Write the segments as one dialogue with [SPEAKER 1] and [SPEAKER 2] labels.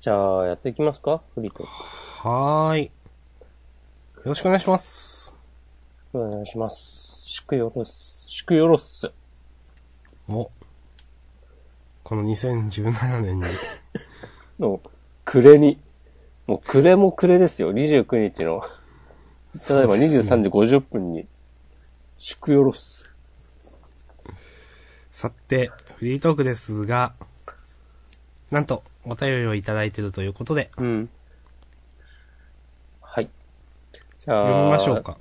[SPEAKER 1] じゃあ、やっていきますかフリートーク。
[SPEAKER 2] はーい。よろしくお願いします。
[SPEAKER 1] お願いします。祝よろっす。祝よろっす。
[SPEAKER 2] お。この2017年に。
[SPEAKER 1] の、暮れに。もう暮れも暮れですよ。29日の。例えば23時50分に。祝よろっす。
[SPEAKER 2] さて、フリートークですが、なんと、お便りをいただいているということで、
[SPEAKER 1] うん。はい。じゃあ、
[SPEAKER 2] 読みましょう。か。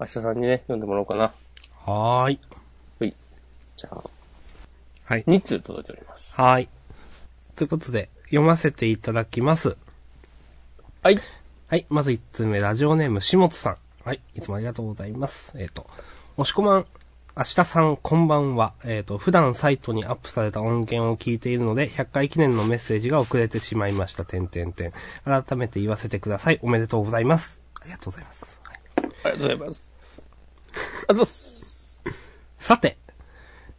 [SPEAKER 1] 明日さんにね、読んでもらおうかな。
[SPEAKER 2] はーい。
[SPEAKER 1] はい。じゃあ、
[SPEAKER 2] はい。
[SPEAKER 1] 2通届いております。
[SPEAKER 2] はーい。ということで、読ませていただきます。
[SPEAKER 1] はい。
[SPEAKER 2] はい。まず1つ目、ラジオネーム、しもつさん。はい。いつもありがとうございます。えっ、と、押しこまん、明日さん、こんばんは。えっ、と、普段サイトにアップされた音源を聞いているので、100回記念のメッセージが遅れてしまいました。点点点。改めて言わせてください。おめでとうございます。ありがとうございます。はい
[SPEAKER 1] ありがとうございます。ありがとうございます。
[SPEAKER 2] さて、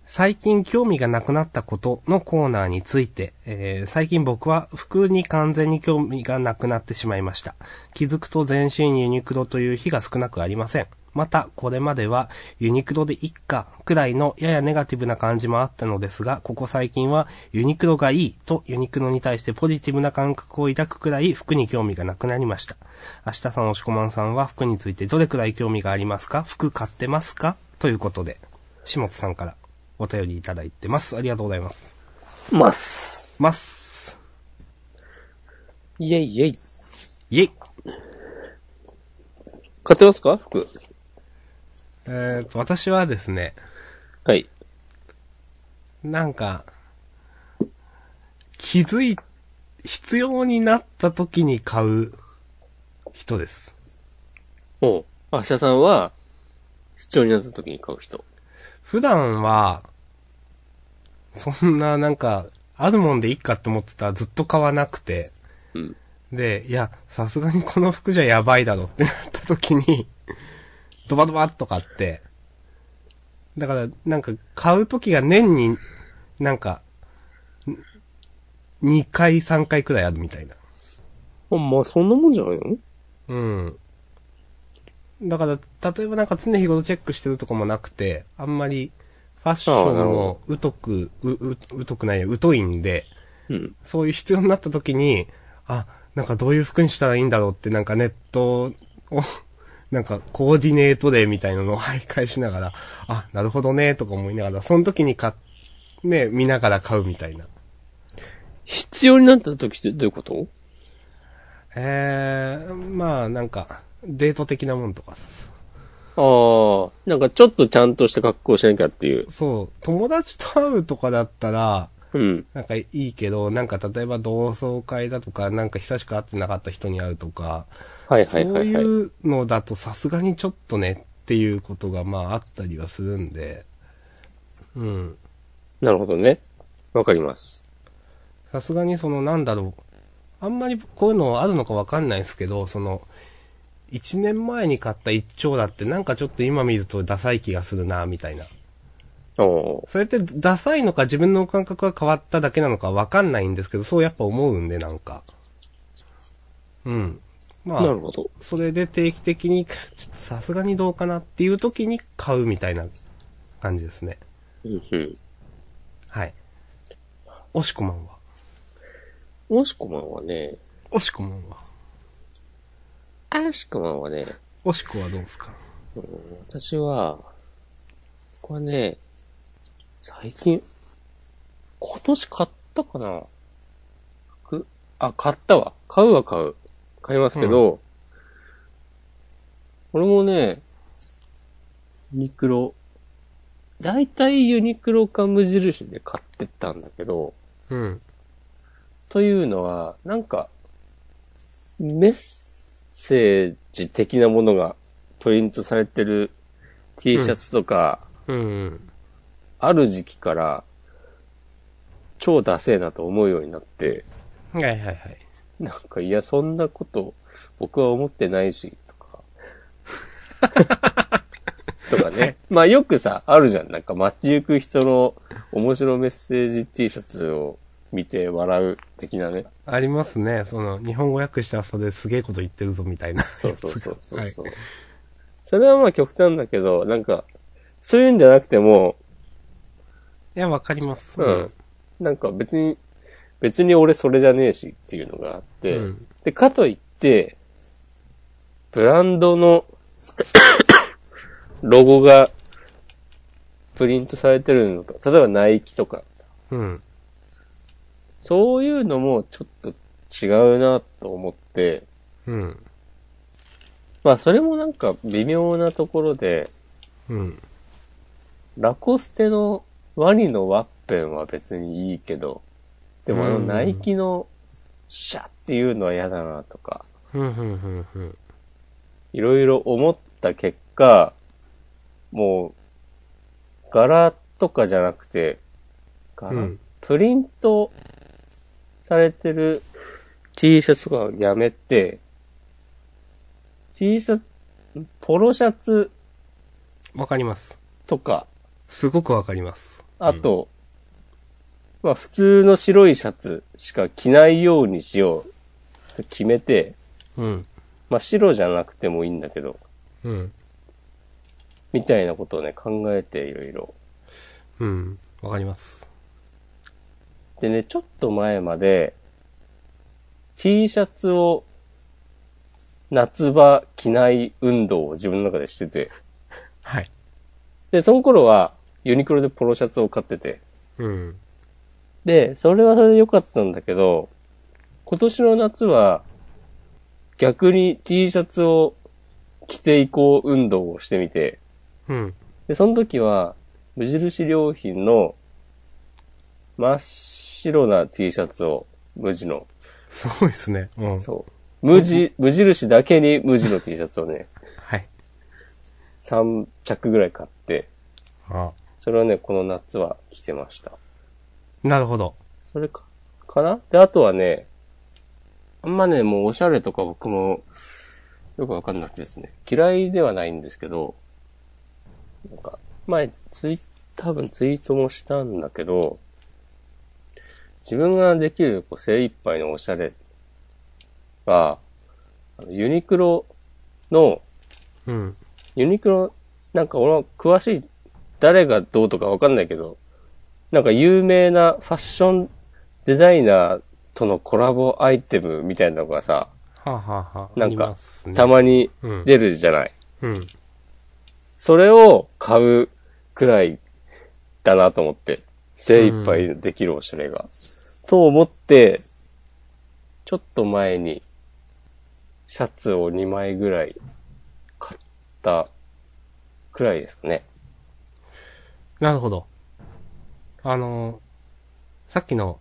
[SPEAKER 2] 最近興味がなくなったことのコーナーについて、えー最近僕は服に完全に興味がなくなってしまいました。気づくと全身ユニクロという日が少なくありません。また、これまではユニクロでいっかくらいのややネガティブな感じもあったのですが、ここ最近はユニクロがいいとユニクロに対してポジティブな感覚を抱くくらい服に興味がなくなりました。明日さん、おしこまんさんは服についてどれくらい興味がありますか服買ってますかということで。下本さんからお便りいただいてます。ありがとうございます。
[SPEAKER 1] ます。
[SPEAKER 2] ます。
[SPEAKER 1] イェイイェイ。
[SPEAKER 2] イェイ
[SPEAKER 1] 買ってますか服。
[SPEAKER 2] えーと、私はですね、
[SPEAKER 1] はい。
[SPEAKER 2] なんか、気づい、必要になった時に買う人です。
[SPEAKER 1] おう。あ、社さんは、必要になった時に買う人。
[SPEAKER 2] 普段は、そんななんか、あるもんでいいかって思ってたらずっと買わなくて、
[SPEAKER 1] うん。
[SPEAKER 2] で、いや、さすがにこの服じゃやばいだろってなった時に、ドバドバっと買って、だから、なんか、買う時が年に、なんか、ん2回、3回くらいあるみたいな。
[SPEAKER 1] あまあ、そんなもんじゃないの
[SPEAKER 2] うん。だから、例えばなんか常日頃チェックしてるとかもなくて、あんまり、ファッションも疎く、う、う、疎くないよ、疎いんで、
[SPEAKER 1] うん。
[SPEAKER 2] そういう必要になった時に、あ、なんかどういう服にしたらいいんだろうって、なんかネットを、 なんかコーディネート例みたいなのを徘徊しながら、あ、なるほどね、とか思いながら、その時に買っ、ね、見ながら買うみたいな。
[SPEAKER 1] 必要になった時ってどういうこと
[SPEAKER 2] えー、まあなんか、デート的なもんとかっす。
[SPEAKER 1] ああ、なんかちょっとちゃんとした格好をしなきゃっていう。
[SPEAKER 2] そう、友達と会うとかだったら、
[SPEAKER 1] うん。
[SPEAKER 2] なんかいいけど、なんか例えば同窓会だとか、なんか久しく会ってなかった人に会うとか、
[SPEAKER 1] はい
[SPEAKER 2] そ
[SPEAKER 1] は
[SPEAKER 2] う
[SPEAKER 1] いはいはい。
[SPEAKER 2] いうのだとさすがにちょっとねっていうことがまああったりはするんで、うん。
[SPEAKER 1] なるほどね。わかります。
[SPEAKER 2] さすがにそのなんだろう。あんまりこういうのあるのかわかんないですけど、その、1年前に買った一丁だってなんかちょっと今見るとダサい気がするな、みたいな。
[SPEAKER 1] ああ、
[SPEAKER 2] それってダサいのか自分の感覚が変わっただけなのかわかんないんですけど、そうやっぱ思うんでなんか。うん。まあ、
[SPEAKER 1] なるほど。
[SPEAKER 2] それで定期的に、ちょっとさすがにどうかなっていう時に買うみたいな感じですね。
[SPEAKER 1] うんうん。
[SPEAKER 2] はい。おしこまんは。
[SPEAKER 1] もしこまんはね、
[SPEAKER 2] おしこまんは。
[SPEAKER 1] あしこまんはね、
[SPEAKER 2] おしこはどうですか
[SPEAKER 1] 私は、これね、最近、今年買ったかな服あ、買ったわ。買うは買う。買いますけど、俺もね、ユニクロ、だいたいユニクロか無印で買ってったんだけど、
[SPEAKER 2] うん。
[SPEAKER 1] というのは、なんか、メッセージ的なものがプリントされてる T シャツとか、
[SPEAKER 2] うん、うん。
[SPEAKER 1] ある時期から、超ダセえなと思うようになって、
[SPEAKER 2] はいはいはい。
[SPEAKER 1] なんか、いや、そんなこと、僕は思ってないし、と か。とかね。まあ、よくさ、あるじゃん。なんか、街行く人の面白メッセージ T シャツを見て笑う的なね。
[SPEAKER 2] ありますね。その、日本語訳したそれですげえこと言ってるぞみたいな。
[SPEAKER 1] そうそうそうそ
[SPEAKER 2] は
[SPEAKER 1] う
[SPEAKER 2] い
[SPEAKER 1] そう。それはまあ極端だけど、なんか、そういうんじゃなくても、
[SPEAKER 2] いや、わかります。
[SPEAKER 1] うん。。なんか別に、別に俺それじゃねえしっていうのがあって、
[SPEAKER 2] うん
[SPEAKER 1] で、かといって、ブランドの ロゴがプリントされてるのと、例えばナイキとか、
[SPEAKER 2] うん。
[SPEAKER 1] そういうのもちょっと違うなと思って、
[SPEAKER 2] うん。
[SPEAKER 1] まあそれもなんか微妙なところで、
[SPEAKER 2] うん。
[SPEAKER 1] ラコステのワニのワッペンは別にいいけど、でもあの
[SPEAKER 2] うん
[SPEAKER 1] ナイキのシャっていうのは嫌だなとか、
[SPEAKER 2] うん。うん。うん。
[SPEAKER 1] いろいろ思った結果、もう、柄とかじゃなくて、柄、
[SPEAKER 2] うん
[SPEAKER 1] プリントされてる T シャツとかやめて、T シャツ、んポロシャツ
[SPEAKER 2] わかります。
[SPEAKER 1] とか、
[SPEAKER 2] すごくわかります。
[SPEAKER 1] あと、まあ普通の白いシャツしか着ないようにしようって決めて、
[SPEAKER 2] うん。
[SPEAKER 1] まあ白じゃなくてもいいんだけど、
[SPEAKER 2] うん。
[SPEAKER 1] みたいなことをね、考えていろいろ。
[SPEAKER 2] うん。わかります。
[SPEAKER 1] でね、ちょっと前まで、T シャツを夏場着ない運動を自分の中でしてて、
[SPEAKER 2] はい。
[SPEAKER 1] で、その頃はユニクロでポロシャツを買ってて、
[SPEAKER 2] うん。
[SPEAKER 1] で、それはそれで良かったんだけど、今年の夏は逆に T シャツを着ていこう運動をしてみて、
[SPEAKER 2] うん。
[SPEAKER 1] で、その時は無印良品の真っ白な T シャツを無地の
[SPEAKER 2] すごいですね。うん。
[SPEAKER 1] そう。無地、無印だけに無地の T シャツをね、
[SPEAKER 2] はい。
[SPEAKER 1] 3着ぐらい買って、
[SPEAKER 2] あ
[SPEAKER 1] それをね、この夏は着てました。
[SPEAKER 2] なるほど。
[SPEAKER 1] それか、かなで、あとはね、あんまね、もうおしゃれとか僕もよくわかんなくてですね、嫌いではないんですけど、なんか、前、ツイ、多分ツイートもしたんだけど、自分ができるこう精一杯のおしゃれは、あのユニクロの
[SPEAKER 2] うん。
[SPEAKER 1] ユニクロ、なんか俺は詳しい、誰がどうとかわかんないけど、なんか有名なファッションデザイナーとのコラボアイテムみたいなのがさ、
[SPEAKER 2] はあ、はあはあ、
[SPEAKER 1] な
[SPEAKER 2] あ
[SPEAKER 1] ん
[SPEAKER 2] り
[SPEAKER 1] か
[SPEAKER 2] ますね、
[SPEAKER 1] たまに
[SPEAKER 2] うん
[SPEAKER 1] 出るじゃない。
[SPEAKER 2] うん。
[SPEAKER 1] それを買うくらいだなと思って、精一杯できるおしゃれが。と思って、ちょっと前に、シャツを2枚ぐらい買ったくらいですかね。
[SPEAKER 2] なるほど。あのー、さっきの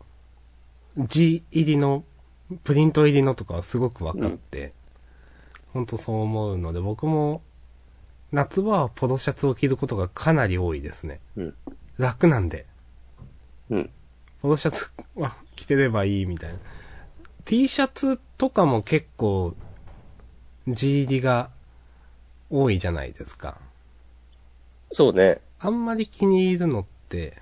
[SPEAKER 2] G 入りの、プリント入りのとかはすごく分かって、ほんとそう思うので、僕も夏場はポロシャツを着ることがかなり多いですね。
[SPEAKER 1] うん。
[SPEAKER 2] 楽なんで。
[SPEAKER 1] うん。
[SPEAKER 2] ポロシャツは着てればいいみたいな。T シャツとかも結構 G 入りが多いじゃないですか。
[SPEAKER 1] そうね。
[SPEAKER 2] あんまり気に入るのって、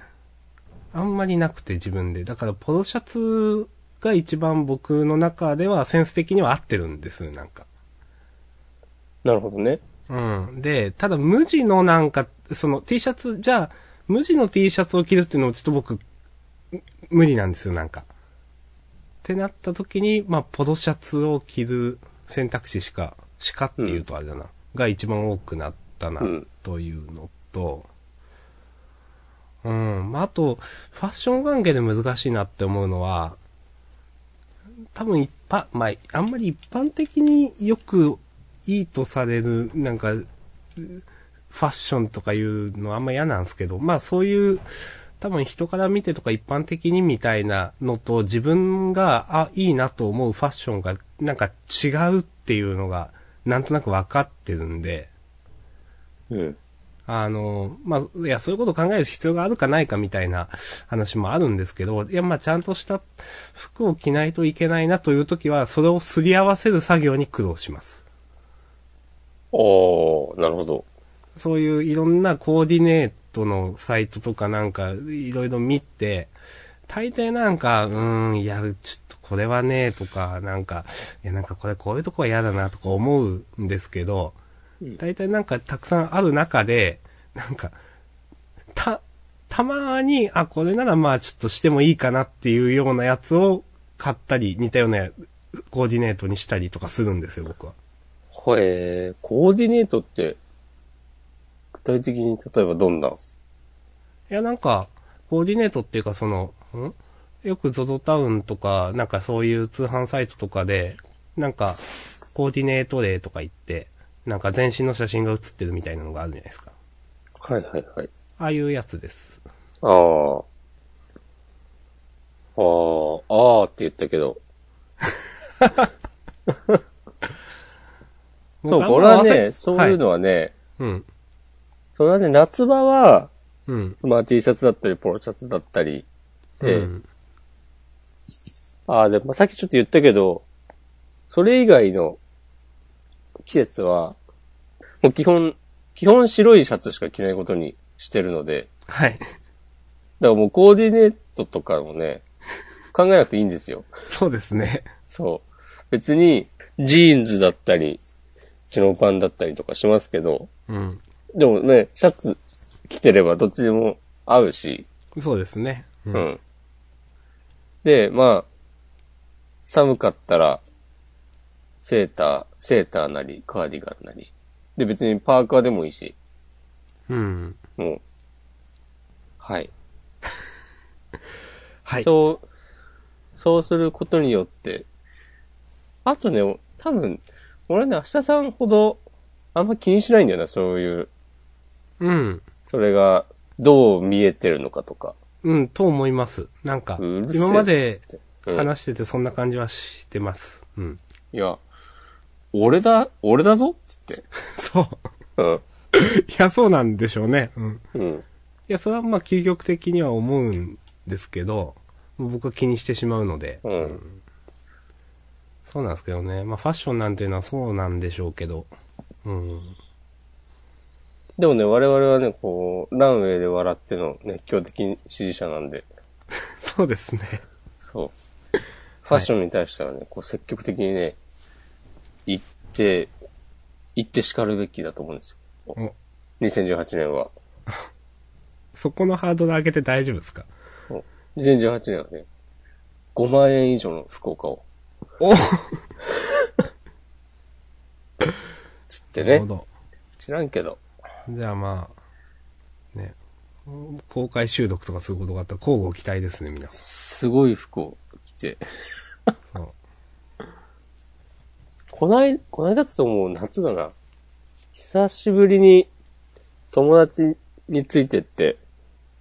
[SPEAKER 2] あんまりなくて自分で。だからポロシャツが一番僕の中ではセンス的には合ってるんです、なんか。
[SPEAKER 1] なるほどね。
[SPEAKER 2] うん。で、ただ無地のなんか、その T シャツ、じゃあ、無地の T シャツを着るっていうのもちょっと僕、む無理なんですよ、なんか。ってなった時に、まあ、ポロシャツを着る選択肢しか、しかっていうとあれだな、が一番多くなったな
[SPEAKER 1] うん、
[SPEAKER 2] というのと、うん、まあ、あと、ファッション関係で難しいなって思うのは、多分一般、まあ、あんまり一般的によくいいとされる、なんか、ファッションとかいうのあんま嫌なんですけど、まあそういう、多分人から見てとか一般的にみたいなのと自分が、あ、いいなと思うファッションがなんか違うっていうのがなんとなく分かってるんで、
[SPEAKER 1] うん。
[SPEAKER 2] あの、まあ、いや、そういうことを考える必要があるかないかみたいな話もあるんですけど、いや、まあ、ちゃんとした服を着ないといけないなという時は、それをすり合わせる作業に苦労します。
[SPEAKER 1] おー、なるほど。
[SPEAKER 2] そういういろんなコーディネートのサイトとかなんか、いろいろ見て、大抵なんか、うーん、いや、ちょっとこれはね、とか、なんか、いや、なんかこれこういうとこは嫌だな、とか思うんですけど、
[SPEAKER 1] うん
[SPEAKER 2] 大体なんかたくさんある中で、なんか、た、たまに、あ、これならまあちょっとしてもいいかなっていうようなやつを買ったり、似たようなコーディネートにしたりとかするんですよ、僕は。
[SPEAKER 1] ほえー、コーディネートって、具体的に例えばどんない
[SPEAKER 2] や、なんか、コーディネートっていうか、その、んよく ZOZO タウンとか、なんかそういう通販サイトとかで、なんか、コーディネート例とか言って、なんか全身の写真が写ってるみたいなのがあるじゃないですか。
[SPEAKER 1] はいはいはい。
[SPEAKER 2] ああいうやつです。
[SPEAKER 1] ああ。ああ、ああって言ったけど。そうか、
[SPEAKER 2] 僕
[SPEAKER 1] 俺
[SPEAKER 2] あんま
[SPEAKER 1] は
[SPEAKER 2] 合わ
[SPEAKER 1] ね、
[SPEAKER 2] せ
[SPEAKER 1] そういうのはね、
[SPEAKER 2] はいうん。
[SPEAKER 1] それはね、夏場は、
[SPEAKER 2] うん。
[SPEAKER 1] まあ T シャツだったり、ポロシャツだったりで、
[SPEAKER 2] うん
[SPEAKER 1] ああ、でもさっきちょっと言ったけど、それ以外の季節は、もう基本、基本白いシャツしか着ないことにしてるので、
[SPEAKER 2] はい。
[SPEAKER 1] だからもうコーディネートとかもね、考えなくていいんですよ。
[SPEAKER 2] そうですね。
[SPEAKER 1] そう。別に、ジーンズだったり、チノパンだったりとかしますけど、
[SPEAKER 2] うん。
[SPEAKER 1] でもね、シャツ着てればどっちでも合うし、
[SPEAKER 2] そうですね。う
[SPEAKER 1] う。ん。で、まあ、寒かったら、セーター、セーターなり、カーディガンなり。で、別にパーカーでもいいし、
[SPEAKER 2] うん。
[SPEAKER 1] もう。はい。
[SPEAKER 2] はい。
[SPEAKER 1] そう、そうすることによって、あとね、多分、俺ね、明日さんほど、あんま気にしないんだよな、そういう、
[SPEAKER 2] うん。
[SPEAKER 1] それが、どう見えてるのかとか。
[SPEAKER 2] うん、と思います。なんか、
[SPEAKER 1] うるせえ
[SPEAKER 2] 今まで
[SPEAKER 1] つってうん
[SPEAKER 2] 話しててそんな感じはしてます。うん。
[SPEAKER 1] いや、俺だ、俺だぞつって。
[SPEAKER 2] そう。
[SPEAKER 1] うん。
[SPEAKER 2] いや、そうなんでしょうね。うん。
[SPEAKER 1] うん。
[SPEAKER 2] いや、それはまあ、究極的には思うんですけど、僕は気にしてしまうので、
[SPEAKER 1] うん。
[SPEAKER 2] そうなんですけどね。まあ、ファッションなんていうのはそうなんでしょうけど、うん。
[SPEAKER 1] でもね、我々はね、こう、ランウェイで笑っての熱狂的支持者なんで、
[SPEAKER 2] そうですね。
[SPEAKER 1] そう。ファッションに対してはね、こう、積極的にね、行って、行って叱るべきだと思うんですよ。
[SPEAKER 2] お
[SPEAKER 1] 2018年は。
[SPEAKER 2] そこのハードル上げて大丈夫ですか
[SPEAKER 1] そう2018年はね、5万円以上の福岡を、
[SPEAKER 2] お
[SPEAKER 1] つって
[SPEAKER 2] な
[SPEAKER 1] ね
[SPEAKER 2] るほ。ど。
[SPEAKER 1] 知らんけど。
[SPEAKER 2] じゃあまあ、ね。公開収録とかすることがあったら、交互期待ですね、皆さん。
[SPEAKER 1] すごい服を着て。
[SPEAKER 2] そう。
[SPEAKER 1] こない、こないだってもう夏だな。久しぶりに友達についてって、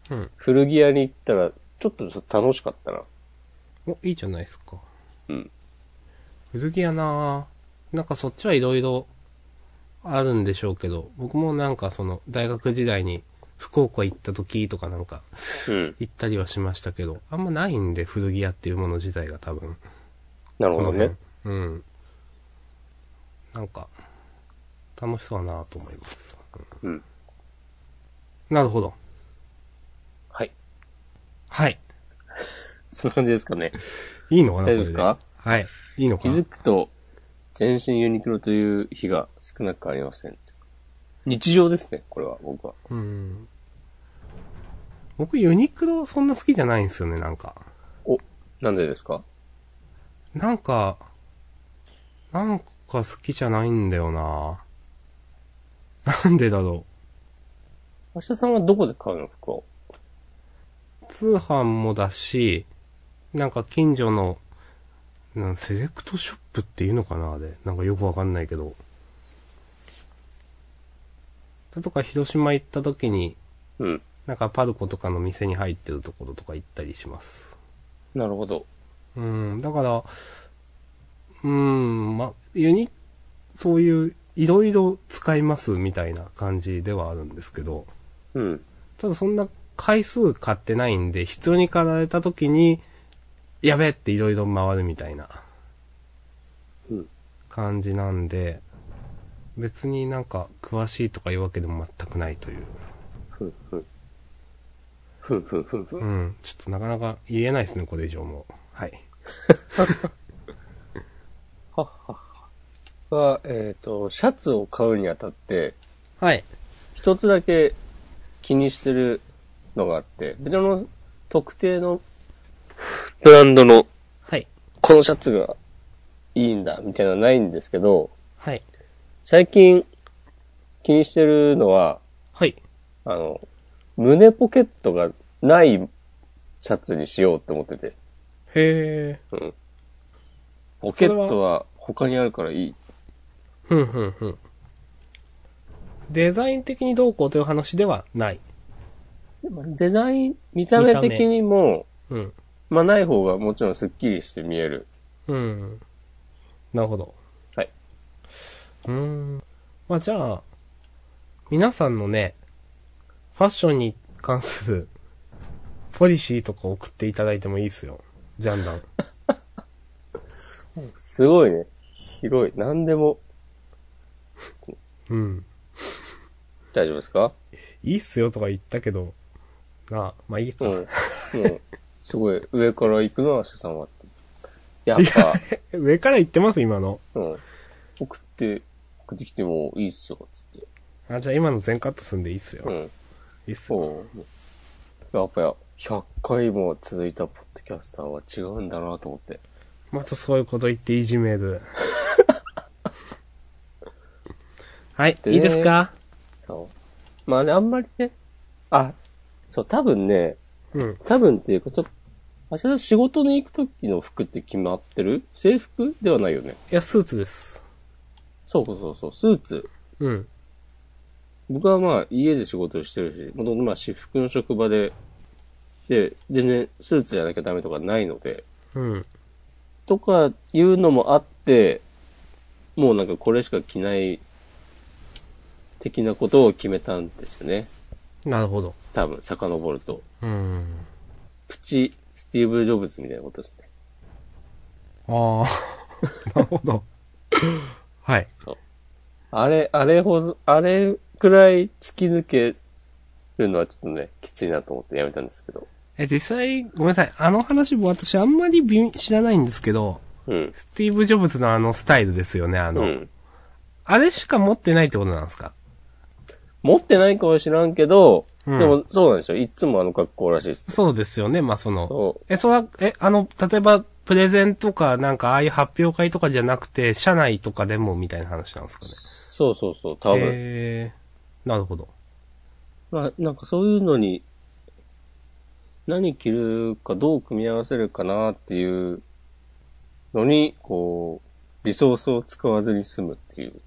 [SPEAKER 2] うん
[SPEAKER 1] 古着屋に行ったら、ちょっと楽しかったな。
[SPEAKER 2] お、いいじゃないですか。
[SPEAKER 1] うん。
[SPEAKER 2] 古着屋なぁなんかそっちはいろいろあるんでしょうけど、僕もなんかその大学時代に福岡行った時とかなんか
[SPEAKER 1] うん。
[SPEAKER 2] 行ったりはしましたけど、あんまないんで古着屋っていうもの自体が多分。
[SPEAKER 1] なる
[SPEAKER 2] こ
[SPEAKER 1] ほ
[SPEAKER 2] の
[SPEAKER 1] ど
[SPEAKER 2] 辺
[SPEAKER 1] ね。。
[SPEAKER 2] うん。なんか、楽しそうだなぁと思います。
[SPEAKER 1] うん。
[SPEAKER 2] なるほど。
[SPEAKER 1] はい。
[SPEAKER 2] はい。
[SPEAKER 1] そんな感じですかね。
[SPEAKER 2] いいのかな
[SPEAKER 1] 大丈夫ですか
[SPEAKER 2] これではい。いいの
[SPEAKER 1] 気
[SPEAKER 2] かな
[SPEAKER 1] づくと、全身ユニクロという日が少なくありません。日常ですね、これは、僕は。
[SPEAKER 2] うん。僕ユニクロそんな好きじゃないんですよね、なんか。
[SPEAKER 1] お、なんでですか
[SPEAKER 2] なんか、なんか好きじゃないんだよななんでだろ
[SPEAKER 1] 明日さんはどこで買うの服を。
[SPEAKER 2] う。通販もだし、なんか近所の、なんセレクトショップっていうのかなあれ。なんかよくわかんないけど。とか広島行った時に、
[SPEAKER 1] うん。
[SPEAKER 2] なんかパルコとかの店に入ってるところとか行ったりします。
[SPEAKER 1] なるほど。
[SPEAKER 2] うん、だから、うん、ま、ユニ、そういう、いろいろ使いますみたいな感じではあるんですけど、
[SPEAKER 1] うん。
[SPEAKER 2] ただそんな回数買ってないんで、必要に駆られた時に、やべえっていろいろ回るみたいな
[SPEAKER 1] うん。
[SPEAKER 2] 感じなんで、別になんか詳しいとかいうわけでも全くないという。
[SPEAKER 1] うん。うん。ふんふんふんふん。
[SPEAKER 2] うん。ちょっとなかなか言えないですね、これ以上もう。はい。
[SPEAKER 1] はっはっは。は、えっ、と、シャツを買うにあたって、
[SPEAKER 2] はい。
[SPEAKER 1] 一つだけ気にしてるのがあって、別の特定のブランドの
[SPEAKER 2] はい。
[SPEAKER 1] このシャツがいいんだ、みたいなのはないんですけど、
[SPEAKER 2] はい。
[SPEAKER 1] 最近気にしてるのは、
[SPEAKER 2] はい。
[SPEAKER 1] あの、胸ポケットがないシャツにしようって思ってて。
[SPEAKER 2] へー。
[SPEAKER 1] ポケットは他にあるからいい。
[SPEAKER 2] ふんふんふん。デザイン的にどうこうという話ではない。
[SPEAKER 1] デザイン、見た目的にも、
[SPEAKER 2] うん。
[SPEAKER 1] まあない方がもちろんスッキリして見える。
[SPEAKER 2] うん。なるほど。
[SPEAKER 1] はい。
[SPEAKER 2] うーん。まあじゃあ、皆さんのね、ファッションに関するポリシーとか送っていただいてもいいですよ。ジャ ンダン。
[SPEAKER 1] すごいね。広い。何でも
[SPEAKER 2] うん。
[SPEAKER 1] 大丈夫ですか
[SPEAKER 2] いいっすよとか言ったけど、なあ、まあいいか。
[SPEAKER 1] うん。もう、すごい。上から行くのは瀬さんはって。やっぱ、
[SPEAKER 2] え上から言ってます今の。
[SPEAKER 1] うん。送って、送ってきてもいいっすよ、つって。
[SPEAKER 2] あ、じゃあ今の全カットすんでいいっすよ。
[SPEAKER 1] う
[SPEAKER 2] い
[SPEAKER 1] ん。
[SPEAKER 2] いっすよ。
[SPEAKER 1] そう。やっぱや、100回も続いたポッドキャスターは違うんだなと思って。
[SPEAKER 2] またそういうこと言っていじめ る。はい、いいですか
[SPEAKER 1] そう。まあね、あんまりね、あ、そう、多分ね、
[SPEAKER 2] うん。
[SPEAKER 1] 多分っていうか、ちょっと、あちら仕事に行く時の服って決まってる制服ではないよね。
[SPEAKER 2] いや、スーツです。
[SPEAKER 1] そうそうそう、スーツ。
[SPEAKER 2] うん。
[SPEAKER 1] 僕はまあ家で仕事をしてるし、もともとまあ私服の職場で、で、全然スーツじゃなきゃダメとかないので、
[SPEAKER 2] うん。
[SPEAKER 1] とかいうのもあって、もうなんかこれしか着ない的なことを決めたんですよね。
[SPEAKER 2] なるほど。
[SPEAKER 1] 多分、遡ると。
[SPEAKER 2] うん。
[SPEAKER 1] プチ、スティーブ・ジョブズみたいなことですね。
[SPEAKER 2] ああ。なるほど。はい。
[SPEAKER 1] そう。あれ、あれほど、あれくらい突き抜けるのはちょっとね、きついなと思ってやめたんですけど。
[SPEAKER 2] え、実際、ごめんなさい。あの話も私あんまり微知らないんですけど、
[SPEAKER 1] うん。
[SPEAKER 2] スティーブ・ジョブズのあのスタイルですよね、あの。
[SPEAKER 1] うん。
[SPEAKER 2] あれしか持ってないってことなんですか
[SPEAKER 1] 持ってないかは知らんけど、
[SPEAKER 2] うん
[SPEAKER 1] でもそうなんですよ。いつもあの格好らしいです。
[SPEAKER 2] そうですよね、まあその。
[SPEAKER 1] そう。
[SPEAKER 2] え、それは、え、あの、例えば、プレゼンとか、なんか、ああいう発表会とかじゃなくて、社内とかでもみたいな話なんですかね。
[SPEAKER 1] そうそうそう、多分。
[SPEAKER 2] へーなるほど。
[SPEAKER 1] まあ、なんかそういうのに、何着るかどう組み合わせるかなっていうのに、こう、リソースを使わずに済むっていう。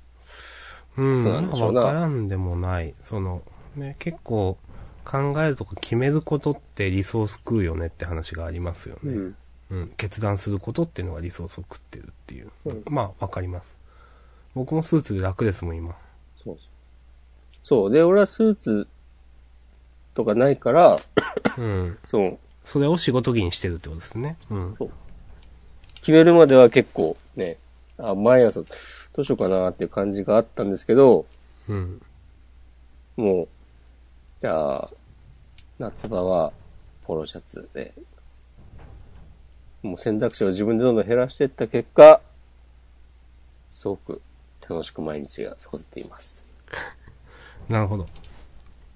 [SPEAKER 2] うん、
[SPEAKER 1] そうな
[SPEAKER 2] な
[SPEAKER 1] ん
[SPEAKER 2] ん
[SPEAKER 1] で
[SPEAKER 2] か
[SPEAKER 1] しょうな
[SPEAKER 2] わからんでもない。その、ね、結構、考えるとか決めることってリソース食うよねって話がありますよね。
[SPEAKER 1] ん。
[SPEAKER 2] うん。決断することっていうのがリソースを食ってるっていう。
[SPEAKER 1] うん
[SPEAKER 2] まあ、わかります。僕もスーツで楽ですもん、今。
[SPEAKER 1] そうそう。そう。で、俺はスーツとかないから、
[SPEAKER 2] うん。
[SPEAKER 1] そう、
[SPEAKER 2] それを仕事着にしてるってことですね。うん。
[SPEAKER 1] 決めるまでは結構ね、あ、毎朝どうしようかなっていう感じがあったんですけど、
[SPEAKER 2] うん。
[SPEAKER 1] もう、じゃあ、夏場はポロシャツで、もう選択肢を自分でどんどん減らしていった結果、すごく楽しく毎日が過ごせています。
[SPEAKER 2] なるほど。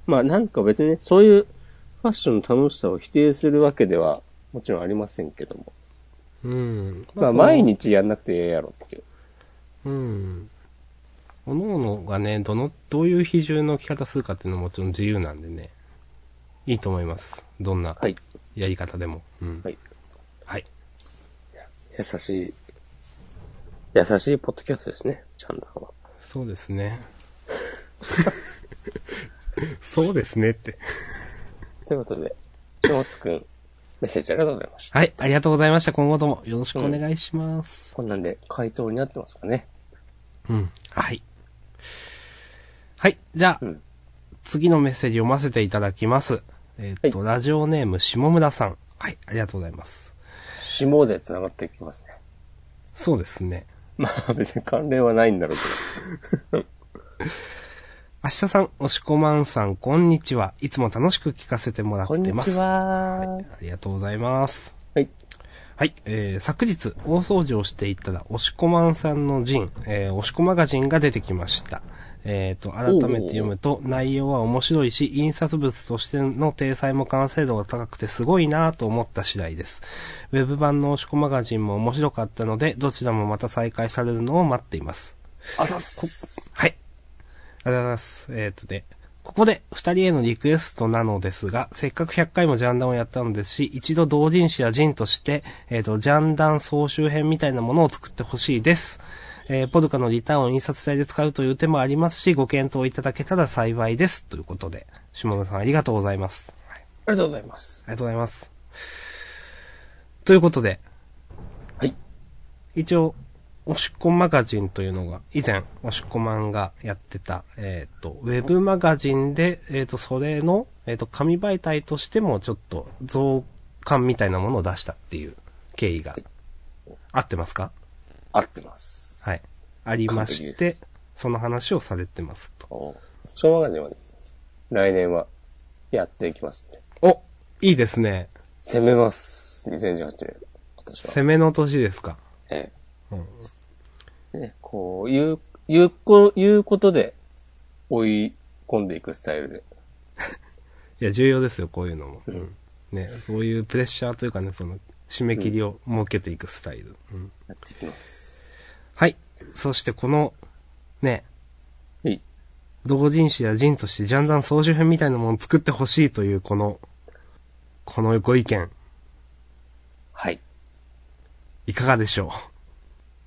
[SPEAKER 1] まあなんか別にね、そういうファッションの楽しさを否定するわけではもちろんありませんけども。
[SPEAKER 2] うん。
[SPEAKER 1] まあ
[SPEAKER 2] その
[SPEAKER 1] 毎日やんなくてええやろっていう。
[SPEAKER 2] うん。おのおのがね、どの、どういう比重の置き方するかっていうのはもちろん自由なんでね。いいと思います。どんな
[SPEAKER 1] はい。
[SPEAKER 2] やり方でも。うん。
[SPEAKER 1] はい。
[SPEAKER 2] はい。
[SPEAKER 1] 優しい、優しいポッドキャストですね、チャンダーは。
[SPEAKER 2] そうですね。 そうですねって。
[SPEAKER 1] ということで、しょうつくん、メッセージありがとうございました。
[SPEAKER 2] はい。ありがとうございました。今後ともよろしくお願いします。
[SPEAKER 1] こんなんで回答になってますかね。
[SPEAKER 2] うん。はい。はい。じゃあ、
[SPEAKER 1] うん
[SPEAKER 2] 次のメッセージ読ませていただきます。えーっと、
[SPEAKER 1] は
[SPEAKER 2] ラジオネーム、下村さん。はい。ありがとうございます。
[SPEAKER 1] 下で繋がっていきますね。
[SPEAKER 2] そうですね。
[SPEAKER 1] まあ別に関連はないんだろうけ
[SPEAKER 2] あ明日さん、おしこまんさん、こんにちは。いつも楽しく聞かせてもらっ
[SPEAKER 1] こん
[SPEAKER 2] て
[SPEAKER 1] に
[SPEAKER 2] ます。
[SPEAKER 1] ちは。
[SPEAKER 2] ありがとうございます。
[SPEAKER 1] はい。
[SPEAKER 2] はい、えー、昨日、大掃除をしていたら、押しこまんさんの陣、えー、押しこマガジンが出てきました。えー、と、改めて読むと、内容は面白いし、印刷物としての体裁も完成度が高くてすごいなぁと思った次第です。ウェブ版の押しこマガジンも面白かったので、どちらもまた再開されるのを待っています。
[SPEAKER 1] あざっす。
[SPEAKER 2] はい。ありがとうございます。えー、とで、ここで二人へのリクエストなのですが、せっかく100回もジャンダンをやったのですし、一度同人誌や人として、えー、と、ジャンダン総集編みたいなものを作ってほしいです。えー、ポルカのリターンを印刷体で使うという手もありますし、ご検討いただけたら幸いです。ということで、下野さんありがとうございます。は
[SPEAKER 1] あ
[SPEAKER 2] い、
[SPEAKER 1] りがとうございます。
[SPEAKER 2] ありがとうございます。ということで、
[SPEAKER 1] はい。
[SPEAKER 2] 一応、おしっこマガジンというのが、以前、おしっこマンがやってた、えっ、と、ウェブマガジンで、えっ、と、それの、えっ、と、紙媒体としても、ちょっと、増刊みたいなものを出したっていう経緯が、合ってますか
[SPEAKER 1] 合ってます。
[SPEAKER 2] はい。ありま
[SPEAKER 1] 完
[SPEAKER 2] し
[SPEAKER 1] 璧で
[SPEAKER 2] て
[SPEAKER 1] す、
[SPEAKER 2] その話をされてますと。
[SPEAKER 1] お小マガジンはね、来年はやっていきますんで。
[SPEAKER 2] おいいですね。
[SPEAKER 1] 攻めます。2018年。私は。
[SPEAKER 2] 攻めの年ですか。
[SPEAKER 1] え
[SPEAKER 2] うん。
[SPEAKER 1] えね、こう、言う、言うこ、言うことで追い込んでいくスタイルで。
[SPEAKER 2] いや、重要ですよ、こういうのも。うん。ね、そういうプレッシャーというかね、その、締め切りを設けていくスタイル。うん。
[SPEAKER 1] やっていきます。
[SPEAKER 2] はい。そして、この、ね、
[SPEAKER 1] はい。
[SPEAKER 2] 同人誌や人としてジャンダン総集編みたいなものを作ってほしいという、この、このご意見、
[SPEAKER 1] はい。
[SPEAKER 2] いかがでしょ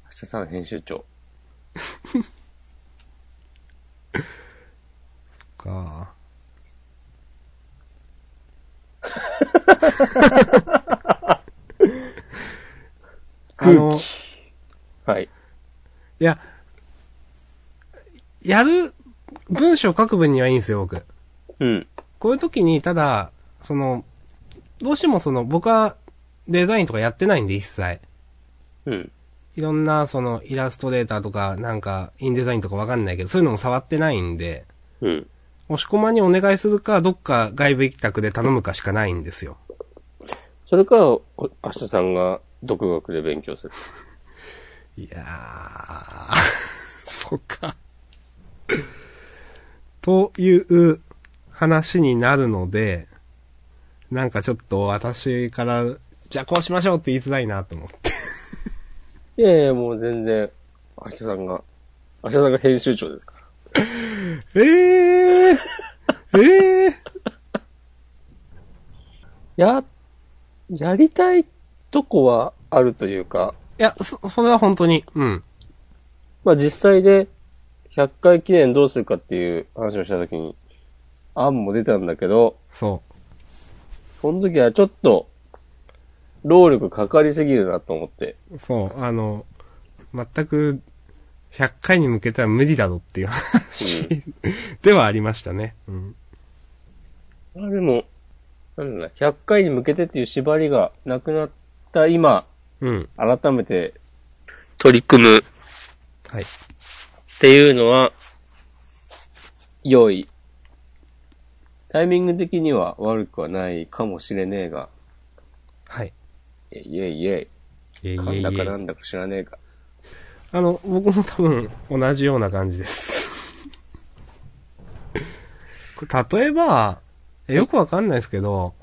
[SPEAKER 1] 明日さん編集長。
[SPEAKER 2] うか。あの、
[SPEAKER 1] はい。
[SPEAKER 2] いや、やる、文章書く分にはいいんですよ、僕。
[SPEAKER 1] うん。
[SPEAKER 2] こういう時に、ただ、その、どうしてもその、僕はデザインとかやってないんで、一切。
[SPEAKER 1] うん。
[SPEAKER 2] いろんな、その、イラストレーターとか、なんか、インデザインとかわかんないけど、そういうのも触ってないんで、
[SPEAKER 1] うん。
[SPEAKER 2] 押し込まにお願いするか、どっか外部委託で頼むかしかないんですよ。
[SPEAKER 1] それか、お明日さんが独学で勉強する。
[SPEAKER 2] いやー、 そっか。という話になるので、なんかちょっと私から、じゃあこうしましょうって言いづらいなと思って。
[SPEAKER 1] いやいや、もう全然、明日さんが、明日さんが編集長ですから。
[SPEAKER 2] えー、え ー、
[SPEAKER 1] や、やりたいとこはあるというか、
[SPEAKER 2] いや、そ、それは本当に、うん。
[SPEAKER 1] まあ実際で100回記念どうするかっていう話をしたときに、案も出たんだけど、
[SPEAKER 2] そ
[SPEAKER 1] その時はちょっと、労力かかりすぎるなと思って。
[SPEAKER 2] う。そう、あの、全く、100回に向けては無理だろっていう話、ではありましたね。うん。
[SPEAKER 1] まあでも、なんだ、100回に向けてっていう縛りがなくなった今、
[SPEAKER 2] うん。
[SPEAKER 1] 改めて取り組むっ
[SPEAKER 2] はい。
[SPEAKER 1] ていうのは、良い。タイミング的には悪くはないかもしれねえが、
[SPEAKER 2] はい。
[SPEAKER 1] いえいえいえ
[SPEAKER 2] いえいえいえ
[SPEAKER 1] かんだかなんだか知らねえか。
[SPEAKER 2] あの、僕も多分同じような感じです。これ 例えば、えよくわかんないですけど、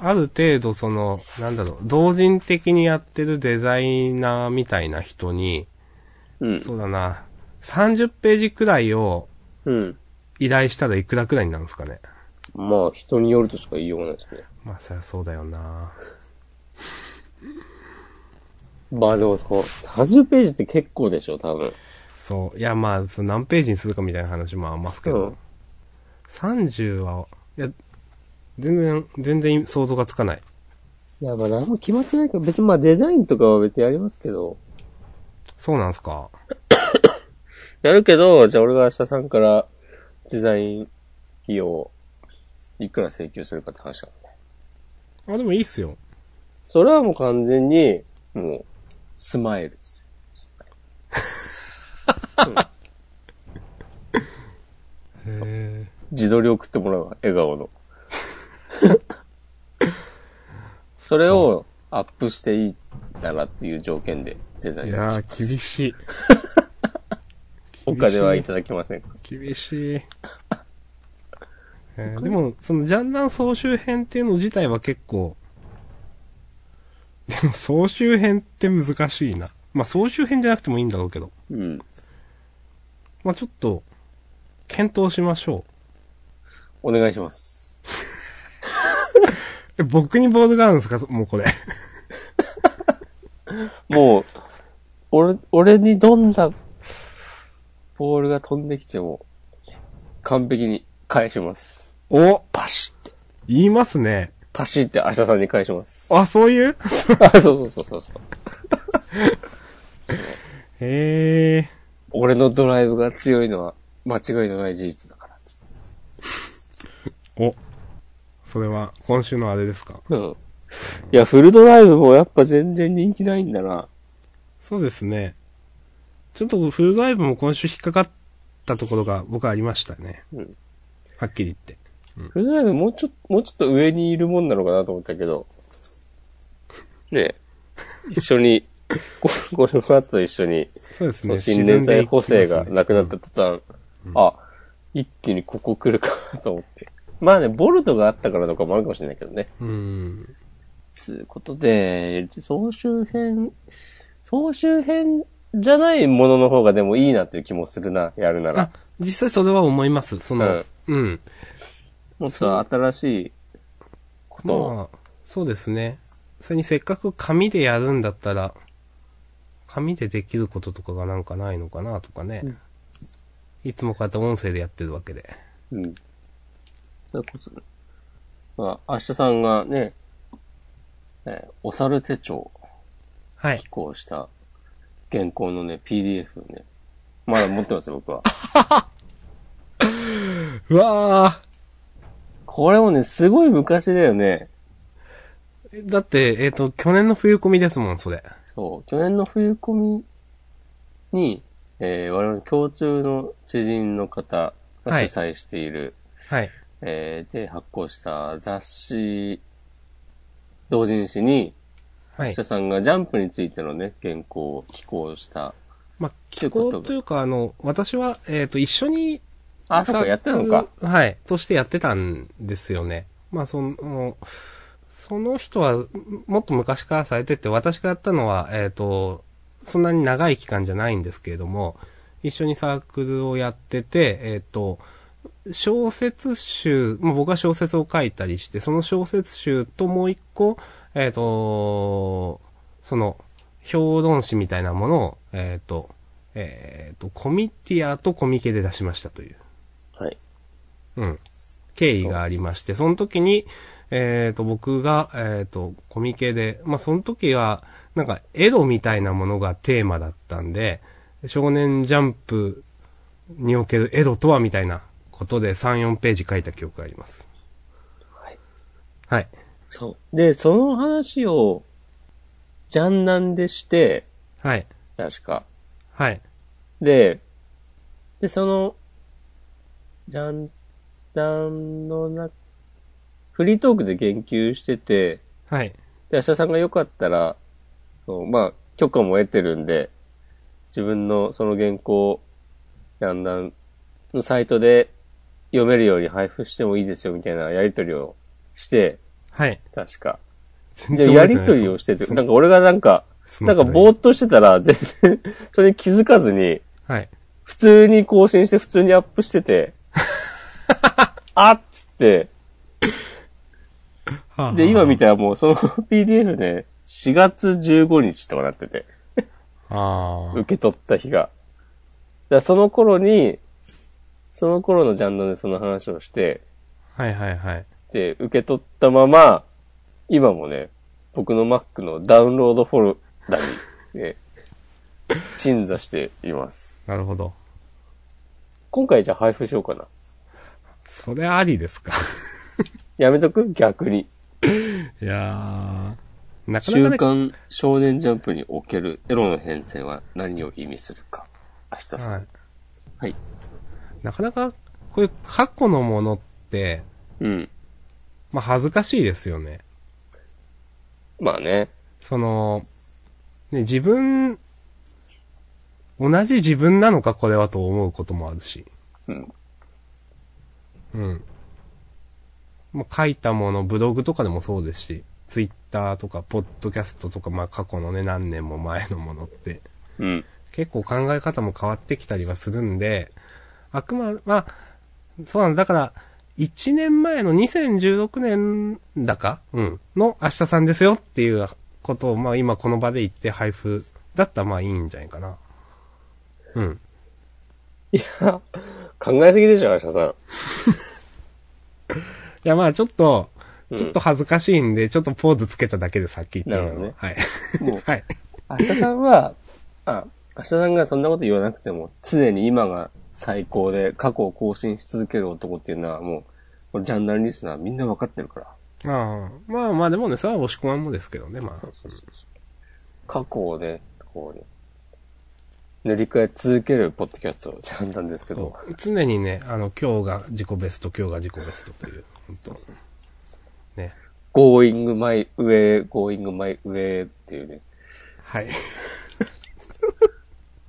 [SPEAKER 2] ある程度その、なんだろう、同人的にやってるデザイナーみたいな人に、
[SPEAKER 1] うん。
[SPEAKER 2] そうだな、30ページくらいを
[SPEAKER 1] うん。
[SPEAKER 2] 依頼したらいくらくらいになるんですかね。
[SPEAKER 1] まあ、人によるとしか言いようがないですね。
[SPEAKER 2] まあ、そりゃそうだよな。
[SPEAKER 1] まあでもそう、30ページって結構でしょ、多分。
[SPEAKER 2] そう。いや、まあ、その何ページにするかみたいな話もありますけ
[SPEAKER 1] う
[SPEAKER 2] ど
[SPEAKER 1] ん、
[SPEAKER 2] 30は、いや、全然、全然想像がつかない。
[SPEAKER 1] いや、まあ何も決まってないから、別にまあデザインとかは別にやりますけど。
[SPEAKER 2] そうなんすか。
[SPEAKER 1] やるけど、じゃあ俺が明日さんからデザイン費用をいくら請求するかって話だもんね。
[SPEAKER 2] あ、でもいいっすよ。
[SPEAKER 1] それはもう完全に、もう、スマイルですよ。スマイル自撮り送ってもらうわ、笑顔 の。それをアップしていいならっていう条件でデザイ
[SPEAKER 2] い
[SPEAKER 1] ンしま
[SPEAKER 2] や
[SPEAKER 1] した。
[SPEAKER 2] ー、厳しい。
[SPEAKER 1] お金はいただけませんか
[SPEAKER 2] 厳しい。えーでも、その、ジャンダン総集編っていうの自体は結構、でも、総集編って難しいな。まあ、総集編じゃなくてもいいんだろうけど。
[SPEAKER 1] うん。
[SPEAKER 2] まあ、ちょっと、検討しましょ
[SPEAKER 1] お願いします。
[SPEAKER 2] う。え、僕にボールがあるんですかもうこれ。
[SPEAKER 1] もう、俺、俺にどんなボールが飛んできても、完璧に返します。
[SPEAKER 2] お
[SPEAKER 1] パシって、
[SPEAKER 2] 言いますね。
[SPEAKER 1] パシって明日さんに返します。
[SPEAKER 2] あ、そういう
[SPEAKER 1] あ、 そうそうそうそうそう。
[SPEAKER 2] へえ。
[SPEAKER 1] 俺のドライブが強いのは間違いのない事実だから、つって。
[SPEAKER 2] お。それは、今週のあれですか
[SPEAKER 1] うん。いや、フルドライブもやっぱ全然人気ないんだな。
[SPEAKER 2] そうですね。ちょっとフルドライブも今週引っかかったところが僕はありましたね。
[SPEAKER 1] うん
[SPEAKER 2] はっきり言って。
[SPEAKER 1] フルドライブもうちょっと、もうちょっと上にいるもんなのかなと思ったけど。 ねえ一緒に、こゴルファーツと一緒に、
[SPEAKER 2] そうです
[SPEAKER 1] その
[SPEAKER 2] ね。
[SPEAKER 1] 新年祭補正が
[SPEAKER 2] 沈んでい
[SPEAKER 1] なくなった途端、あ、一気にここ来るかと思って。まあね、ボルトがあったからとかもあるかもしれないけどね。
[SPEAKER 2] きますね。うん。
[SPEAKER 1] つうことで、総集編、総集編じゃないものの方がでもいいなっていう気もするな、やるな
[SPEAKER 2] あ
[SPEAKER 1] ら。、
[SPEAKER 2] 実際それは思います。その、うん。
[SPEAKER 1] もっと新しいことを、
[SPEAKER 2] まあ、そうですね。それにせっかく紙でやるんだったら、紙でできることとかがなんかないのかなとかね。いつもこうやって音声でやってるわけで。
[SPEAKER 1] うん。それこそ、まあ、明日さんがね、えーお猿手帳を
[SPEAKER 2] はい
[SPEAKER 1] 寄。稿した原稿のね、PDF をね、まだ持ってますよ、 僕は。
[SPEAKER 2] うわ
[SPEAKER 1] これもね、すごい昔だよね。
[SPEAKER 2] ーだって、えっ、と、去年の冬込みですもん、それ。
[SPEAKER 1] そう、去年の冬込みに、えー我々共通の知人の方が主催している、
[SPEAKER 2] はい。
[SPEAKER 1] えーで発行した雑誌、同人誌に、
[SPEAKER 2] はい
[SPEAKER 1] 記。者さんがジャンプについてのね、原稿を寄稿した。
[SPEAKER 2] まあ、
[SPEAKER 1] という
[SPEAKER 2] 気
[SPEAKER 1] こと
[SPEAKER 2] 候
[SPEAKER 1] で
[SPEAKER 2] というか、あの、私は、えっ、と、一緒に、
[SPEAKER 1] あ、そうか、やってたのか。
[SPEAKER 2] はい、としてやってたんですよね。まあ、その、その人は、もっと昔からされてて、私がやったのは、えっ、と、そんなに長い期間じゃないんですけれども、一緒にサークルをやってて、えっ、と、小説集、まあ、僕は小説を書いたりして、その小説集ともう一個、えっ、と、その、評論誌みたいなものを、えっ、と、えっ、と、コミティアとコミケで出しましたという。
[SPEAKER 1] はい。
[SPEAKER 2] うん。経緯がありまして、その時に、えっ、と、僕が、えっ、と、コミケで、まあ、その時は、なんか、エロみたいなものがテーマだったんで、少年ジャンプにおけるエロとはみたいなことで3、4ページ書いた記憶があります。
[SPEAKER 1] はい。
[SPEAKER 2] はい。
[SPEAKER 1] そう。で、その話を、ジャンナンでして、
[SPEAKER 2] はい。
[SPEAKER 1] 確か。
[SPEAKER 2] はい。
[SPEAKER 1] で、で、その、ジャンダンのな、フリートークで言及してて、
[SPEAKER 2] はい。
[SPEAKER 1] で、明日さんがよかったら、そうまあ、許可も得てるんで、自分のその原稿を、ジャンダンのサイトで読めるように配布してもいいですよ、みたいなやりとりをして、
[SPEAKER 2] はい。
[SPEAKER 1] 確か。
[SPEAKER 2] 全
[SPEAKER 1] で、
[SPEAKER 2] 然
[SPEAKER 1] や
[SPEAKER 2] 覚え
[SPEAKER 1] り
[SPEAKER 2] ない
[SPEAKER 1] とりをしてて、なんか俺がなんか、
[SPEAKER 2] そ
[SPEAKER 1] なんかぼーっとしてたら、全然、それに気づかずに、
[SPEAKER 2] はい。
[SPEAKER 1] 普通に更新して普通にアップしてて、あっつって、で、今見
[SPEAKER 2] て。
[SPEAKER 1] たらもうその PDF ね、4月15日とかなってて、
[SPEAKER 2] あ
[SPEAKER 1] 受け取った日が。だからその頃に、その頃のジャンルでその話をして、
[SPEAKER 2] あ。はいはいはい。
[SPEAKER 1] で、受け取ったまま、今もね、僕の Mac のダウンロードフォルダに、ね、鎮座しています。
[SPEAKER 2] なるほど。
[SPEAKER 1] 今回じゃあ配布しようかな。
[SPEAKER 2] それありですか。
[SPEAKER 1] やめとく逆に。
[SPEAKER 2] いやー。なかな
[SPEAKER 1] 週
[SPEAKER 2] かね、
[SPEAKER 1] 刊少年ジャンプにおけるエロの変遷は何を意味するか。明日さん。
[SPEAKER 2] はい。
[SPEAKER 1] はい。
[SPEAKER 2] なかなか、ここういう過去のものって、
[SPEAKER 1] うん。
[SPEAKER 2] まあ恥ずかしいですよね。
[SPEAKER 1] まあね。
[SPEAKER 2] その、ね、自分、同じ自分なのかこれはと思うこともあるし。
[SPEAKER 1] うん。
[SPEAKER 2] うん。もう書いたもの、ブログとかでもそうですし、ツイッターとか、ポッドキャストとか、まあ過去のね、何年も前のものって、
[SPEAKER 1] うん。
[SPEAKER 2] 結構考え方も変わってきたりはするんで、あくま、まあ、そうなんだ。だから、1年前の2016年だかうん。の明日さんですよっていうことを、まあ今この場で言って配布だったらまあいいんじゃないかな。うん。
[SPEAKER 1] 考えすぎでしょ、明日さん。
[SPEAKER 2] いやまあちょっと、
[SPEAKER 1] うん
[SPEAKER 2] ちょっと恥ずかしいんで、ちょっとポーズつけただけでさっき言った
[SPEAKER 1] なるほ
[SPEAKER 2] の、
[SPEAKER 1] ど
[SPEAKER 2] ね
[SPEAKER 1] ね、
[SPEAKER 2] はい。、
[SPEAKER 1] もう
[SPEAKER 2] はい。
[SPEAKER 1] 明日さんは、あ、明日さんがそんなこと言わなくても、常に今が最高で過去を更新し続ける男っていうのはもう、これジャーナリスナーみんなわかってるから。
[SPEAKER 2] ああまあまあでもね、それは押し込まんもですけどね、まあ。
[SPEAKER 1] 過去をね、こうね、塗り替え続けるポッドキャストをちゃんなんですけど、
[SPEAKER 2] そう常にね、あの、今日が自己ベスト、今日が自己ベストという、本当ね。
[SPEAKER 1] Going My Way, Going My Way っていうね。
[SPEAKER 2] はい。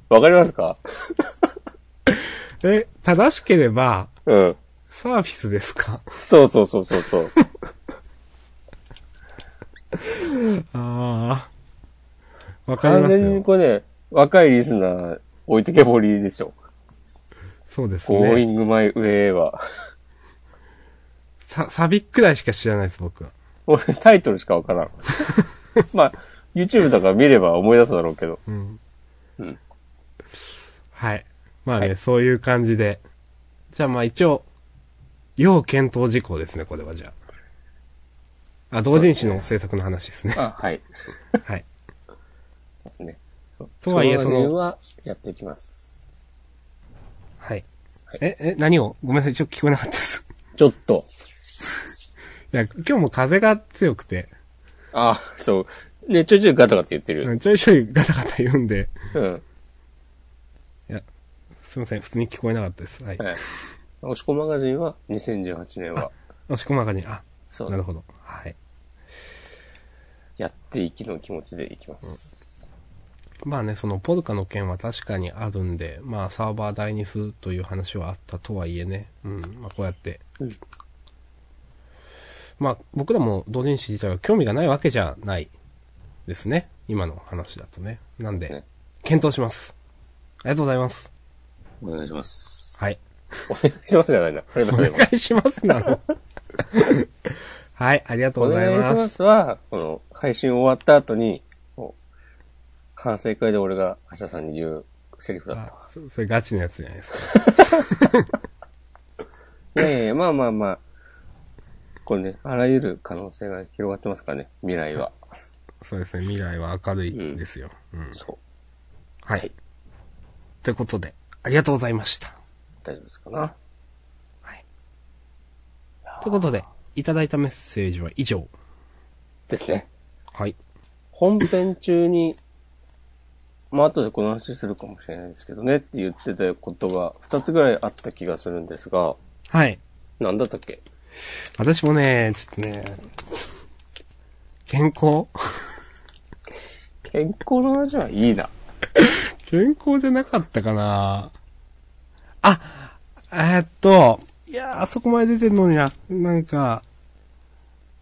[SPEAKER 1] わかりますか
[SPEAKER 2] え、正しければ、
[SPEAKER 1] うん。
[SPEAKER 2] サーフィスですか
[SPEAKER 1] そうそうそうそうそう。
[SPEAKER 2] ああ。わかり
[SPEAKER 1] 完
[SPEAKER 2] ます
[SPEAKER 1] 全に
[SPEAKER 2] よ。
[SPEAKER 1] これね、若いリスナー置いてけぼりでしょ。
[SPEAKER 2] そうですね。
[SPEAKER 1] Going My Way は。
[SPEAKER 2] さ、サビくらいしか知らないです、僕は。
[SPEAKER 1] 俺タイトルしかわからん。 まあ、YouTube とか見れば思い出すだろうけど。
[SPEAKER 2] うん。
[SPEAKER 1] うん
[SPEAKER 2] はい。まあね、
[SPEAKER 1] は
[SPEAKER 2] そういう感じで。じゃあまあ一応、要検討事項ですね、これはじゃあ。あ、同人誌の制作の話ですね。
[SPEAKER 1] あ、はい。
[SPEAKER 2] はい。
[SPEAKER 1] ですね。
[SPEAKER 2] とはいえ
[SPEAKER 1] そ
[SPEAKER 2] そ
[SPEAKER 1] の
[SPEAKER 2] の
[SPEAKER 1] 話はやっていきます。
[SPEAKER 2] はい。え、え、何をごめんなさい、ちょっと聞こえなかったです。
[SPEAKER 1] ちょっと。
[SPEAKER 2] いや、今日も風が強くて、
[SPEAKER 1] あ、そう。ね、ちょいちょいガタガタ言ってる。
[SPEAKER 2] うんちょいちょいガタガタ言うんで、
[SPEAKER 1] うん。
[SPEAKER 2] いや、すいません、普通に聞こえなかったです。はい。
[SPEAKER 1] はい。押し込マガジンは2018年は、
[SPEAKER 2] 押し込まかに、あ、
[SPEAKER 1] そ
[SPEAKER 2] なる
[SPEAKER 1] う、
[SPEAKER 2] ほど。はい。
[SPEAKER 1] やっていきの気持ちでいきます。
[SPEAKER 2] まあね、そのポルカの件は確かにあるんで、まあサーバー代にするという話はあったとはいえね、うん、まあこうやって。
[SPEAKER 1] うん
[SPEAKER 2] まあ僕らも同人誌自体は興味がないわけじゃないですね。今の話だとね。なんで
[SPEAKER 1] ね、
[SPEAKER 2] 検討します。ありがとうございます。
[SPEAKER 1] お願いします。
[SPEAKER 2] はい。
[SPEAKER 1] お願いしますじゃないな。ありがと
[SPEAKER 2] お
[SPEAKER 1] うござ
[SPEAKER 2] 願
[SPEAKER 1] います。
[SPEAKER 2] いしますなの。はい、ありがとう
[SPEAKER 1] お
[SPEAKER 2] ござい
[SPEAKER 1] 願いし
[SPEAKER 2] ま。
[SPEAKER 1] ますすは、この、配信終わった後に、こう反省会で俺が明日さんに言うセリフだった。
[SPEAKER 2] あそそれガチのやつじゃないですか。
[SPEAKER 1] いやいやいやまあまあまあ。これね、あらゆる可能性が広がってますからね、未来は。
[SPEAKER 2] そうですね、未来は明るいんですよ。うん。
[SPEAKER 1] そう。
[SPEAKER 2] はい。ということで、ありがとうございました。
[SPEAKER 1] 大丈夫ですかな。
[SPEAKER 2] はい。ということで、いただいたメッセージは以上。
[SPEAKER 1] ですね。
[SPEAKER 2] はい。
[SPEAKER 1] 本編中に、まあ後でこの話するかもしれないですけどねって言ってたことが2つぐらいあった気がするんですが、
[SPEAKER 2] はい。
[SPEAKER 1] なんだったっけ
[SPEAKER 2] 私もね、ちょっとね、健康
[SPEAKER 1] 健康の話はいいな。
[SPEAKER 2] 健康じゃなかったかなあ、えーっと、いやー、あそこまで出てんのにな、なんか、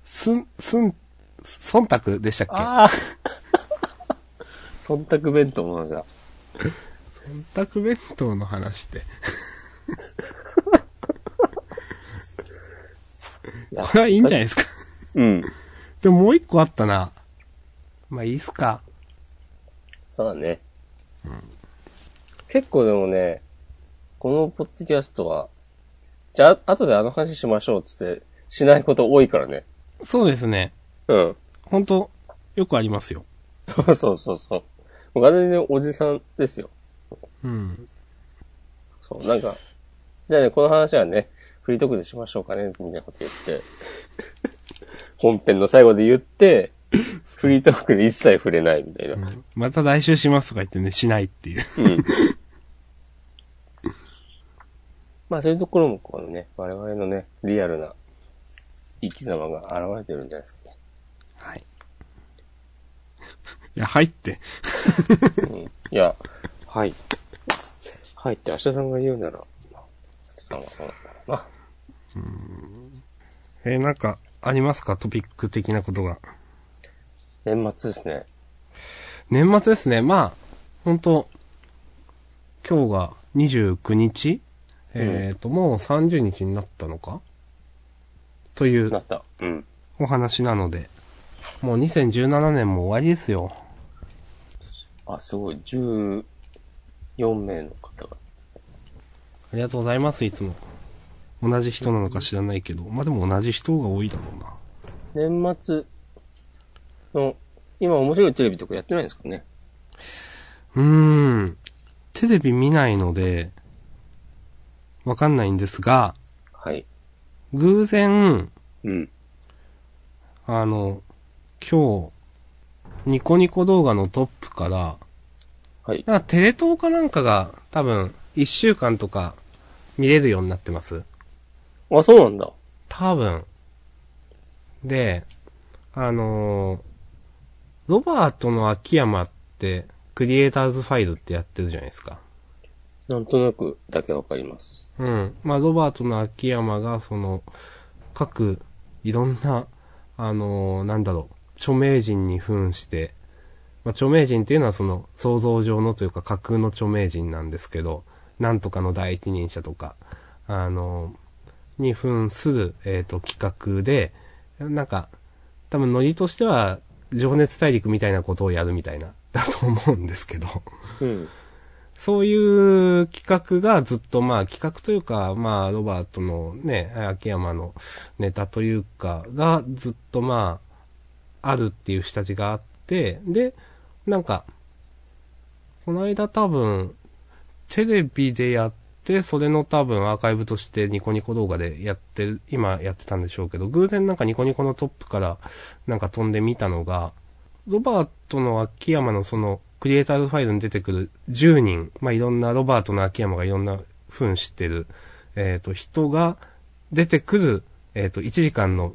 [SPEAKER 2] すん、すん、忖度でしたっけ
[SPEAKER 1] ああ忖度弁当の話だ。
[SPEAKER 2] 洗濯弁当の話って。これはいいんじゃないですか。
[SPEAKER 1] うん。
[SPEAKER 2] でももう一個あったな。まあいいっすか。
[SPEAKER 1] そうだね。結構でもね、このポッドキャストは、じゃあ、後であの話しましょうっつって、しないこと多いからね。
[SPEAKER 2] そうですね。
[SPEAKER 1] うん。
[SPEAKER 2] ほんと、よくありますよ。
[SPEAKER 1] そうそうそうそう。もう完全におじさんですよ。
[SPEAKER 2] うん。
[SPEAKER 1] そう、なんか、じゃあね、この話はね、フリートークでしましょうかね、みたいなこと言って、本編の最後で言って、フリートークで一切触れないみたいな。
[SPEAKER 2] また来週しますとか言ってね、しないっていう。
[SPEAKER 1] まあそういうところもこのね、我々のね、リアルな生き様が現れてるんじゃないですかね。
[SPEAKER 2] はい。
[SPEAKER 3] いや、入って。
[SPEAKER 1] うん、いや、はい。はいって明日さんが言うなら、まあ明日さんはそうなんだろうな。
[SPEAKER 2] えーなんか、ありますかトピック的なことが。
[SPEAKER 1] 年末ですね。
[SPEAKER 2] 年末ですね。まあ、本当今日が29日、えっ、と、もう30日になったのかとい
[SPEAKER 1] な
[SPEAKER 2] う
[SPEAKER 1] った。うん。
[SPEAKER 2] お話なので、もう2017年も終わりですよ。
[SPEAKER 1] あ、すごい。14名の方が。
[SPEAKER 2] ありがとうございます、いつも。同じ人なのか知らないけど、まあでも同じ人が多いだろうな。
[SPEAKER 1] 年末の、今面白いテレビとかやってないんですかね。
[SPEAKER 2] うーん。テレビ見ないので、わかんないんですが、
[SPEAKER 1] はい。
[SPEAKER 2] 偶然、
[SPEAKER 1] うん。
[SPEAKER 2] あの、今日、ニコニコ動画のトップから、
[SPEAKER 1] はい。
[SPEAKER 2] なんかテレ東かなんかが多分1週間とか見れるようになってます。
[SPEAKER 1] あ、そうなんだ。
[SPEAKER 2] 多分。で、あのーロバートの秋山ってクリエイターズファイルってやってるじゃないですか。
[SPEAKER 1] なんとなくだけわかります。
[SPEAKER 2] うん。まあ、ロバートの秋山が、その、各、いろんな、あのーなんだろう、著名人に扮して、まあ、著名人っていうのはその、想像上のというか架空の著名人なんですけど、なんとかの第一人者とか、あのーに扮する、えっ、と、企画で、なんか、多分ノリとしては、情熱大陸みたいなことをやるみたいな、だと思うんですけど。
[SPEAKER 1] うん。
[SPEAKER 2] そういう企画がずっとまあ企画というか、まあロバートのね、秋山のネタというかがずっとまああるっていう下地があって、で、なんか、この間多分テレビでやって、それの多分アーカイブとしてニコニコ動画でやってる、今やってたんでしょうけど、偶然なんかニコニコのトップからなんか飛んでみたのが、ロバートの秋山のその、クリエイターズファイルに出てくる10人、まあ、いろんなロバートの秋山がいろんな分知ってる、えっ、と、人が出てくる、えっ、と、1時間の、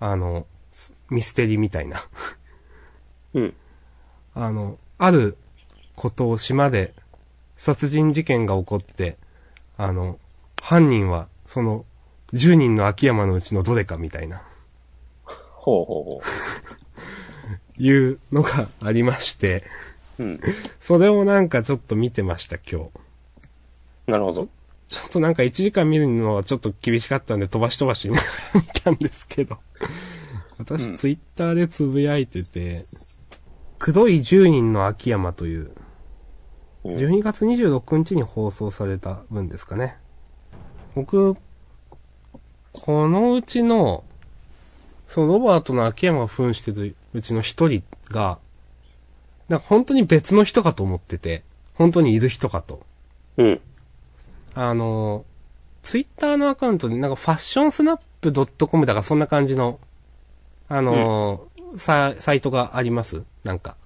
[SPEAKER 2] あの、すミステリーみたいな。
[SPEAKER 1] うん。
[SPEAKER 2] あの、あることを島で殺人事件が起こって、あの、犯人はその10人の秋山のうちのどれかみたいな、
[SPEAKER 1] ほうほうほ
[SPEAKER 2] いうのがありまして、
[SPEAKER 1] う。うん。
[SPEAKER 2] それをなんかちょっと見てました、今日。
[SPEAKER 1] なるほど。
[SPEAKER 2] ちょっとなんか1時間見るのはちょっと厳しかったんで飛ばし飛ばし見ながら見たんですけど。私、ツイッターでつぶやいてて、黒い10人の秋山という、
[SPEAKER 1] うん
[SPEAKER 2] 12月26日に放送された分ですかね。僕、このうちの、そのロバートの秋山が扮してるうちの一人が、なんか本当に別の人かと思ってて、本当にいる人かと。
[SPEAKER 1] うん。
[SPEAKER 2] あの、ツイッターのアカウントで、なんかファッションスナップ .com だからそんな感じの、あの、さサイトがありますなんか。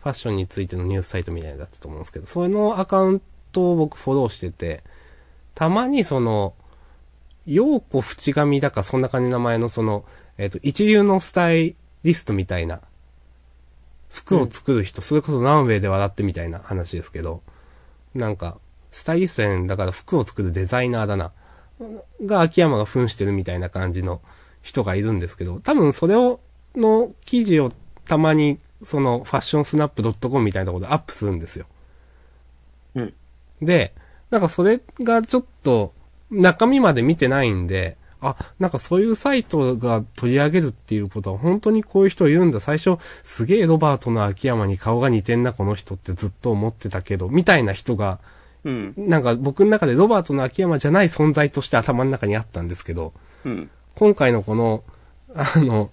[SPEAKER 2] ファッションについてのニュースサイトみたいなのだったと思うんですけど、それのアカウントを僕フォローしてて、たまにその、ようこ淵上だかそんな感じの名前のその、えっ、と、一流のスタイリストみたいな、服を作る人、それこそランウェイで笑ってみたいな話ですけど、なんか、スタイリストやねん、だから服を作るデザイナーだな。が、秋山が扮してるみたいな感じの人がいるんですけど、多分それを、の記事をたまに、その、ファッションスナップ .com みたいなところでアップするんですよ。
[SPEAKER 1] うん。
[SPEAKER 2] で、なんかそれがちょっと、中身まで見てないんで、あ、なんかそういうサイトが取り上げるっていうことは本当にこういう人いるんだ。最初、すげえロバートの秋山に顔が似てんな、この人ってずっと思ってたけど、みたいな人が、
[SPEAKER 1] うん。
[SPEAKER 2] なんか僕の中でロバートの秋山じゃない存在として頭の中にあったんですけど、
[SPEAKER 1] うん。
[SPEAKER 2] 今回のこの、あの、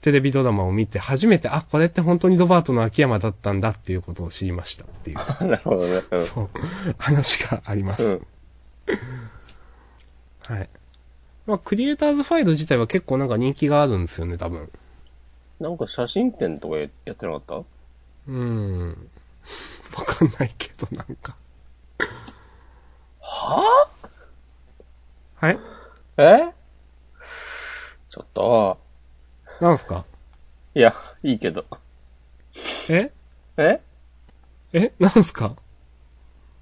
[SPEAKER 2] テレビドラマを見て初めて、あ、これって本当にロバートの秋山だったんだっていうことを知りましたっていう、
[SPEAKER 1] なるほどね。
[SPEAKER 2] そう、話がありま
[SPEAKER 1] うん。う
[SPEAKER 2] す。
[SPEAKER 1] ん。
[SPEAKER 2] はい。まあ、クリエイターズファイル自体は結構なんか人気があるんですよね、多分。
[SPEAKER 1] なんか写真展とかやってなかった
[SPEAKER 2] うーん。わかんないけど、なんか。
[SPEAKER 1] はぁいいけど。
[SPEAKER 2] え
[SPEAKER 1] え
[SPEAKER 2] えなんすか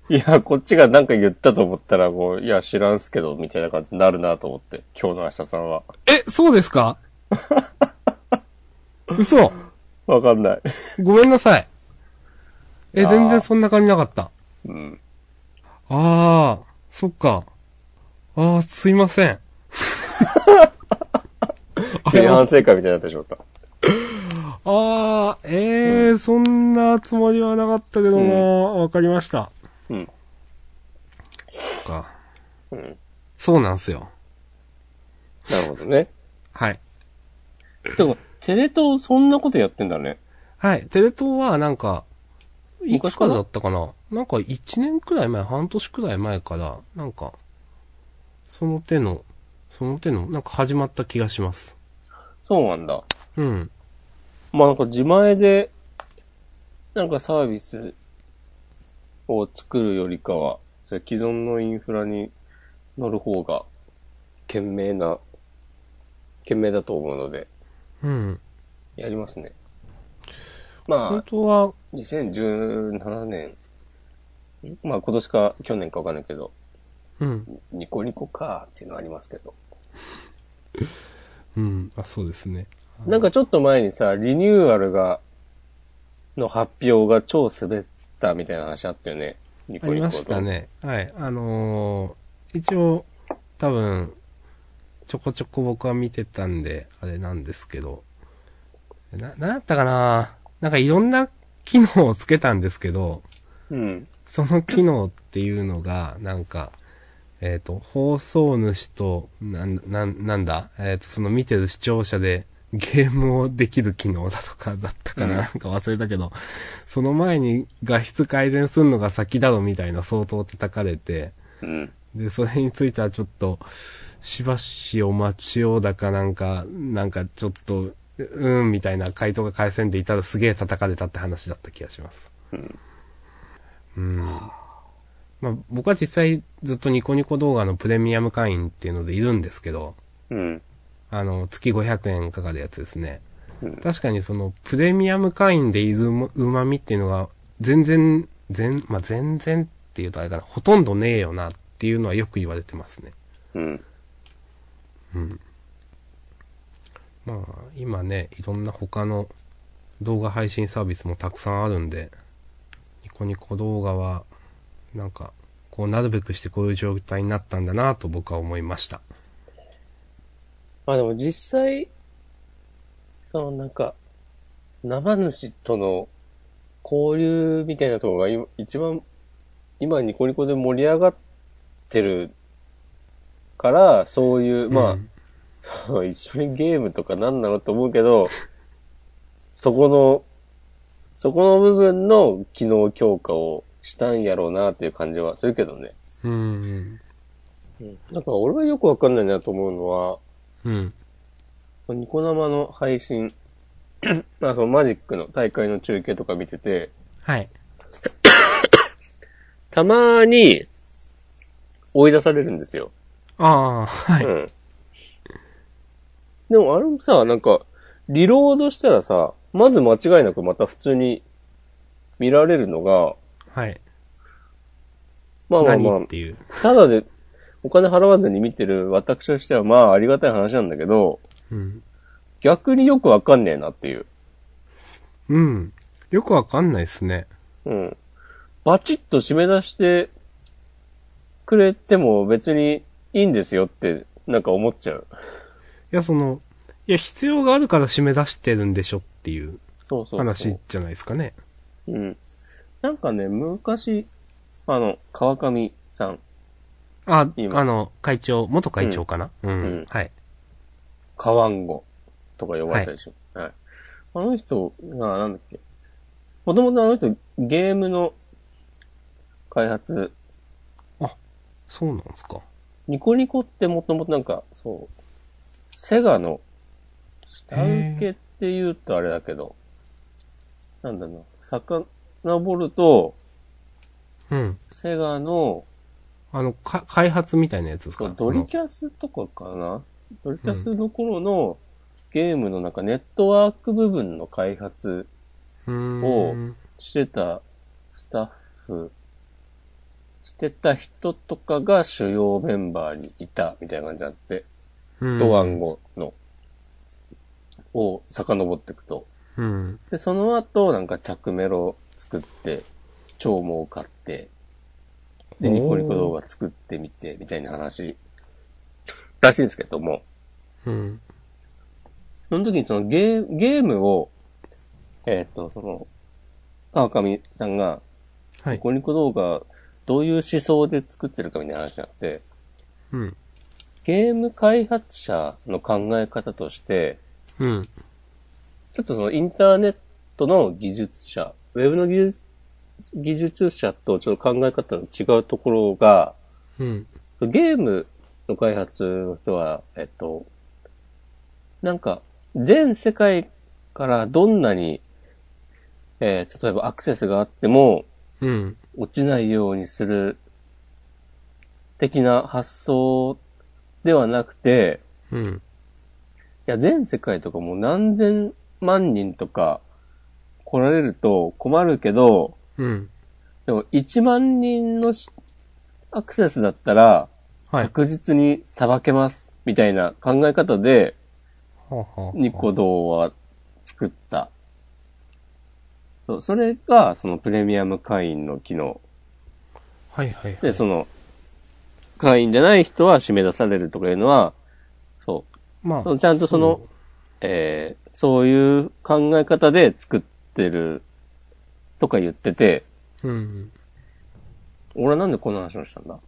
[SPEAKER 1] いや、こっちがなんか言ったと思ったら、こう、いや、知らんすけど、みたいな感じになるなと思って、今日の明日さんは。
[SPEAKER 2] え、そうで すか嘘
[SPEAKER 1] わかんない。
[SPEAKER 2] ごめんなさい。え、
[SPEAKER 1] あー
[SPEAKER 2] 全然そんな感じなかった。
[SPEAKER 1] うん。
[SPEAKER 2] あー、そっか。あー、すいません。あ
[SPEAKER 1] 急に
[SPEAKER 2] れ
[SPEAKER 1] 反省会 みたいになってしまった。
[SPEAKER 2] あー、えー、そんなつもりはなかったけどなわかりました。
[SPEAKER 1] うん。
[SPEAKER 2] そっか。
[SPEAKER 1] うん。
[SPEAKER 2] そうなんすよ。
[SPEAKER 1] なるほどね。
[SPEAKER 2] はい。
[SPEAKER 1] でも、テレ東そんなことやってんだね。
[SPEAKER 2] はい。テレ東はなんか、いつ
[SPEAKER 1] 昔か
[SPEAKER 2] から
[SPEAKER 1] な
[SPEAKER 2] だったかななんか1年くらい前、半年くらい前から、なんか、その手の、その手の、なんか始まった気がします。
[SPEAKER 1] そうなんだ。
[SPEAKER 2] うん。
[SPEAKER 1] まあなんか自前で、なんかサービスを作るよりかは、それ既存のインフラに乗る方が、賢明な、賢明だと思うので、
[SPEAKER 2] うん。
[SPEAKER 1] やりますね。ま
[SPEAKER 2] 本当は、
[SPEAKER 1] あ、2017年、んまあ今年か去年かわかんないけど、
[SPEAKER 2] うん。
[SPEAKER 1] ニコニコかっていうのはありますけど。
[SPEAKER 2] うん。あ、そうですね。
[SPEAKER 1] なんかちょっと前にさ、リニューアルが、の発表が超滑ったみたいな話あったよね。ニ
[SPEAKER 2] あ
[SPEAKER 1] コニ
[SPEAKER 2] り
[SPEAKER 1] コと。
[SPEAKER 2] ましたね。はい。あのー一応、多分、ちょこちょこ僕は見てたんで、あれなんですけど、な、なんだったかななんかいろんな機能をつけたんですけど、
[SPEAKER 1] うん。
[SPEAKER 2] その機能っていうのが、なんか、えっ、と、放送主と、なん、なん、なんだえっ、と、その見てる視聴者でゲームをできる機能だとかだったかな、
[SPEAKER 1] うん
[SPEAKER 2] なんか忘れたけど、その前に画質改善するのが先だろみたいな相当叩かれて、
[SPEAKER 1] うん。
[SPEAKER 2] で、それについてはちょっと、しばしお待ちをだかなんか、なんかちょっと、ううん、みたいな回答が返せんでいたらすげえ叩かれたって話だった気がします。
[SPEAKER 1] うん。
[SPEAKER 2] うん。まあ、僕は実際ずっとニコニコ動画のプレミアム会員っていうのでいるんですけど、
[SPEAKER 1] うん。
[SPEAKER 2] あの、月500円かかるやつですね。
[SPEAKER 1] うん
[SPEAKER 2] 確かにその、プレミアム会員でいるうまみっていうのが、全然、全、まあ、全然っていうとあれかな、ほとんどねえよなっていうのはよく言われてますね。
[SPEAKER 1] うん。
[SPEAKER 2] まあ、今ね、いろんな他の動画配信サービスもたくさんあるんで、ニコニコ動画は、なんか、こうなるべくしてこういう状態になったんだなと僕は思いました。
[SPEAKER 1] まあでも実際、そのなんか、生主との交流みたいなところが今一番、今ニコニコで盛り上がってるから、そういう、まあ、
[SPEAKER 2] うん
[SPEAKER 1] その 一緒にゲームとか何なのと思うけど、そこの、そこの部分の機能強化をしたんやろうなっていう感じはするけどね。
[SPEAKER 2] うん。
[SPEAKER 1] なんか俺はよくわかんないなと思うのは、
[SPEAKER 2] うん。
[SPEAKER 1] ニコ生の配信、 まあそのマジックの大会の中継とか見てて、
[SPEAKER 2] はい。
[SPEAKER 1] たまに追い出されるんですよ。
[SPEAKER 2] ああ、はい。
[SPEAKER 1] うん。でもあれもさ、なんか、リロードしたらさ、まず間違いなくまた普通に見られるのが、
[SPEAKER 2] はい。
[SPEAKER 1] まあまあま
[SPEAKER 2] 何っていう。
[SPEAKER 1] あ、ただでお金払わずに見てる私としてはまあありがたい話なんだけど、
[SPEAKER 2] うん。
[SPEAKER 1] 逆によくわかんねえなっていう。
[SPEAKER 2] うん。よくわかんないですね。
[SPEAKER 1] うん。バチッと締め出してくれても別にいいんですよって、なんか思っちゃう。
[SPEAKER 2] いや、その、いや、必要があるから締め出してるんでしょっていう
[SPEAKER 1] そうそうそう。
[SPEAKER 2] 話じゃないですかね。
[SPEAKER 1] うん。なんかね、昔、あの、川上さん。
[SPEAKER 2] あ、
[SPEAKER 1] 今
[SPEAKER 2] あの、会長、元会長かな、うん、
[SPEAKER 1] うん
[SPEAKER 2] はい。
[SPEAKER 1] カワンゴとか呼ばれたでしょ。はい。あの人が、なんだっけ。もともとあの人、ゲームの開発、
[SPEAKER 2] そうなんですか。
[SPEAKER 1] ニコニコってもともとなんか、そう、セガの下請けって言うとあれだけど、なんだろうな、遡ると、
[SPEAKER 2] うん。
[SPEAKER 1] セガの、
[SPEAKER 2] あの、か、開発みたいなやつです
[SPEAKER 1] そ
[SPEAKER 2] か
[SPEAKER 1] うドリキャスとかかなドリキャスの頃の、ゲームの中、ネットワーク部分の開発
[SPEAKER 2] うー
[SPEAKER 1] お
[SPEAKER 2] ん。
[SPEAKER 1] してたスタッフ、してた人とかが主要メンバーにいたみたいな感じになって、
[SPEAKER 2] うん
[SPEAKER 1] ドワンゴの、を遡っていくと。
[SPEAKER 2] うん。
[SPEAKER 1] で、その後、なんか着メロ作って、超儲かって、で、
[SPEAKER 2] おー
[SPEAKER 1] ニコニコ動画作ってみて、みたいな話、らしいんですけども。
[SPEAKER 2] うん。
[SPEAKER 1] その時にそのゲーゲームを、えーっ、と、その、川上さんが、
[SPEAKER 2] は
[SPEAKER 1] ニ
[SPEAKER 2] い。
[SPEAKER 1] コニコ動画、どういう思想で作ってるかみたいな話になって、
[SPEAKER 2] うん。
[SPEAKER 1] ゲーム開発者の考え方として、
[SPEAKER 2] うん。
[SPEAKER 1] ちょっとそのインターネットの技術者、ウェブの技術技術者とちょっと考え方の違うところが、
[SPEAKER 2] うん。
[SPEAKER 1] ゲームの開発の人は、えっと、なんか、全世界からどんなに、えー例えばアクセスがあっても、
[SPEAKER 2] うん。
[SPEAKER 1] 落ちないようにする、的な発想ではなくて、
[SPEAKER 2] うん。
[SPEAKER 1] いや、全世界とかもう何千万人とか来られると困るけど、
[SPEAKER 2] うん。
[SPEAKER 1] でも1万人のしアクセスだったら、
[SPEAKER 2] はい。
[SPEAKER 1] 確実に裁けます、みたいな考え方で、
[SPEAKER 2] はあはあ
[SPEAKER 1] ニコ動は作った。そう、それが、そのプレミアム会員の機能。
[SPEAKER 2] はいはい。
[SPEAKER 1] で、その、会員じゃない人は締め出されるとかいうのは、そう、
[SPEAKER 2] ま
[SPEAKER 1] そうちゃんとその、えー、そういう考え方で作ってるとか言ってて、
[SPEAKER 2] そう、うん。
[SPEAKER 1] 俺はなんでこんな話をしたんだ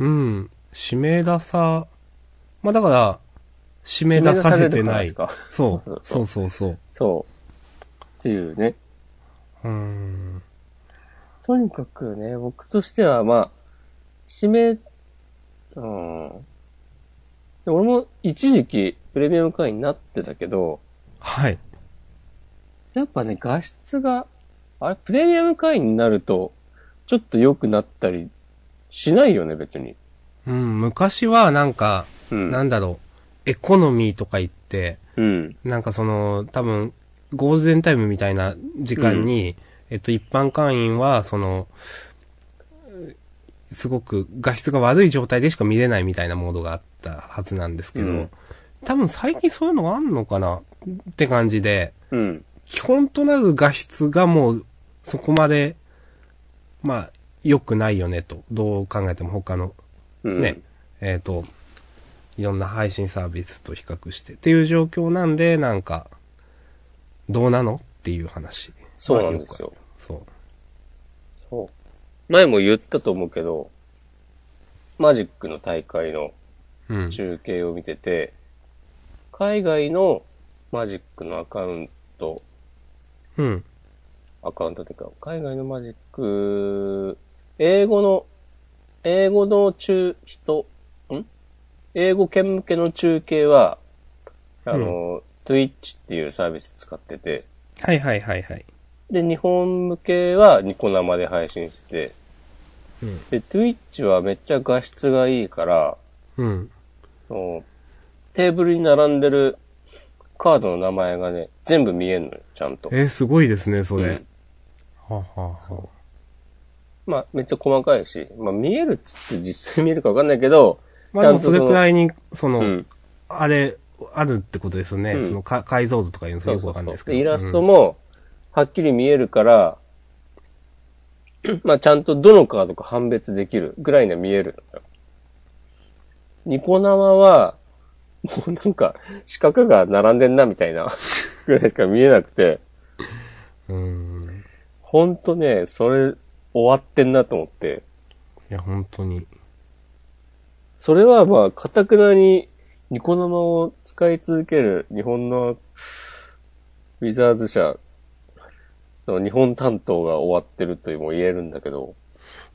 [SPEAKER 2] うん。指名出さ、まあだから、指名出されてな
[SPEAKER 1] 締め出され
[SPEAKER 2] い。
[SPEAKER 1] るとか話か
[SPEAKER 2] そう。
[SPEAKER 1] そ
[SPEAKER 2] そううそうそう。
[SPEAKER 1] そう。っていうね。
[SPEAKER 2] うーん。
[SPEAKER 1] とにかくね、僕としては、まあ、指名、うん。で俺も一時期プレミアム会員になってたけど、
[SPEAKER 2] はい。
[SPEAKER 1] やっぱね、画質が、あれ、プレミアム会員になると、ちょっと良くなったりしないよね、別に。
[SPEAKER 2] うん。昔はなんか、
[SPEAKER 1] うん。
[SPEAKER 2] なんだろう、エコノミーとか言って、
[SPEAKER 1] うん。
[SPEAKER 2] なんかその、多分、ゴールデンタイムみたいな時間に、えっと、一般会員は、その、すごく画質が悪い状態でしか見れないみたいなモードがあったはずなんですけど、
[SPEAKER 1] うん
[SPEAKER 2] 多分最近そういうのあんのかなって感じで、
[SPEAKER 1] うん。
[SPEAKER 2] 基本となる画質がもう、そこまで、まあ、良くないよねと、どう考えても他の
[SPEAKER 1] うん。
[SPEAKER 2] ね、えっ、と、いろんな配信サービスと比較してっていう状況なんで、なんか、どうなのっていう話。
[SPEAKER 1] そうなんですよ。
[SPEAKER 2] そ
[SPEAKER 1] そう。前も言ったと思うけど、マジックの大会の
[SPEAKER 2] う。うん。
[SPEAKER 1] 中継を見てて、海外のマジックのアカウント、
[SPEAKER 2] うん。
[SPEAKER 1] アカウントというか、海外のマジック、英語の、英語の中、人、ん英語圏向けの中継は、あの、Twitch っていうサービス使ってて、
[SPEAKER 2] はいはいはいはい。
[SPEAKER 1] で、日本向けはニコ生で配信して
[SPEAKER 2] うん。
[SPEAKER 1] て、で、Twitch はめっちゃ画質がいいから、
[SPEAKER 2] うん。
[SPEAKER 1] そのテーブルに並んでるカードの名前がね、全部見えんのよ、ちゃんと。
[SPEAKER 2] えーすごいですね、それ。
[SPEAKER 1] うん
[SPEAKER 2] はあ、はあは
[SPEAKER 1] まあ、めっちゃ細かいし、まあ、見えるっつって実際見えるかわかんないけど、
[SPEAKER 2] あ、まあでも
[SPEAKER 1] ちゃ
[SPEAKER 2] そ
[SPEAKER 1] んと
[SPEAKER 2] れ
[SPEAKER 1] その
[SPEAKER 2] くらいに、その、
[SPEAKER 1] うん。
[SPEAKER 2] あれ、あるってことですよね。
[SPEAKER 1] うん
[SPEAKER 2] そのか解像度とかいうのよくわかんないですけど。
[SPEAKER 1] でイラスト
[SPEAKER 2] も、
[SPEAKER 1] も、はっきり見えるから、まあ、ちゃんとどのカードか判別できるぐらいには見えるのよ。ニコ生は、もうなんか、四角が並んでんなみたいなぐらいしか見えなくて、
[SPEAKER 2] うん。うん
[SPEAKER 1] ほんとね、それ終わってんなと思って、
[SPEAKER 2] いや、本当に。
[SPEAKER 1] それはまあ、かたくなにニコ生を使い続ける日本のウィザーズ社の日本担当が終わってるとも言えるんだけど、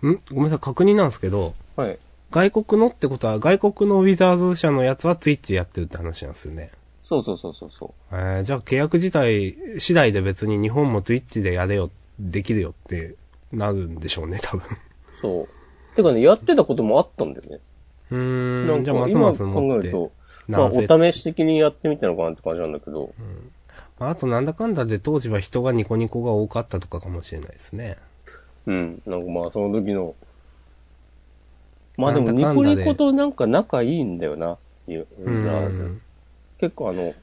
[SPEAKER 2] んごめんなさい、確認なんですけど、
[SPEAKER 1] はい。
[SPEAKER 2] 外国のってことは、外国のウィザーズ社のやつはツイッチやってるって話なんですよね。
[SPEAKER 1] そうそうそうそうそ
[SPEAKER 2] えー、じゃあ契約自体次第で別に日本もツイッチでやれよ、できるよってなるんでしょうね、多分。
[SPEAKER 1] う。そう。てかね、やってたこともあったんだよね。
[SPEAKER 2] うー
[SPEAKER 1] なん
[SPEAKER 2] ん、じゃあ
[SPEAKER 1] か
[SPEAKER 2] 松
[SPEAKER 1] 今
[SPEAKER 2] 松持
[SPEAKER 1] 考え
[SPEAKER 2] っ
[SPEAKER 1] る
[SPEAKER 2] て。
[SPEAKER 1] と、まあ、
[SPEAKER 2] 何
[SPEAKER 1] お
[SPEAKER 2] せ
[SPEAKER 1] 試し的にやってみたのかなって感じなんだけど、
[SPEAKER 2] まあ、あとなんだかんだで当時は人がニコニコが多かったとかかもしれないですね。
[SPEAKER 1] うん。なんかまあ、その時の、まあでも、
[SPEAKER 2] なん
[SPEAKER 1] ニ
[SPEAKER 2] だかん
[SPEAKER 1] コ
[SPEAKER 2] だで
[SPEAKER 1] ニコとなんか仲いいんだよな、ユーザーズ。
[SPEAKER 2] うん
[SPEAKER 1] 結構あの、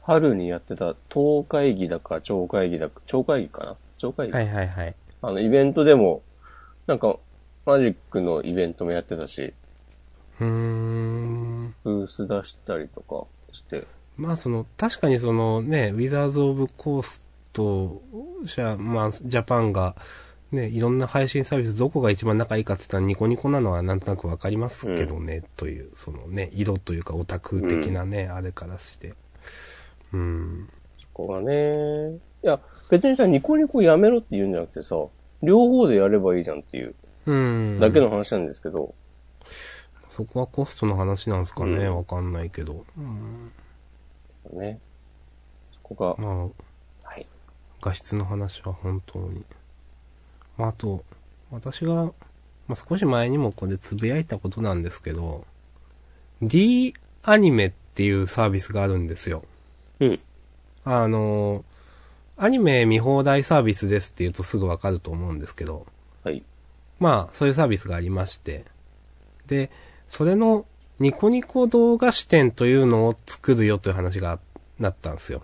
[SPEAKER 1] 春にやってた、東会議だか、町会議だか、町会議かな町会議、
[SPEAKER 2] はいはいはい。
[SPEAKER 1] あの、イベントでも、なんか、マジックのイベントもやってたし、
[SPEAKER 2] うーん。
[SPEAKER 1] ブース出したりとかして、
[SPEAKER 2] まあその、確かにそのね、ウィザーズ・オブ・コースと、じゃあまあ、ジャパンが、ね、いろんな配信サービスどこが一番仲いいかって言ったらニコニコなのはなんとなくわかりますけどね、という、そのね、色というかオタク的なね、あれからして。うん。
[SPEAKER 1] そこがね、いや、別にさ、ニコニコやめろって言うんじゃなくてさ、両方でやればいいじゃんっていう、
[SPEAKER 2] うん。
[SPEAKER 1] だけの話なんですけど、
[SPEAKER 2] そこはコストの話なんですかね、
[SPEAKER 1] うん
[SPEAKER 2] わかんないけど。うん。
[SPEAKER 1] ね。そこが、
[SPEAKER 2] まあ、
[SPEAKER 1] はい。
[SPEAKER 2] 画質の話は本当に。まあ、あと、私が、まあ、少し前にもこれつぶやいたことなんですけど、D アニメっていうサービスがあるんですよ。
[SPEAKER 1] うん。
[SPEAKER 2] あの、アニメ見放題サービスですって言うとすぐわかると思うんですけど、
[SPEAKER 1] はい。
[SPEAKER 2] まあ、そういうサービスがありまして。で、それのニコニコ動画視点というのを作るよという話がなったんですよ。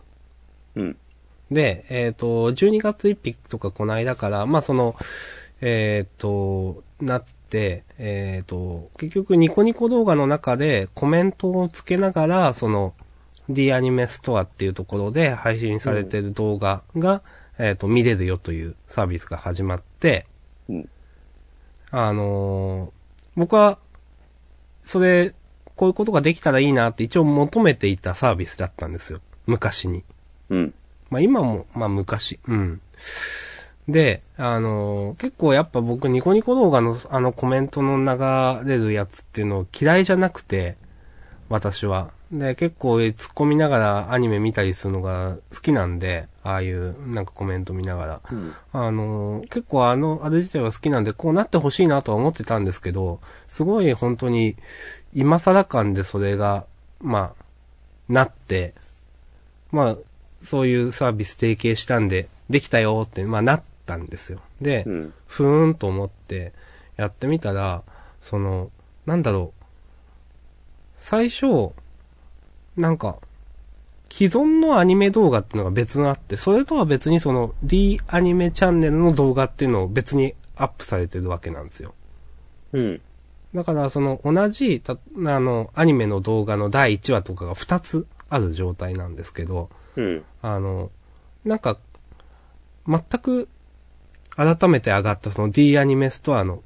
[SPEAKER 1] うん。
[SPEAKER 2] で、えっ、と、12月1日とかこの間から、まあその、えっ、と、なって、えっ、と、結局ニコニコ動画の中でコメントをつけながら、その、D アニメストアっていうところで配信されてる動画が、えっ、と、見れるよというサービスが始まって、
[SPEAKER 1] うん。
[SPEAKER 2] あのー僕は、それ、こういうことができたらいいなって一応求めていたサービスだったんですよ。昔に。
[SPEAKER 1] うん。
[SPEAKER 2] まあ今も、まあ昔。うん。で、あのー結構やっぱ僕ニコニコ動画のあのコメントの流れるやつっていうの嫌いじゃなくて、私は。で、結構突っ込みながらアニメ見たりするのが好きなんで、ああいうなんかコメント見ながら。
[SPEAKER 1] うん。
[SPEAKER 2] あの、結構あの、あれ自体は好きなんで、こうなってほしいなとは思ってたんですけど、すごい本当に、今更感でそれが、まあ、なって、まあ、そういうサービス提携したんで、できたよって、まあなったんですよ。で、
[SPEAKER 1] うん。
[SPEAKER 2] ふーんと思ってやってみたら、その、なんだろう。最初、なんか、既存のアニメ動画っていうのが別があって、それとは別にその D アニメチャンネルの動画っていうのを別にアップされてるわけなんですよ。
[SPEAKER 1] うん。
[SPEAKER 2] だからその同じ、たあの、アニメの動画の第1話とかが2つある状態なんですけど、
[SPEAKER 1] うん。
[SPEAKER 2] あの、なんか、全く、改めて上がったその D アニメストアの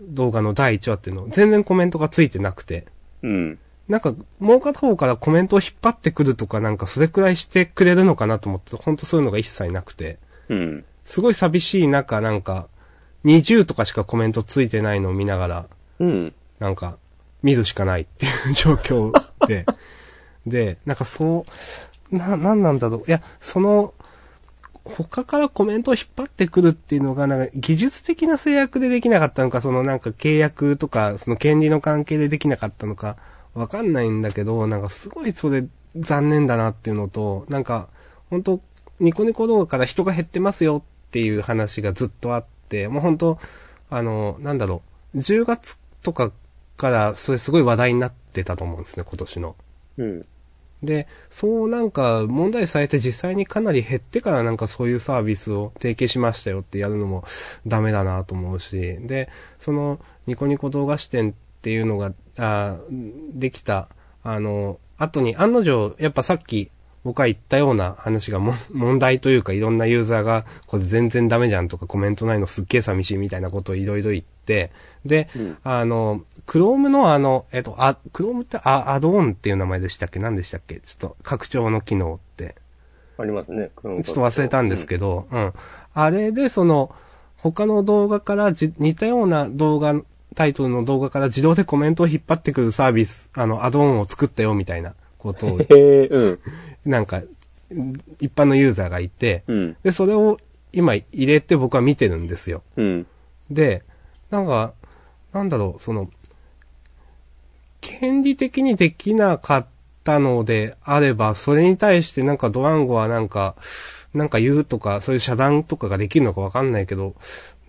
[SPEAKER 2] 動画の第1話っていうの、全然コメントがついてなくて、
[SPEAKER 1] うん。
[SPEAKER 2] なんか、もう片方からコメントを引っ張ってくるとか、なんかそれくらいしてくれるのかなと思って、ほんとそういうのが一切なくて、
[SPEAKER 1] うん。
[SPEAKER 2] すごい寂しい中、なんか、20とかしかコメントついてないのを見ながら、
[SPEAKER 1] うん。
[SPEAKER 2] なんか、見るしかないっていう状況で、で、なんかそう、な、なんなんだろう。いや、その、他からコメントを引っ張ってくるっていうのが、なんか技術的な制約でできなかったのか、そのなんか契約とか、その権利の関係でできなかったのか、わかんないんだけど、なんかすごいそれ残念だなっていうのと、なんか、本当ニコニコ動画から人が減ってますよっていう話がずっとあって、もう本当あの、なんだろう、10月とかから、それすごい話題になってたと思うんですね、今年の。
[SPEAKER 1] うん。
[SPEAKER 2] で、そうなんか問題されて実際にかなり減ってからなんかそういうサービスを提携しましたよってやるのもダメだなと思うし、で、そのニコニコ動画視点っていうのが、あーできた、あの、後に案の定、やっぱさっき僕は言ったような話がも 問題というかいろんなユーザーがこれ全然ダメじゃんとかコメントないのすっげえ寂しいみたいなことをいろいろ言って、で、
[SPEAKER 1] うん
[SPEAKER 2] あの、Chrome のあの、えっと、あ、Chrome ってあアドオンっていう名前でしたっけ何でしたっけちょっと拡張の機能って。
[SPEAKER 1] ありますね。ちょっ、
[SPEAKER 2] ちょっと忘れたんですけど、うん。あれで、その、他の動画からじ、似たような動画、タイトルの動画から自動でコメントを引っ張ってくるサービス、あの、アドオンを作ったよみたいなことを
[SPEAKER 1] へえ、うん。
[SPEAKER 2] なんか、一般のユーザーがいて、
[SPEAKER 1] うん。
[SPEAKER 2] で、それを今入れて僕は見てるんですよ。
[SPEAKER 1] うん。
[SPEAKER 2] で、なんか、なんだろう、その、権利的にできなかったのであれば、それに対してなんかドワンゴはなんか、なんか言うとか、そういう遮断とかができるのかわかんないけど、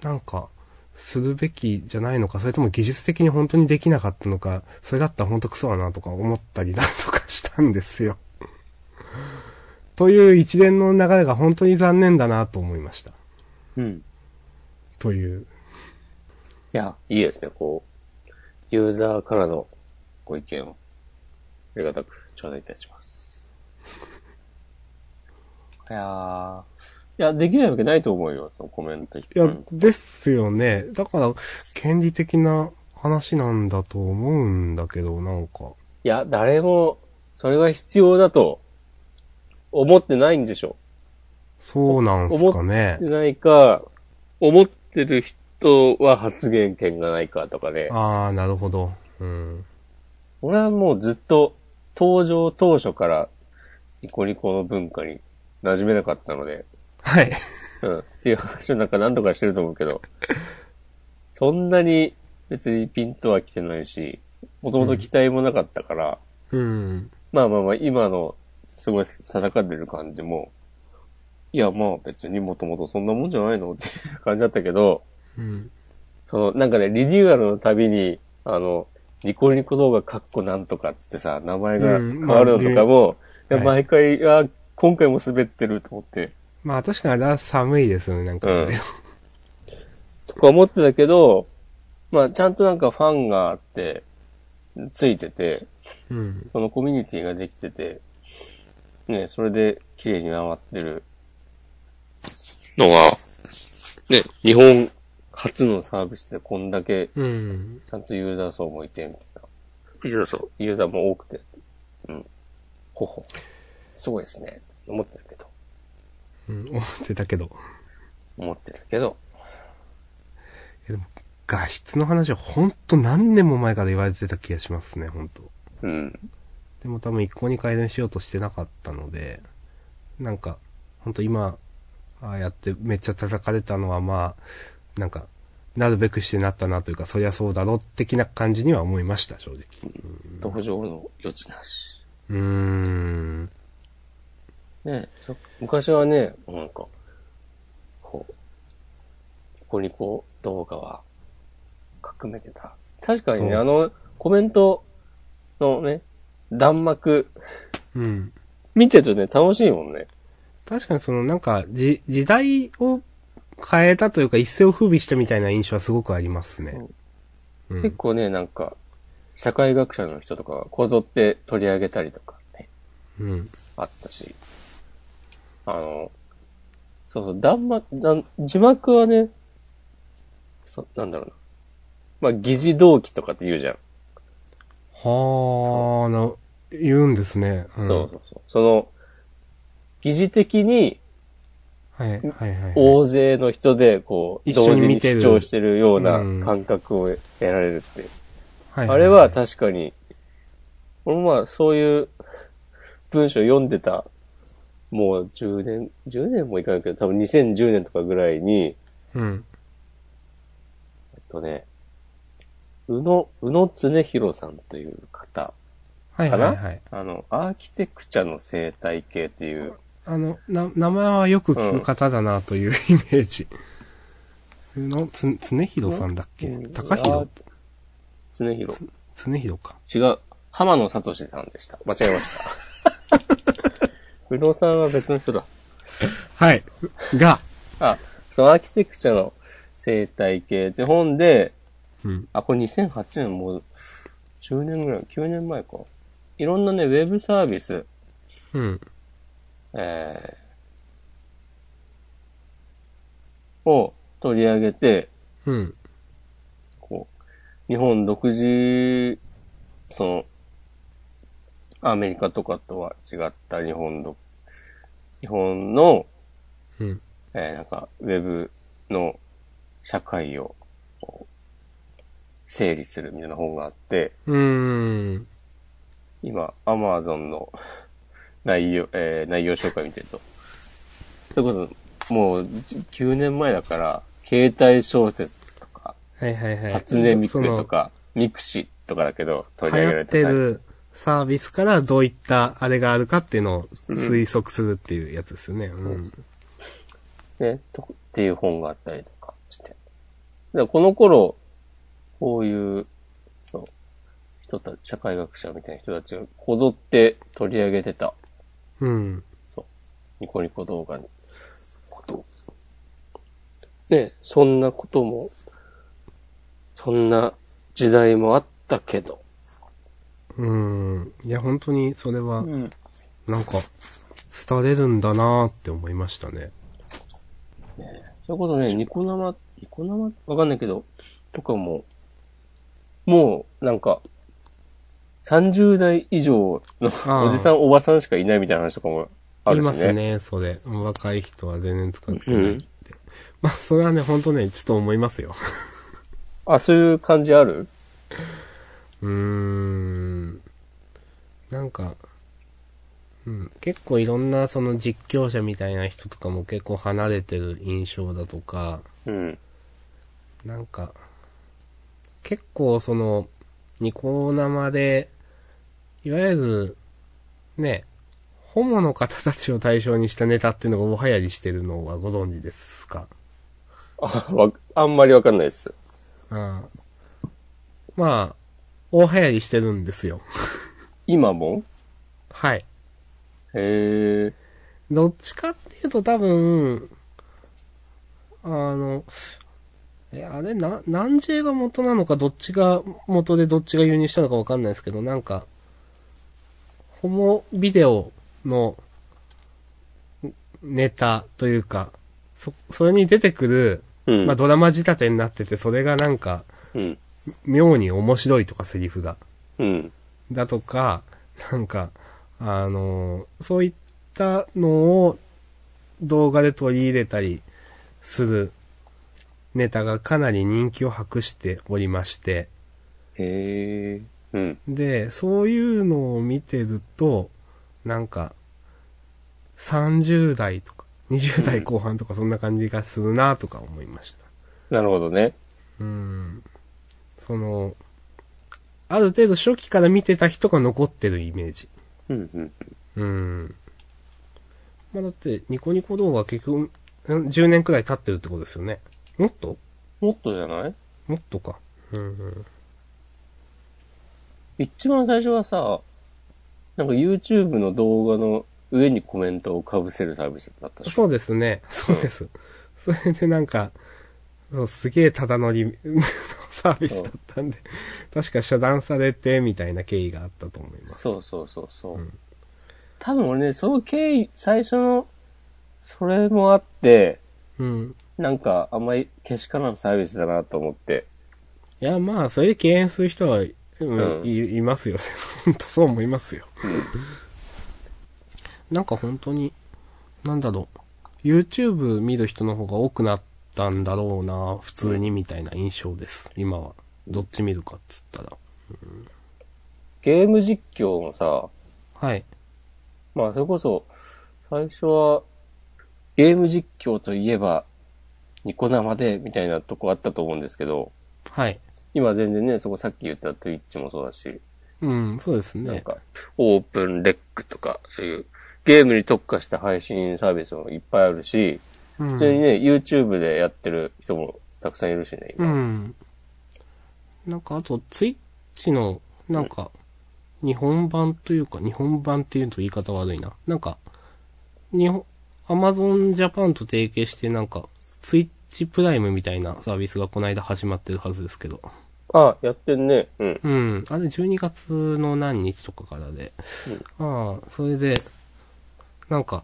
[SPEAKER 2] なんか、するべきじゃないのか、それとも技術的に本当にできなかったのか、それだったら本当クソだなとか思ったりなんとかしたんですよ。という一連の流れが本当に残念だなと思いました。
[SPEAKER 1] うん。
[SPEAKER 2] という。
[SPEAKER 1] いや、いいですね、こう、ユーザーからのご意見を、ありがたく頂戴いたします。いやー、いや、できないわけないと思うよ、そのコメントいっ
[SPEAKER 2] い
[SPEAKER 1] ぱい
[SPEAKER 2] や、ですよね。だから、権利的な話なんだと思うんだけど、なんか。
[SPEAKER 1] いや、誰も、それが必要だと、思ってないんでしょ
[SPEAKER 2] そうなんすかね
[SPEAKER 1] う。。ないか、思ってる人は発言権がないかとかね。
[SPEAKER 2] ああ、なるほど。うん。
[SPEAKER 1] 俺はもうずっと、登場当初から、ニコニコの文化に馴染めなかったので、
[SPEAKER 2] はい。
[SPEAKER 1] うん。っていう話をなんか何度かしてると思うけど、そんなに別にピンとは来てないし、もともと期待もなかったから、
[SPEAKER 2] うん。
[SPEAKER 1] まあまあまあ、今の、すごい戦ってる感じも、いや、まあ別にもともとそんなもんじゃないのっていう感じだったけど、
[SPEAKER 2] うん。
[SPEAKER 1] その、なんかね、リニューアルのたびに、あの、ニコニコ動画かっこなんとかっつってさ、名前が変わるのとかも、
[SPEAKER 2] うんまあ
[SPEAKER 1] いや毎回、あ今回も滑ってると思って、
[SPEAKER 2] まあ確かにあれは寒いですよね、なんか。
[SPEAKER 1] うんとか思ってたけど、まあちゃんとなんかファンがあって、ついてて、
[SPEAKER 2] うん。
[SPEAKER 1] そのコミュニティができてて、ね、それで綺麗に回ってるのが、ね、日本初のサービスでこんだけ
[SPEAKER 2] うん。
[SPEAKER 1] ちゃんとユーザー層もいて、みたいな。ユーザー層ユーザーも多くて。うん。ほほ。すごいですね。思ってたけど。
[SPEAKER 2] うん思ってたけど。
[SPEAKER 1] 思ってたけど。
[SPEAKER 2] 画質の話はほんと何年も前から言われてた気がしますね、ほんと。
[SPEAKER 1] うん。
[SPEAKER 2] でも多分一向に改善しようとしてなかったので、なんか、ほんと今、ああやってめっちゃ叩かれたのはまあ、なんか、なるべくしてなったなというか、そりゃそうだろう的な感じには思いました、正直。
[SPEAKER 1] 同情の余地なし。
[SPEAKER 2] うーん。
[SPEAKER 1] ねそ昔はね、なんか、こう、ニコニコ動画は革命だ。確かにね、
[SPEAKER 2] そう
[SPEAKER 1] あの、コメントのね、弾幕、
[SPEAKER 2] うん。
[SPEAKER 1] 見てるとね、楽しいもんね。
[SPEAKER 2] 確かにそのなんか、じ、時代を変えたというか、一世を風靡したみたいな印象はすごくありますね。う
[SPEAKER 1] 結
[SPEAKER 2] ん。
[SPEAKER 1] 構ね、なんか、社会学者の人とかがこぞって取り上げたりとかね、
[SPEAKER 2] うん。
[SPEAKER 1] あったし。あの、そうそう、弾幕、なん字幕はね、そ、なんだろうな。まあ、疑似動機とかって言うじゃん。
[SPEAKER 2] はあ、な、言うんですね。うん、
[SPEAKER 1] そうそうそう。その、疑似的に
[SPEAKER 2] はい、はい、はいはい。
[SPEAKER 1] 大勢の人で、こう、
[SPEAKER 2] 一緒
[SPEAKER 1] 同
[SPEAKER 2] に
[SPEAKER 1] 時
[SPEAKER 2] 見
[SPEAKER 1] に
[SPEAKER 2] てる
[SPEAKER 1] 視聴してるような
[SPEAKER 2] うん
[SPEAKER 1] 感覚を得られるっていう。
[SPEAKER 2] はい
[SPEAKER 1] あ
[SPEAKER 2] いい
[SPEAKER 1] れは確かに、俺もまあそういう文章読んでた、もう10年、10年もいかないけど、多分2010年とかぐらいに、
[SPEAKER 2] うん。
[SPEAKER 1] えっとね、宇野、宇野恒弘さんという方、
[SPEAKER 2] はい、はい、はい。
[SPEAKER 1] あの、アーキテクチャの生態系っていう、
[SPEAKER 2] あの、な、名前はよく聞く方だなというイメージ。の、つ、つねひろさんだっけ
[SPEAKER 1] うん
[SPEAKER 2] 高ひろ
[SPEAKER 1] 恒弘。
[SPEAKER 2] つねひろか。
[SPEAKER 1] 違う。浜野聡さんでした。間違えま した。宇野さんは別の人だ。
[SPEAKER 2] はい。が、
[SPEAKER 1] あ、そのアーキテクチャの生態系って本で、
[SPEAKER 2] うん。
[SPEAKER 1] あ、これ2008年もう10年ぐらい、9年前か。いろんなね、ウェブサービス、
[SPEAKER 2] うん。
[SPEAKER 1] えー、を取り上げて、
[SPEAKER 2] うん。
[SPEAKER 1] こう、日本独自、その、アメリカとかとは違った日本の、日本の、
[SPEAKER 2] うん。
[SPEAKER 1] えーなんか、ウェブの社会を、こう整理するみたいな本があって、
[SPEAKER 2] うーん。
[SPEAKER 1] 今、アマゾンの内容、えー内容紹介見てると。それこそ、もうじ9年前だから、携帯小説とか、
[SPEAKER 2] はいはいはい。
[SPEAKER 1] 初音ミクと
[SPEAKER 2] その。
[SPEAKER 1] か、ミクシとかだけど、取り
[SPEAKER 2] 流
[SPEAKER 1] 上げら
[SPEAKER 2] 行
[SPEAKER 1] れ
[SPEAKER 2] っ
[SPEAKER 1] て
[SPEAKER 2] て
[SPEAKER 1] ない。
[SPEAKER 2] るサービスからどういったあれがあるかっていうのを推測するっていうやつですよね。うん。
[SPEAKER 1] ね、とっていう本があったりとかして。でこの頃、こういう、そう、人たち、社会学者みたいな人たちがこぞって取り上げてた、
[SPEAKER 2] うん。
[SPEAKER 1] ニコニコ動画のこと。ね、そんなことも、そんな時代もあったけど。
[SPEAKER 2] うん。いや、本当にそれは、
[SPEAKER 1] ん。
[SPEAKER 2] なんか、廃れるんだなーって思いましたね。
[SPEAKER 1] それこそね、ニコ生、ニコ生わかんないけど、とかも、もう、なんか、30代以上の
[SPEAKER 2] あー
[SPEAKER 1] おじさん、おばさんしかいないみたいな話とかもあ
[SPEAKER 2] あり
[SPEAKER 1] るしね。
[SPEAKER 2] ますね、それ。若い人は全然使って
[SPEAKER 1] う
[SPEAKER 2] ないって
[SPEAKER 1] ん。
[SPEAKER 2] まあ、それはね、本当ね、ちょっと思いますよ。
[SPEAKER 1] あ、そういう感じある
[SPEAKER 2] うーん。なんか、うん、結構いろんなその実況者みたいな人とかも結構離れてる印象だとか、
[SPEAKER 1] うん。
[SPEAKER 2] なんか、結構その、ニコ生で、いわゆる、ね、ホモの方たちを対象にしたネタっていうのが大流行りしてるのはご存知ですか
[SPEAKER 1] あ、わ、あんまりわかんないです。
[SPEAKER 2] ああまあ、大流行りしてるんですよ。
[SPEAKER 1] 今も
[SPEAKER 2] はい。
[SPEAKER 1] へえ。
[SPEAKER 2] どっちかっていうと多分、あの、え、あれ、な、何時が元なのか、どっちが元でどっちが輸入したのかわかんないですけど、なんか、ホモビデオのんネタというか、そ、それに出てくる、
[SPEAKER 1] うん。
[SPEAKER 2] まあドラマ仕立てになってて、それがなんか、
[SPEAKER 1] うん。
[SPEAKER 2] 妙に面白いとか、セリフが。
[SPEAKER 1] うん。
[SPEAKER 2] だとか、なんか、あの、そういったのを動画で取り入れたりするネタがかなり人気を博しておりまして、
[SPEAKER 1] へえ。うん。
[SPEAKER 2] で、そういうのを見てると、なんか、30代とか、20代後半とかそんな感じがするなとか思いました。
[SPEAKER 1] なるほどね。
[SPEAKER 2] うん。その、ある程度初期から見てた人が残ってるイメージ。
[SPEAKER 1] うん。うん。
[SPEAKER 2] うん。まあ、だって、ニコニコ動画は結局、ん10年くらい経ってるってことですよね。もっと
[SPEAKER 1] もっとじゃない
[SPEAKER 2] もっとか。うん、
[SPEAKER 1] 一番最初はさ、なんか YouTube の動画の上にコメントをかぶせるサービスだったでしょ
[SPEAKER 2] そうですね。そうです。それでなんか、そうすげえただ乗り のサービスだったんで、確か遮断されて、みたいな経緯があったと思います。
[SPEAKER 1] そうそうそうそう。
[SPEAKER 2] うん
[SPEAKER 1] 多分俺ね、その経緯、最初の、それもあって、
[SPEAKER 2] うん。
[SPEAKER 1] なんかあんまりけしからんサービスだなと思って。
[SPEAKER 2] いや、まあ、それで敬遠する人は、うん
[SPEAKER 1] うん
[SPEAKER 2] いいますよ。 本当そう思いますよ。なんか本当に、なんだろう。YouTube 見る人の方が多くなったんだろうな、普通にみたいな印象です。今は。どっち見るかっつったら。
[SPEAKER 1] ゲーム実況もさ、
[SPEAKER 2] はい。
[SPEAKER 1] まあそれこそ、最初は、ゲーム実況といえば、ニコ生で、みたいなとこあったと思うんですけど、
[SPEAKER 2] はい。
[SPEAKER 1] 今全然ね、そこさっき言った Twitch もそうだし、
[SPEAKER 2] うん、そうです
[SPEAKER 1] なん
[SPEAKER 2] ね。
[SPEAKER 1] か、オープンレックとか、そういうゲームに特化した配信サービスもいっぱいあるし、
[SPEAKER 2] う
[SPEAKER 1] 普通に
[SPEAKER 2] ん。
[SPEAKER 1] ね、YouTube でやってる人もたくさんいるしね、
[SPEAKER 2] う
[SPEAKER 1] 今。
[SPEAKER 2] ん。なんかあと、Twitch の、なんか、日本版というか、日本版っていうと言い方悪いな。なんか、日本、Amazon Japan と提携して、なんか、Twitch プライムみたいなサービスがこの間始まってるはずですけど。
[SPEAKER 1] あ、やってんね。うん。
[SPEAKER 2] うん。あれ12月の何日とかからで。ああ、それで、なんか、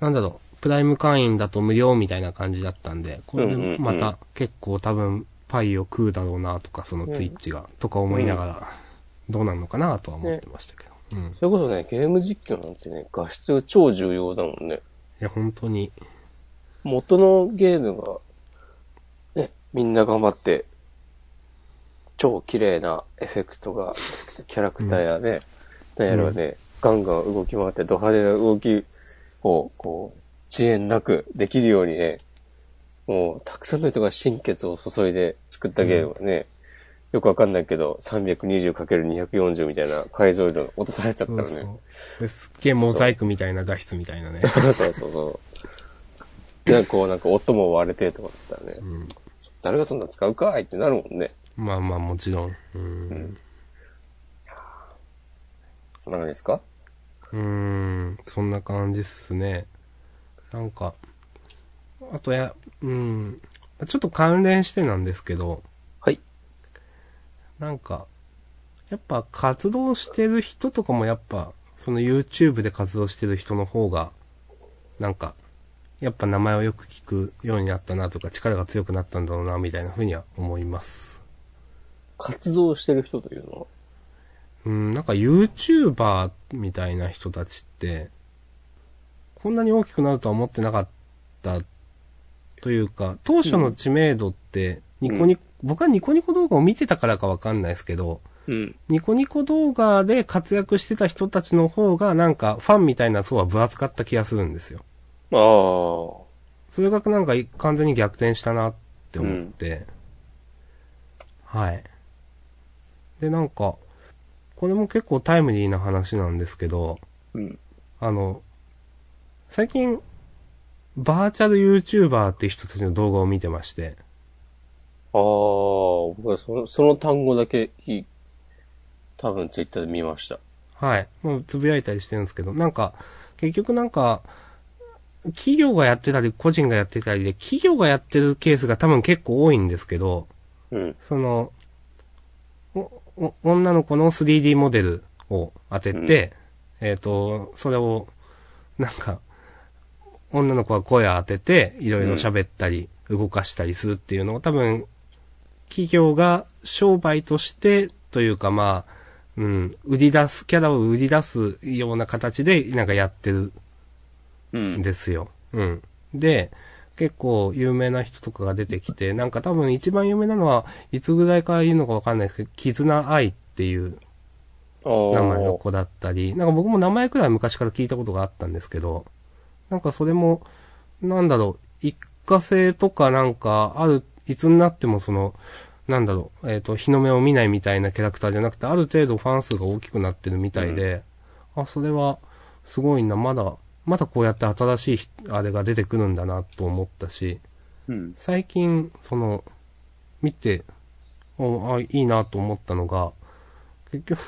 [SPEAKER 2] なんだろう、プライム会員だと無料みたいな感じだったんで、これで
[SPEAKER 1] うんうんうん
[SPEAKER 2] また結構多分パイを食うだろうなとか、そのツイッチが、とか思いながら、どうなるのかなとは思ってましたけど。うん。い
[SPEAKER 1] それこそね、ゲーム実況なんてね、画質が超重要だもんね。
[SPEAKER 2] や、本当に、
[SPEAKER 1] 元のゲームが、ね、みんな頑張って、超綺麗なエフェクトが、キャラクターやね、なんやろうね、ガンガン動き回ってド派手な動きを、こう、遅延なくできるようにね、もう、たくさんの人が心血を注いで作ったゲームはね、よくわかんないけど、320×240 みたいな解像度が落とされちゃった
[SPEAKER 2] そう
[SPEAKER 1] ら
[SPEAKER 2] そ
[SPEAKER 1] ね。
[SPEAKER 2] う。ですっげえモザイクみたいな画質みたいなね。
[SPEAKER 1] そうそうそうそう。なんかこう、なんか音も割れてとかだったらね、
[SPEAKER 2] うん、
[SPEAKER 1] 誰がそんな使うかいってなるもんね。
[SPEAKER 2] まあまあもちろん。うん。
[SPEAKER 1] そんな感じですか
[SPEAKER 2] うーん、そんな感じっすね。なんか、あとや、うん、ちょっと関連してなんですけど、
[SPEAKER 1] はい。
[SPEAKER 2] なんか、やっぱ活動してる人とかもやっぱ、その YouTube で活動してる人の方が、なんか、やっぱ名前をよく聞くようになったなとか、力が強くなったんだろうな、みたいな風には思います。
[SPEAKER 1] 活動してる人というのは
[SPEAKER 2] うん、なんか YouTuber みたいな人たちって、こんなに大きくなるとは思ってなかったというか、当初の知名度って、ニコニコ、僕はニコニコ動画を見てたからかわかんないですけど、
[SPEAKER 1] うん。
[SPEAKER 2] ニコニコ動画で活躍してた人たちの方がなんかファンみたいな層は分厚かった気がするんですよ。
[SPEAKER 1] ああ。
[SPEAKER 2] それがなんか完全に逆転したなって思って。はい。で、なんか、これも結構タイムリーな話なんですけど、
[SPEAKER 1] うん。
[SPEAKER 2] あの、最近、バーチャル YouTuber って人たちの動画を見てまして、
[SPEAKER 1] ああ、僕はその、その単語だけ聞い、多分ツイッターで見ました。
[SPEAKER 2] はい。もうつぶやいたりしてるんですけど、なんか、結局なんか、企業がやってたり、個人がやってたりで、企業がやってるケースが多分結構多いんですけど、
[SPEAKER 1] うん。
[SPEAKER 2] その、お、お女の子の 3D モデルを当てて、えっ、と、それを、なんか、女の子が声を当てて、いろいろ喋ったり、動かしたりするっていうのを多分、企業が商売として、というかまあ、うん、売り出す、キャラを売り出すような形で、なんかやってる
[SPEAKER 1] うんん。
[SPEAKER 2] ですよ。うん。で、結構有名な人とかが出てきて、なんか多分一番有名なのは、いつぐらいから言うのかわかんないですけど、絆愛っていう
[SPEAKER 1] ああ。
[SPEAKER 2] 名前の子だったり、なんか僕も名前くらい昔から聞いたことがあったんですけど、なんかそれも、なんだろう、一過性とかなんか、ある、いつになってもその、なんだろう、えっ、と、日の目を見ないみたいなキャラクターじゃなくて、ある程度ファン数が大きくなってるみたいで、あ、それは、すごいな、まだ、まだこうやって新しいひ、あれが出てくるんだな、と思ったし、
[SPEAKER 1] うん。
[SPEAKER 2] 最近、その、見て、おあいいなと思ったのが、結局、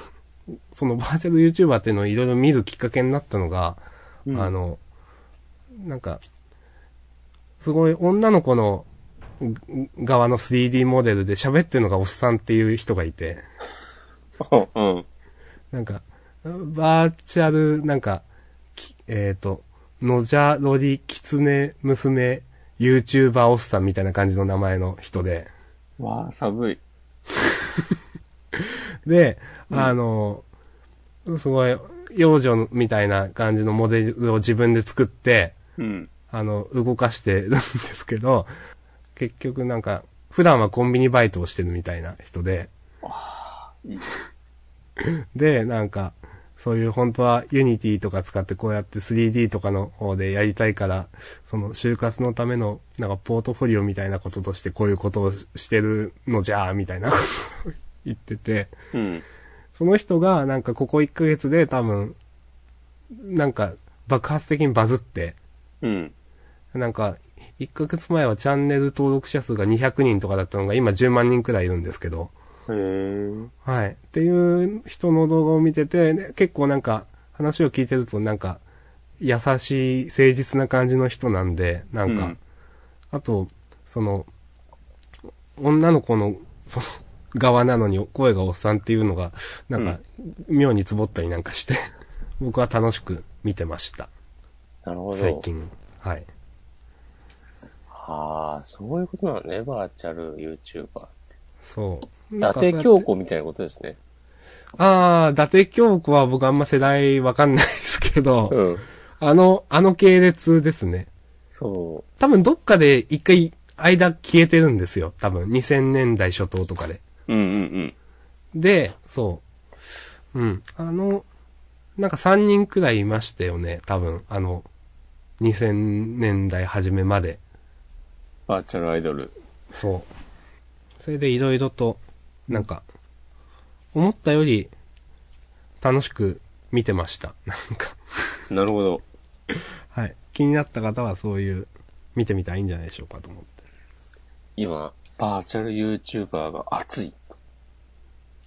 [SPEAKER 2] そのバーチャル YouTuber っていうのをいろいろ見るきっかけになったのが、
[SPEAKER 1] うん
[SPEAKER 2] あの、なんか、すごい女の子のぐ側の 3D モデルで喋ってるのがおっさんっていう人がいて、
[SPEAKER 1] うん。
[SPEAKER 2] なんか、バーチャル、なんか、きえっ、と、のじゃろりきつね娘 YouTuber おっさんみたいな感じの名前の人で。
[SPEAKER 1] わあ、寒い。
[SPEAKER 2] で、あの、すごい、幼女みたいな感じのモデルを自分で作って、
[SPEAKER 1] うん。
[SPEAKER 2] あの、動かしてる んですけど、結局なんか、普段はコンビニバイトをしてるみたいな人で
[SPEAKER 1] いい、
[SPEAKER 2] で、なんか、そういう本当はユニティとか使ってこうやって 3D とかの方でやりたいから、その就活のためのなんかポートフォリオみたいなこととしてこういうことをしてるのじゃあ、みたいなことを言ってて、
[SPEAKER 1] うん。
[SPEAKER 2] その人がなんかここ1ヶ月で多分、なんか爆発的にバズって、
[SPEAKER 1] うん。
[SPEAKER 2] なんか、1ヶ月前はチャンネル登録者数が200人とかだったのが今10万人くらいいるんですけど、
[SPEAKER 1] へえ。
[SPEAKER 2] はい。っていう人の動画を見てて、ね結構なんか話を聞いてるとなんか優しい誠実な感じの人なんで、なんか、
[SPEAKER 1] うん
[SPEAKER 2] あと、その、女の子の、その、側なのに声がおっさんっていうのが、なんか、妙につぼったりなんかして、僕は楽しく見てました。
[SPEAKER 1] なるほど。
[SPEAKER 2] 最近。はい。
[SPEAKER 1] ああ、そういうことなのね、バーチャル YouTuber。
[SPEAKER 2] そう。
[SPEAKER 1] 伊
[SPEAKER 2] なんかそうや
[SPEAKER 1] 達
[SPEAKER 2] って
[SPEAKER 1] 京子みたいなことですね。
[SPEAKER 2] ああ、伊達京子は僕あんま世代わかんないですけど、
[SPEAKER 1] うん。
[SPEAKER 2] あの、あの系列ですね。
[SPEAKER 1] そ
[SPEAKER 2] 多分どっかで一回間消えてるんですよ。多分2000年代初頭とかで。
[SPEAKER 1] う。うんうんうん。
[SPEAKER 2] で、そう。うん。あの、なんか3人くらいいましたよね。多分、あの、2000年代初めまで。
[SPEAKER 1] バーチャルアイドル。
[SPEAKER 2] そう。それでいろいろと、なんか、思ったより楽しく見てました。 なんか、
[SPEAKER 1] なるほど。
[SPEAKER 2] はい。気になった方はそういう、見てみたらいいんじゃないでしょうかと思って。
[SPEAKER 1] 今、バーチャル YouTuber が熱い。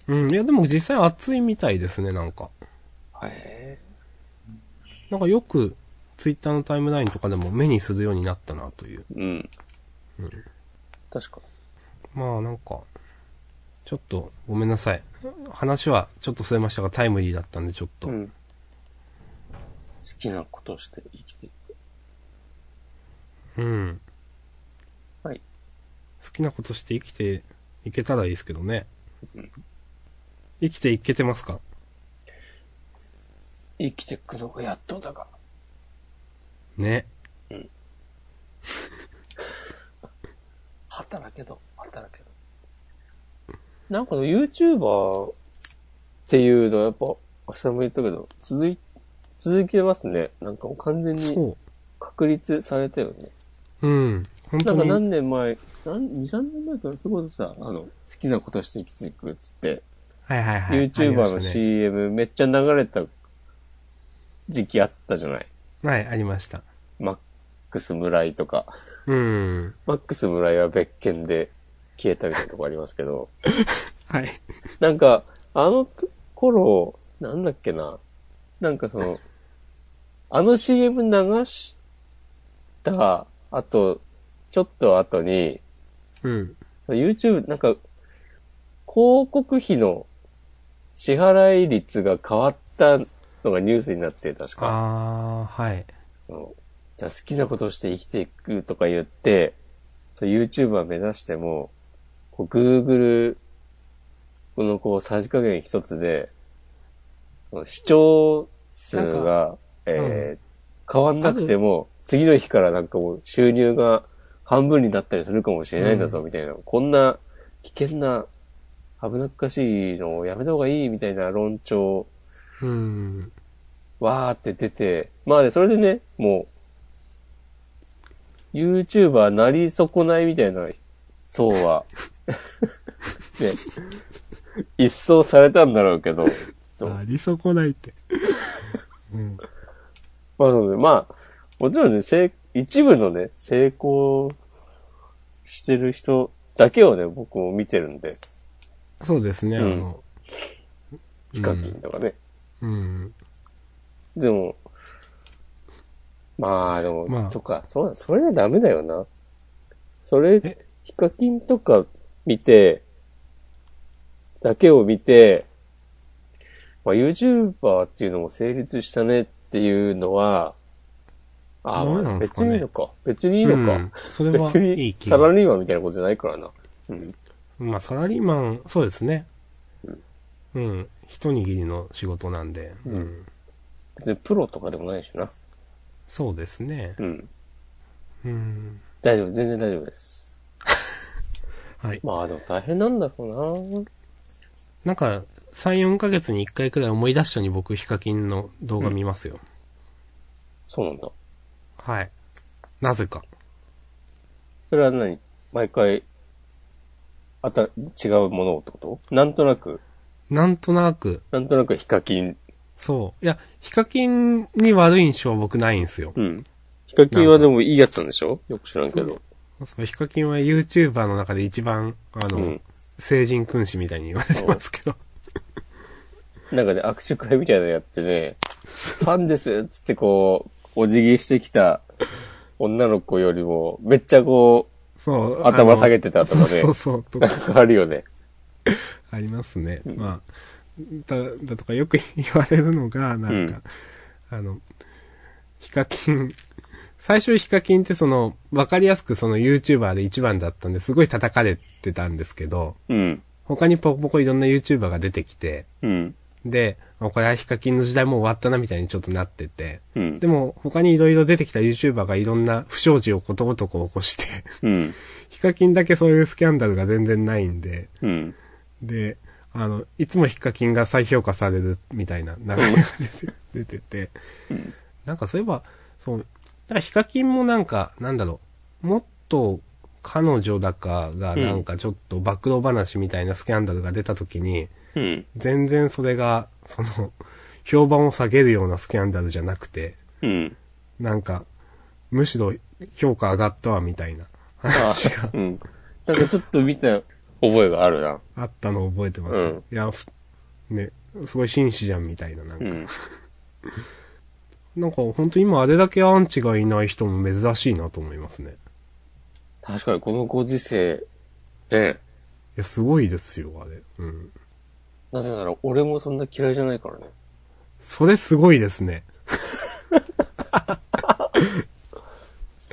[SPEAKER 2] うん。いや、でも実際熱いみたいですね、なんか。
[SPEAKER 1] へ
[SPEAKER 2] なんかよく、ツイッターのタイムラインとかでも目にするようになったなという。
[SPEAKER 1] え。うん。確か。
[SPEAKER 2] まあなんか、ちょっとごめんなさい。話はちょっとそれましたがタイムリーだったんでちょっと。
[SPEAKER 1] ん。好きなことをして生きていく。
[SPEAKER 2] うん
[SPEAKER 1] はい。
[SPEAKER 2] 好きなことして生きていけたらいいですけどね。生きていけてますか
[SPEAKER 1] 生きてくのがやっとだが。
[SPEAKER 2] ね。
[SPEAKER 1] 働けど、働けど。なんか YouTuber っていうのはやっぱ、明日も言ったけど、続い、続けますね。なんかもう完全に
[SPEAKER 2] そ
[SPEAKER 1] 確立されたよね。
[SPEAKER 2] う。うん。本
[SPEAKER 1] な
[SPEAKER 2] 当
[SPEAKER 1] んか
[SPEAKER 2] に。
[SPEAKER 1] 何年前、何、2、3年前からそこでさ、あの、好きなことして生きていくっつって、
[SPEAKER 2] はいはいはい。
[SPEAKER 1] YouTuber
[SPEAKER 2] ありま
[SPEAKER 1] の
[SPEAKER 2] したね
[SPEAKER 1] CM めっちゃ流れた時期あったじゃない
[SPEAKER 2] はい、ありました。
[SPEAKER 1] マックス村井とか。
[SPEAKER 2] うん。
[SPEAKER 1] マックス村井は別件で消えたみたいなとこありますけど。
[SPEAKER 2] はい。
[SPEAKER 1] なんか、あの頃、なんだっけな。なんかその、あの CM 流した後、ちょっと後に、
[SPEAKER 2] うん。
[SPEAKER 1] YouTube、なんか、広告費の支払い率が変わったのがニュースになって、確か。
[SPEAKER 2] あー、はい。
[SPEAKER 1] そのじゃあ好きなことをして生きていくとか言って、そう YouTuber 目指しても、こう Google このこうさじ加減一つで、その視聴数
[SPEAKER 2] なん
[SPEAKER 1] が、えー変わんなくても、次の日からなんかもう収入が半分になったりするかもしれないんだぞ、みたいな。こんな危険な、危なっかしいのをやめた方がいい、みたいな論調
[SPEAKER 2] うん。
[SPEAKER 1] わーって出て、まあね、それでね、もう、YouTuber なり損ないみたいな層は、 ね、一掃されたんだろうけど、と
[SPEAKER 2] ありそこないって。うん。
[SPEAKER 1] まあそうね、まあ、もちろんね、成一部のね、成功してる人だけをね、僕も見てるんで、
[SPEAKER 2] そうですね、あ
[SPEAKER 1] うん
[SPEAKER 2] の。
[SPEAKER 1] ヒカキンとかね。
[SPEAKER 2] うん。
[SPEAKER 1] でも、まあでも、
[SPEAKER 2] まあ
[SPEAKER 1] そっか、そうだ、それはダメだよな。それ
[SPEAKER 2] え、
[SPEAKER 1] ヒカキンとか見て、だけを見て、まあ YouTuber っていうのも成立したねっていうのは、ああ、
[SPEAKER 2] ダメ
[SPEAKER 1] ま
[SPEAKER 2] な
[SPEAKER 1] あ
[SPEAKER 2] んです
[SPEAKER 1] 別
[SPEAKER 2] か
[SPEAKER 1] に
[SPEAKER 2] ね
[SPEAKER 1] いいのか。別にいいの
[SPEAKER 2] う
[SPEAKER 1] か
[SPEAKER 2] ん。それ
[SPEAKER 1] 別
[SPEAKER 2] はいい
[SPEAKER 1] に
[SPEAKER 2] 気
[SPEAKER 1] サ
[SPEAKER 2] が
[SPEAKER 1] ラリーマンみたいなことじゃないからな。うん。
[SPEAKER 2] まあ、サラリーマン、そうですね。うん。一握りの仕事なんで。
[SPEAKER 1] うん
[SPEAKER 2] うん。
[SPEAKER 1] 別にプロとかでもないしな。
[SPEAKER 2] そうですね
[SPEAKER 1] う。ん。
[SPEAKER 2] うん。
[SPEAKER 1] 大丈夫、全然大丈夫です。
[SPEAKER 2] はい。
[SPEAKER 1] まあでも大変なんだろうな。
[SPEAKER 2] なんか、3、4ヶ月に1回くらい思い出したように僕、ヒカキンの動画見ますよ。
[SPEAKER 1] そうなんだ。
[SPEAKER 2] はい。なぜか。
[SPEAKER 1] それは何毎回、あた、違うものをってことなんとなく、
[SPEAKER 2] なんとなく、
[SPEAKER 1] なんとなくヒカキン。
[SPEAKER 2] そう。いや、ヒカキンに悪い印象は僕ないんですよ。
[SPEAKER 1] うん。ヒカキンはでもいいやつなんでしょよく知らんけど。
[SPEAKER 2] そうヒカキンは YouTuber の中で一番、あの、
[SPEAKER 1] うん
[SPEAKER 2] 成人君子みたいに言われてますけど。
[SPEAKER 1] なんかね、握手会みたいなのやって ね、ファンですっつってこう、お辞儀してきた女の子よりも、めっちゃこ
[SPEAKER 2] そう。
[SPEAKER 1] 頭下げ
[SPEAKER 2] て
[SPEAKER 1] てたとかね
[SPEAKER 2] そうそうそう。と
[SPEAKER 1] う、
[SPEAKER 2] か
[SPEAKER 1] なんかあるよね。
[SPEAKER 2] ありますね。まあ、だ、だとかよく 言われるのが、なんか、あの、ヒカキン、最初ヒカキンってその、わかりやすくその YouTuber で一番だったんですごい叩かれてたんですけど、
[SPEAKER 1] うん。
[SPEAKER 2] 他にポコポコいろんな YouTuber が出てきて、
[SPEAKER 1] うん。
[SPEAKER 2] で、あこれはヒカキンの時代もう終わったなみたいにちょっとなってて、
[SPEAKER 1] うん
[SPEAKER 2] で。も他にいろいろ出てきた YouTuber がいろんな不祥事をことごとく起こして、
[SPEAKER 1] うん。
[SPEAKER 2] ヒカキンだけそういうスキャンダルが全然ないんで、
[SPEAKER 1] うん。
[SPEAKER 2] で、あの、いつもヒカキンが再評価されるみたいな流れが出て 出てて、なんかそういえば、そう、だからヒカキンもなんか、なんだろう、もっと彼女だかがなんかちょっと暴露話みたいなスキャンダルが出た時に、
[SPEAKER 1] うん。
[SPEAKER 2] 全然それが、その、評判を下げるようなスキャンダルじゃなくて、
[SPEAKER 1] うん。
[SPEAKER 2] なんか、むしろ評価上がったわみたいな話が
[SPEAKER 1] うん。なんかちょっと見た覚えがあるな。
[SPEAKER 2] あったのを覚えてま
[SPEAKER 1] う
[SPEAKER 2] す、
[SPEAKER 1] ん
[SPEAKER 2] いや、ふね、すごい紳士じゃんみたいな、なんか。
[SPEAKER 1] うん。
[SPEAKER 2] なんか本当今あれだけアンチがいない人も珍しいなと思いますね。
[SPEAKER 1] 確かにこのご時世、ねえ。
[SPEAKER 2] いや、すごいですよ、あれ。うん。
[SPEAKER 1] なぜなら俺もそんな嫌いじゃないからね。
[SPEAKER 2] それすごいですね。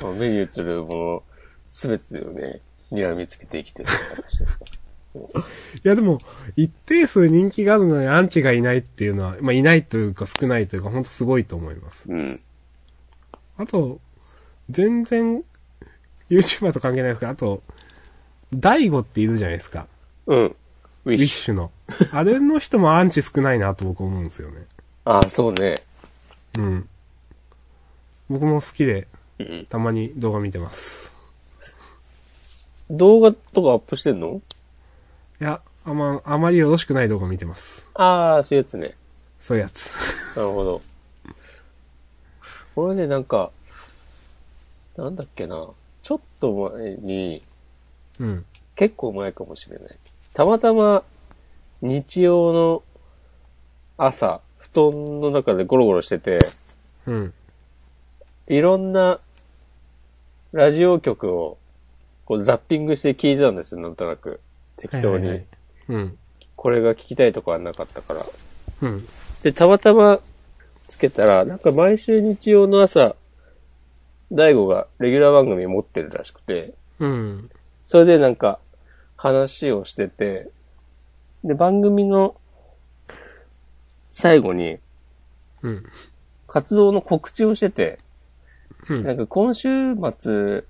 [SPEAKER 1] まあ目に映るもの、すべてをね、睨みつけて生きてるって話ですから。
[SPEAKER 2] いや、でも、一定数人気があるのにアンチがいないっていうのは、まあ、いないというか少ないというか、本当すごいと思います。
[SPEAKER 1] うん。
[SPEAKER 2] あと、全然、YouTuber と関係ないですけど、あと、大悟っているじゃないですか。
[SPEAKER 1] うん。ウィッ
[SPEAKER 2] ウィッ
[SPEAKER 1] シュ。
[SPEAKER 2] シュの。あれの人もアンチ少ないなと僕思うんですよね。
[SPEAKER 1] ああ、そうね。
[SPEAKER 2] うん。僕も好きで、
[SPEAKER 1] うん。
[SPEAKER 2] たまに動画見てます。
[SPEAKER 1] 動画とかアップしてんの
[SPEAKER 2] いや、あま、あまりよろしくない動画見てます。
[SPEAKER 1] ああ、そういうやつね。
[SPEAKER 2] そういうやつ。
[SPEAKER 1] なるほど。これね、なんか、なんだっけな。ちょっと前に、
[SPEAKER 2] うん。
[SPEAKER 1] 結構前かもしれない。たまたま、日曜の朝、布団の中でゴロゴロしてて、
[SPEAKER 2] うん。
[SPEAKER 1] いろんなラジオ局をこうザッピングして聞いてたんですよ、なんとなく。適当
[SPEAKER 2] はいはいは
[SPEAKER 1] に
[SPEAKER 2] い。うん。
[SPEAKER 1] これが聞きたいとかはなかったから。
[SPEAKER 2] うん。
[SPEAKER 1] で、たまたまつけたら、なんか毎週日曜の朝、大悟がレギュラー番組持ってるらしくて、
[SPEAKER 2] うん。
[SPEAKER 1] それでなんか話をしてて、で、番組の最後に
[SPEAKER 2] うん。
[SPEAKER 1] 活動の告知をしてて、
[SPEAKER 2] うん
[SPEAKER 1] なんか今週末、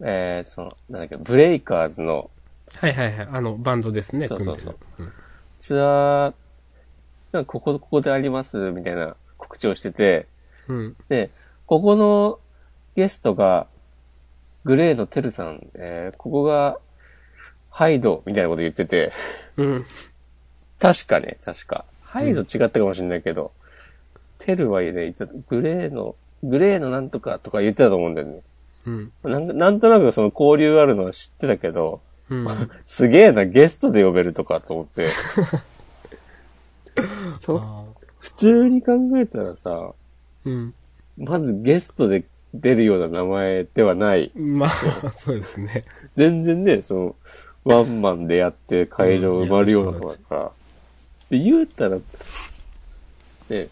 [SPEAKER 1] えー、その、なんだっけ、ブレイカーズの
[SPEAKER 2] はいはいはい。あの、バンドですね、
[SPEAKER 1] そうそうそう
[SPEAKER 2] 組んでる
[SPEAKER 1] ツアー、なんかここ、ここであります、みたいな告知をしてて、
[SPEAKER 2] うん。うん。
[SPEAKER 1] で、ここのゲストが、グレーのテルさん、えー、ここが、ハイド、みたいなこと言ってて、
[SPEAKER 2] うん。
[SPEAKER 1] 確かね、確か。ハイド違ったかもしれないけど、テルはね、言ってたグレーの、グレーのなんとかとか言ってたと思うんだよね。
[SPEAKER 2] うん。
[SPEAKER 1] なんかなんとなくその交流あるのは知ってたけど、
[SPEAKER 2] うん。
[SPEAKER 1] すげえな、ゲストで呼べるとかと思って。 そう
[SPEAKER 2] あ
[SPEAKER 1] 普通に考えたらさ、
[SPEAKER 2] ー
[SPEAKER 1] まずゲストで出るような名前ではない。
[SPEAKER 2] うん。まあ、そうですね。
[SPEAKER 1] 全然ね、その、ワンマンでやって会場埋まるようなとこだから。で、言うたら、ね、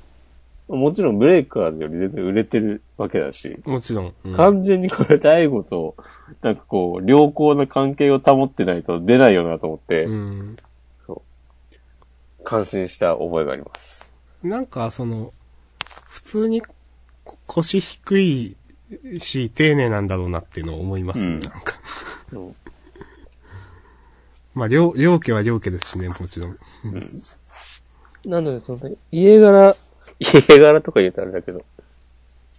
[SPEAKER 1] もちろんブレイカーズより全然売れてるわけだし、
[SPEAKER 2] もちろん。うん
[SPEAKER 1] 完全にこれ大悟と、なんかこう、良好な関係を保ってないと出ないよなと思って、
[SPEAKER 2] うん。
[SPEAKER 1] そう。感心した覚えがあります。
[SPEAKER 2] なんか、その、普通にこ腰低いし、丁寧なんだろうなっていうのを思いますね、
[SPEAKER 1] うん
[SPEAKER 2] なんか。
[SPEAKER 1] うん
[SPEAKER 2] まあ、両、両家は両家ですしね、もちろん。
[SPEAKER 1] なので、その、家柄、 家柄とか言うとあれだけど、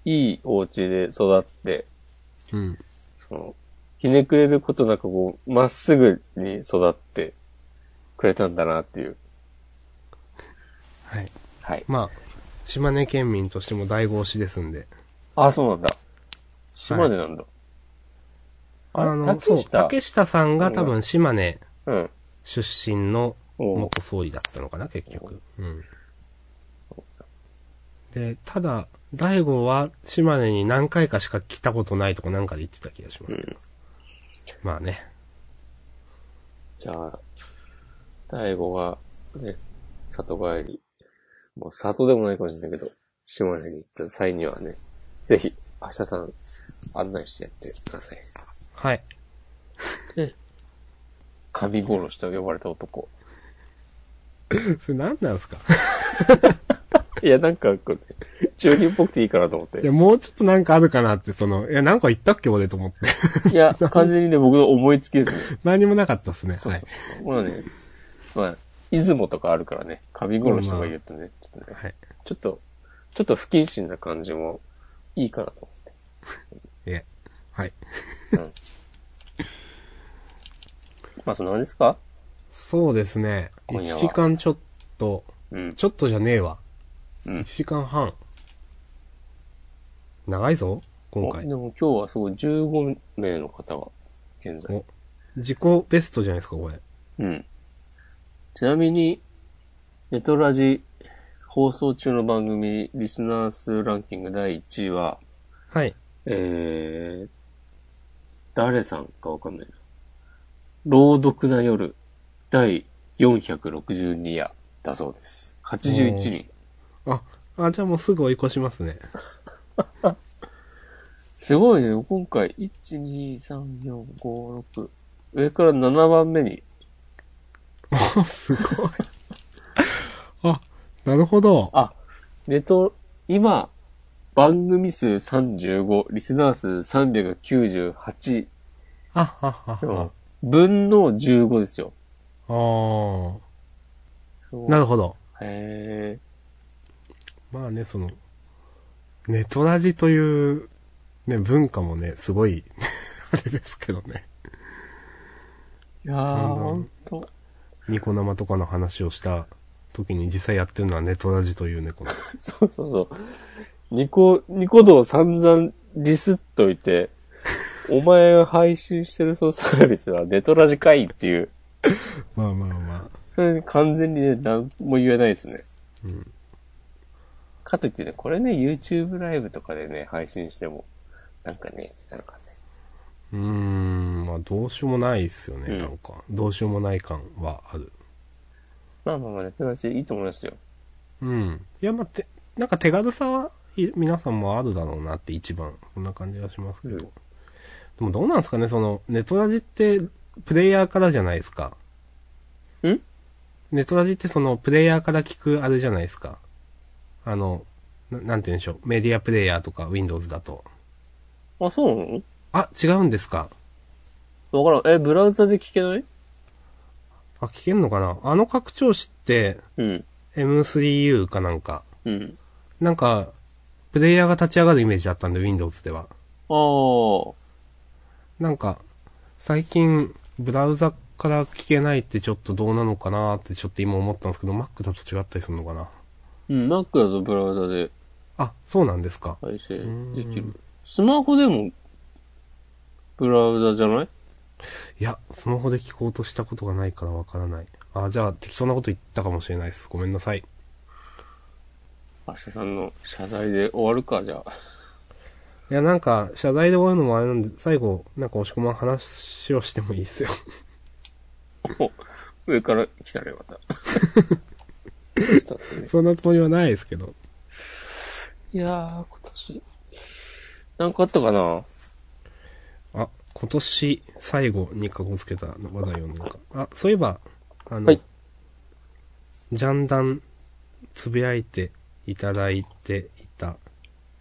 [SPEAKER 1] いいお家で育って、
[SPEAKER 2] うん。
[SPEAKER 1] その、ひねくれることなくこう、まっすぐに育ってくれたんだなっていう。
[SPEAKER 2] はい。
[SPEAKER 1] はい。
[SPEAKER 2] まあ、島根県民としても大号しですんで。
[SPEAKER 1] あ、そうなんだ。島根なんだ。あれ竹
[SPEAKER 2] そう、
[SPEAKER 1] 下。
[SPEAKER 2] 竹下さんが多分島根
[SPEAKER 1] うん。
[SPEAKER 2] 出身の
[SPEAKER 1] おう
[SPEAKER 2] 元総理だったのかな、結局。うん。
[SPEAKER 1] そうか
[SPEAKER 2] で、ただ、大悟は島根に何回かしか来たことないとこなんかで言ってた気がしますけど。まあね。
[SPEAKER 1] じゃあ、大悟が、ね、里帰り、もう里でもないかもしれないけど、島根に行った際にはね、ぜひ、明日さん、案内してやってください。
[SPEAKER 2] はい。
[SPEAKER 1] 神殺しと呼ばれた男。
[SPEAKER 2] それ何なん ですか
[SPEAKER 1] いや、なんか、こうね 中二っぽくていいかなと思って
[SPEAKER 2] い。や、もうちょっとなんかあるかなって、その、いや、なんか言ったっけ俺 と思って。
[SPEAKER 1] いや、完全にね、僕の思いつきですね。
[SPEAKER 2] 何もなかったっすね。
[SPEAKER 1] そう
[SPEAKER 2] は
[SPEAKER 1] そう
[SPEAKER 2] い。
[SPEAKER 1] そう。まあね、まあ、出雲とかあるからね、神殺しとか言うとね、ちょっとね、
[SPEAKER 2] はい。
[SPEAKER 1] ちょっと、ちょっと不謹慎な感じもいいかなと思って。
[SPEAKER 2] え、はい。
[SPEAKER 1] まあ、そんな感じですか
[SPEAKER 2] そうですね。
[SPEAKER 1] 今夜
[SPEAKER 2] 1
[SPEAKER 1] は
[SPEAKER 2] 時間ちょっと、
[SPEAKER 1] うん。
[SPEAKER 2] ちょっとじゃねえわ。
[SPEAKER 1] う
[SPEAKER 2] 1
[SPEAKER 1] ん。
[SPEAKER 2] 時間半。長いぞ、今
[SPEAKER 1] お
[SPEAKER 2] 回
[SPEAKER 1] で。も今日はそう、15名の方が、現在。
[SPEAKER 2] お自己ベストじゃないですか、これ。
[SPEAKER 1] うん。ちなみに、ネトラジ放送中の番組、リスナー数ランキング第1位は、
[SPEAKER 2] はい。
[SPEAKER 1] えー、誰さんかわかんないな。朗読な夜、第462夜だそうです。81人。
[SPEAKER 2] あ、あ、じゃあもうすぐ追い越しますね。
[SPEAKER 1] すごいね、今回、1、2、3、4、5、6。上から7番目に。
[SPEAKER 2] あすごい。 あ、なるほど。
[SPEAKER 1] あ、ネト、今、番組数35、リスナー数398、
[SPEAKER 2] あ、あ、あ、あ。
[SPEAKER 1] 分の15ですよ。
[SPEAKER 2] あー
[SPEAKER 1] そう
[SPEAKER 2] なるほど。
[SPEAKER 1] へー
[SPEAKER 2] まあね、その、ネトラジという、ね、文化もね、すごい、 あれですけどね。
[SPEAKER 1] いや
[SPEAKER 2] そ
[SPEAKER 1] ー、
[SPEAKER 2] うだ
[SPEAKER 1] ほんと。
[SPEAKER 2] ニコ生とかの話をした時に実際やってるのはネトラジというね、この。
[SPEAKER 1] そうそうそう。ニコ、ニコ動散々ディスっといて、お前が配信してるそのサービスはネトラジかいっていう。
[SPEAKER 2] まあまあま
[SPEAKER 1] それ完全にね、なんも言えないですね。
[SPEAKER 2] うん
[SPEAKER 1] かといってね、これね、YouTube ライブとかでね、配信しても、なんかね、なんかね、
[SPEAKER 2] あ。うーん、まあどうしようもないですよね、
[SPEAKER 1] うん
[SPEAKER 2] なんか。どうしようもない感はある。
[SPEAKER 1] まあまあまあ、ネトラジいいと思いますよ。
[SPEAKER 2] うん。いや、まあ、て、なんか手軽さはい皆さんもあるだろうなって一番、そんな感じがしますけど。
[SPEAKER 1] うん
[SPEAKER 2] でもどうなんですかね、その、ネトラジって、プレイヤーからじゃないですか。
[SPEAKER 1] ん
[SPEAKER 2] ネトラジってその、プレイヤーから聞くあれじゃないですか。あの、ななんて言うんでしょう。メディアプレイヤーとか Windows だと。
[SPEAKER 1] あ、そうな
[SPEAKER 2] あ、違うんですか。
[SPEAKER 1] のわからん。え、ブラウザで聞けない
[SPEAKER 2] あ、聞けんのかなあの拡張子って、
[SPEAKER 1] うん。
[SPEAKER 2] M3U かなんか。
[SPEAKER 1] うん。
[SPEAKER 2] なんか、プレイヤーが立ち上がるイメージだったんで、Windows では。
[SPEAKER 1] ああ。
[SPEAKER 2] なんか、最近、ブラウザから聞けないってちょっとどうなのかなってちょっと今思ったんですけど、Mac だと違ったりするのかな
[SPEAKER 1] うん、Mac だとブラウザで
[SPEAKER 2] あ、そうなんですか。
[SPEAKER 1] 配信でき
[SPEAKER 2] う
[SPEAKER 1] る。スマホでも、ブラウザじゃない
[SPEAKER 2] いや、スマホで聞こうとしたことがないからわからない。あ、じゃあ適当なこと言ったかもしれないです。ごめんなさい。
[SPEAKER 1] 明日さんの謝罪で終わるか、じゃあ。
[SPEAKER 2] いや、なんか、謝罪で終わるのもあれなんで、最後、なんか押し込まん話をしてもいいですよ。
[SPEAKER 1] お上から来たね、また。どうしたってね
[SPEAKER 2] そんなつもりはないですけど。
[SPEAKER 1] いやー、今年、なんかあったかな
[SPEAKER 2] あ、今年最後にかこつけた話題をなんか。あ、そういえば、あの、
[SPEAKER 1] はい
[SPEAKER 2] ジャンダンつぶやいていただいていた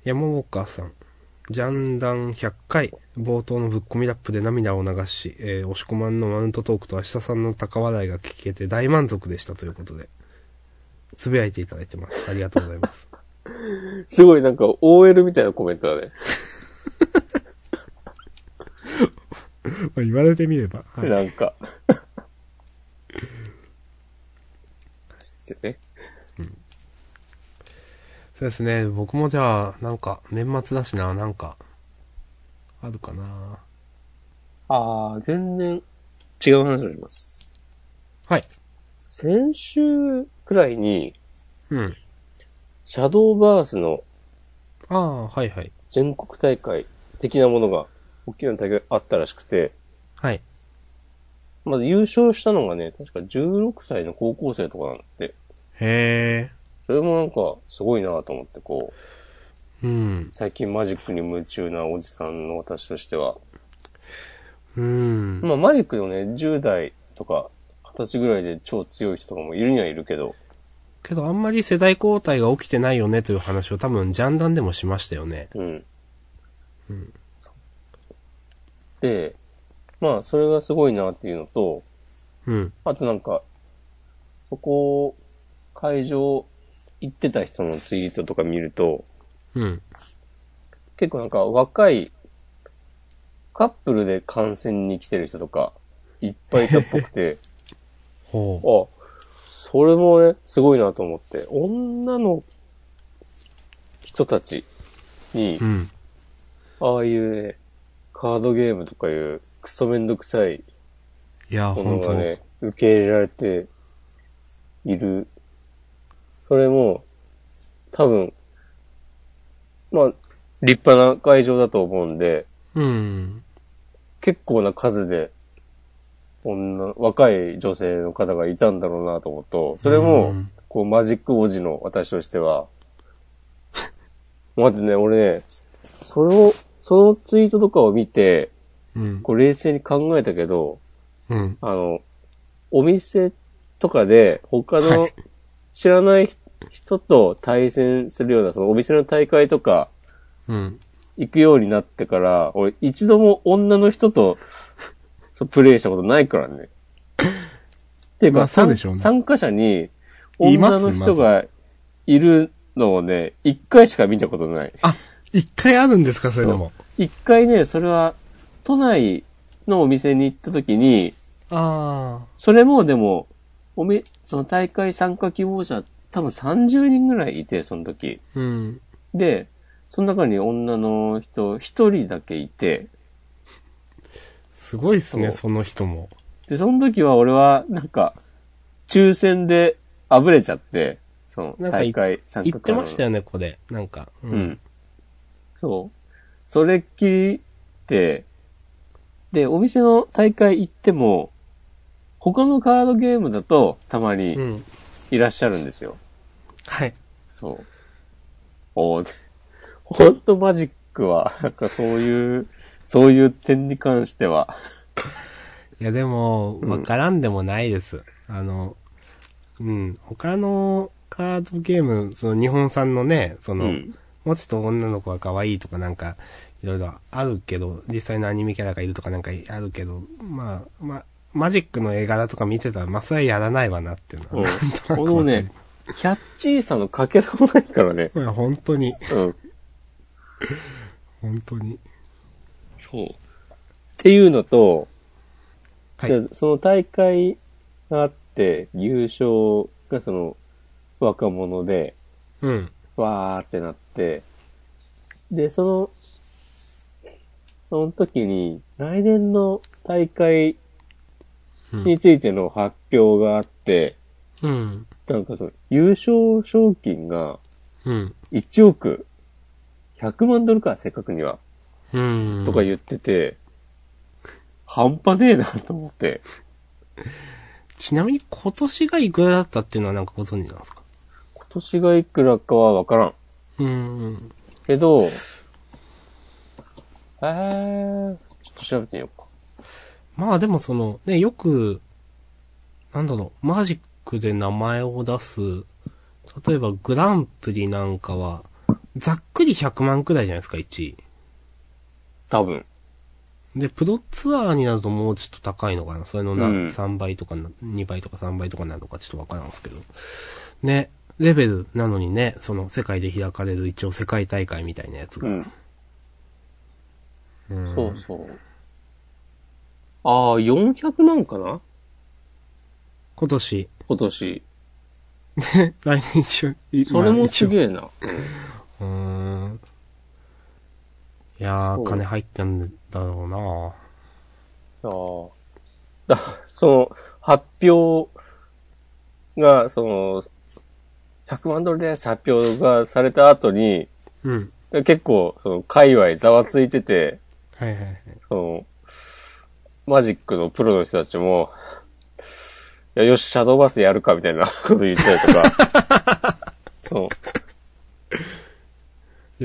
[SPEAKER 2] 山岡さん。ジャンダン100回、冒頭のぶっ込みラップで涙を流し、えー、押し込まんのマウントトークと明日さんの高笑いが聞けて大満足でしたということで、つぶやいていただいてます。ありがとうござい ます。
[SPEAKER 1] すごいなんか OL みたいなコメントだね。
[SPEAKER 2] 言われてみれば。はい。
[SPEAKER 1] なんか。してね。
[SPEAKER 2] そうですね。僕もじゃあ、なんか、年末だしな、なんか、あるかな。
[SPEAKER 1] あー、全然違う話になります。
[SPEAKER 2] はい。
[SPEAKER 1] 先週くらいに、
[SPEAKER 2] うん。
[SPEAKER 1] シャドーバースの
[SPEAKER 2] ああ、はいはい。
[SPEAKER 1] 全国大会的なものが、大きな大会あったらしくて、
[SPEAKER 2] はい。
[SPEAKER 1] まず優勝したのがね、確か16歳の高校生とかなんで、
[SPEAKER 2] へ
[SPEAKER 1] それもなんかすごいなと思って、こう、
[SPEAKER 2] え。うん。
[SPEAKER 1] 最近マジックに夢中なおじさんの私としては、
[SPEAKER 2] うん。
[SPEAKER 1] まあマジックでもね、10代とか20歳ぐらいで超強い人とかもいるにはいるけど、
[SPEAKER 2] けど、あんまり世代交代が起きてないよねという話を多分、ジャンダンでもしましたよね。
[SPEAKER 1] うん。
[SPEAKER 2] うん
[SPEAKER 1] で、まあそれがすごいなっていうのと、
[SPEAKER 2] うん。
[SPEAKER 1] あとなんか、そこ、会場行ってた人のツイートとか見ると、
[SPEAKER 2] うん。
[SPEAKER 1] 結構なんか若いカップルで観戦に来てる人とか、いっぱいいたっぽく て、
[SPEAKER 2] ほう。
[SPEAKER 1] あ、それもね、すごいなと思って、女の人たちに
[SPEAKER 2] う、ん。
[SPEAKER 1] ああいうね、カードゲームとかいうクソめんどくさい
[SPEAKER 2] いや、
[SPEAKER 1] も
[SPEAKER 2] 本
[SPEAKER 1] の
[SPEAKER 2] 当
[SPEAKER 1] がね、受け入れられている。それも、多分、まあ、立派な会場だと思うんで、
[SPEAKER 2] うん。
[SPEAKER 1] 結構な数で、女、若い女性の方がいたんだろうなと思うと、それ
[SPEAKER 2] う
[SPEAKER 1] も
[SPEAKER 2] ん、
[SPEAKER 1] こう、マジック王子の私としては、 待ってね、俺ね、それを、そのツイートとかを見て、
[SPEAKER 2] うん。
[SPEAKER 1] こう、冷静に考えたけど、
[SPEAKER 2] うん。
[SPEAKER 1] あの、お店とかで、他
[SPEAKER 2] は
[SPEAKER 1] の
[SPEAKER 2] い
[SPEAKER 1] 知らない人と対戦するような、そのお店の大会とか、
[SPEAKER 2] うん。
[SPEAKER 1] 行くようになってから、俺一度も女の人とそうプレイしたことないから ね。っていうか、
[SPEAKER 2] まあそうでしょうね
[SPEAKER 1] 参参加者に
[SPEAKER 2] います
[SPEAKER 1] 女の人がいるのをね、一回しか見たことない。
[SPEAKER 2] あ、一回あるんですか、それでも。
[SPEAKER 1] 一回ね、それは都内のお店に行った時に、
[SPEAKER 2] あ
[SPEAKER 1] それもでも、おめ、その大会参加希望者多分30人ぐらいいて、その時。
[SPEAKER 2] あ。うん。
[SPEAKER 1] で、その中に女の人一人だけいて、
[SPEAKER 2] すごいっすね、
[SPEAKER 1] そう
[SPEAKER 2] その人も。
[SPEAKER 1] で、その時は俺は、なんか、抽選であぶれちゃって、そ
[SPEAKER 2] な
[SPEAKER 1] の
[SPEAKER 2] んかい
[SPEAKER 1] 大会参加
[SPEAKER 2] 言ってましたよね、これ。なんか。う
[SPEAKER 1] う。ん。そう。それっきりで、で、お店の大会行っても、他のカードゲームだとたま
[SPEAKER 2] う
[SPEAKER 1] に
[SPEAKER 2] ん。
[SPEAKER 1] いらっしゃるんですよ。
[SPEAKER 2] はい。
[SPEAKER 1] そう。おーほんとマジックは、なんかそういう、そういう点に関しては、
[SPEAKER 2] いや、でも、わからんでもないです。あの、うん。他のカードゲーム、その日本産のね、そうの、
[SPEAKER 1] ん。
[SPEAKER 2] もうちょっと女の子が可愛いとかなんか、いろいろあるけど、実際のアニメキャラがいるとかなんかあるけど、まあ、まあ、マジックの絵柄とか見てたら、まあ、それはやらないわなっていうのは、なんとな
[SPEAKER 1] こ
[SPEAKER 2] く
[SPEAKER 1] の
[SPEAKER 2] わかる
[SPEAKER 1] ね、キャッチーさのかけらもないからね。
[SPEAKER 2] いや、本当に、
[SPEAKER 1] うん。
[SPEAKER 2] 本当に。
[SPEAKER 1] そう。っていうのと、
[SPEAKER 2] は
[SPEAKER 1] で
[SPEAKER 2] い。
[SPEAKER 1] その大会があって、優勝がその若者で、
[SPEAKER 2] うん。
[SPEAKER 1] わーってなって、で、その、その時に、来年の大会
[SPEAKER 2] うん
[SPEAKER 1] についての発表があって、
[SPEAKER 2] うん。
[SPEAKER 1] なんかその、優勝賞金が
[SPEAKER 2] うん。
[SPEAKER 1] 1億100万ドルか、せっかくには。
[SPEAKER 2] うん。
[SPEAKER 1] とか言ってて、半端ねえなと思って。
[SPEAKER 2] ちなみに今年がいくらだったっていうのはなんかご存知なんですか
[SPEAKER 1] 今年がいくらかはわからん。
[SPEAKER 2] うん。
[SPEAKER 1] けど、えー、ちょっと調べてみようか。
[SPEAKER 2] まあでもその、ね、よく、なんだろう、マジックで名前を出す、例えばグランプリなんかは、ざっくり100万くらいじゃないですか、1位。
[SPEAKER 1] 多分。
[SPEAKER 2] で、プロツアーになるともうちょっと高いのかな。それのな、
[SPEAKER 1] うん
[SPEAKER 2] 3倍とかな、2倍とか3倍とかなるのかちょっとわからんですけど。ね、レベルなのにね、その世界で開かれる一応世界大会みたいなやつが。
[SPEAKER 1] ん。
[SPEAKER 2] うん
[SPEAKER 1] そうそう。あー、400万かな
[SPEAKER 2] 今年、
[SPEAKER 1] 今年。
[SPEAKER 2] 来年中、い
[SPEAKER 1] それ
[SPEAKER 2] まあ
[SPEAKER 1] も
[SPEAKER 2] 一
[SPEAKER 1] す
[SPEAKER 2] 応
[SPEAKER 1] げえな。
[SPEAKER 2] うーん。いや
[SPEAKER 1] そ
[SPEAKER 2] ー、
[SPEAKER 1] う
[SPEAKER 2] 金入ったんだろう
[SPEAKER 1] う
[SPEAKER 2] な
[SPEAKER 1] ん、あーだその、発表が、その、100万ドルです発表がされた後に、
[SPEAKER 2] うん。
[SPEAKER 1] で結構、その、界隈ざわついてて、
[SPEAKER 2] はいはいはい。
[SPEAKER 1] その、マジックのプロの人たちも、いや、よし、シャドーバスやるか、みたいなこと言ったりとか、 そう、
[SPEAKER 2] い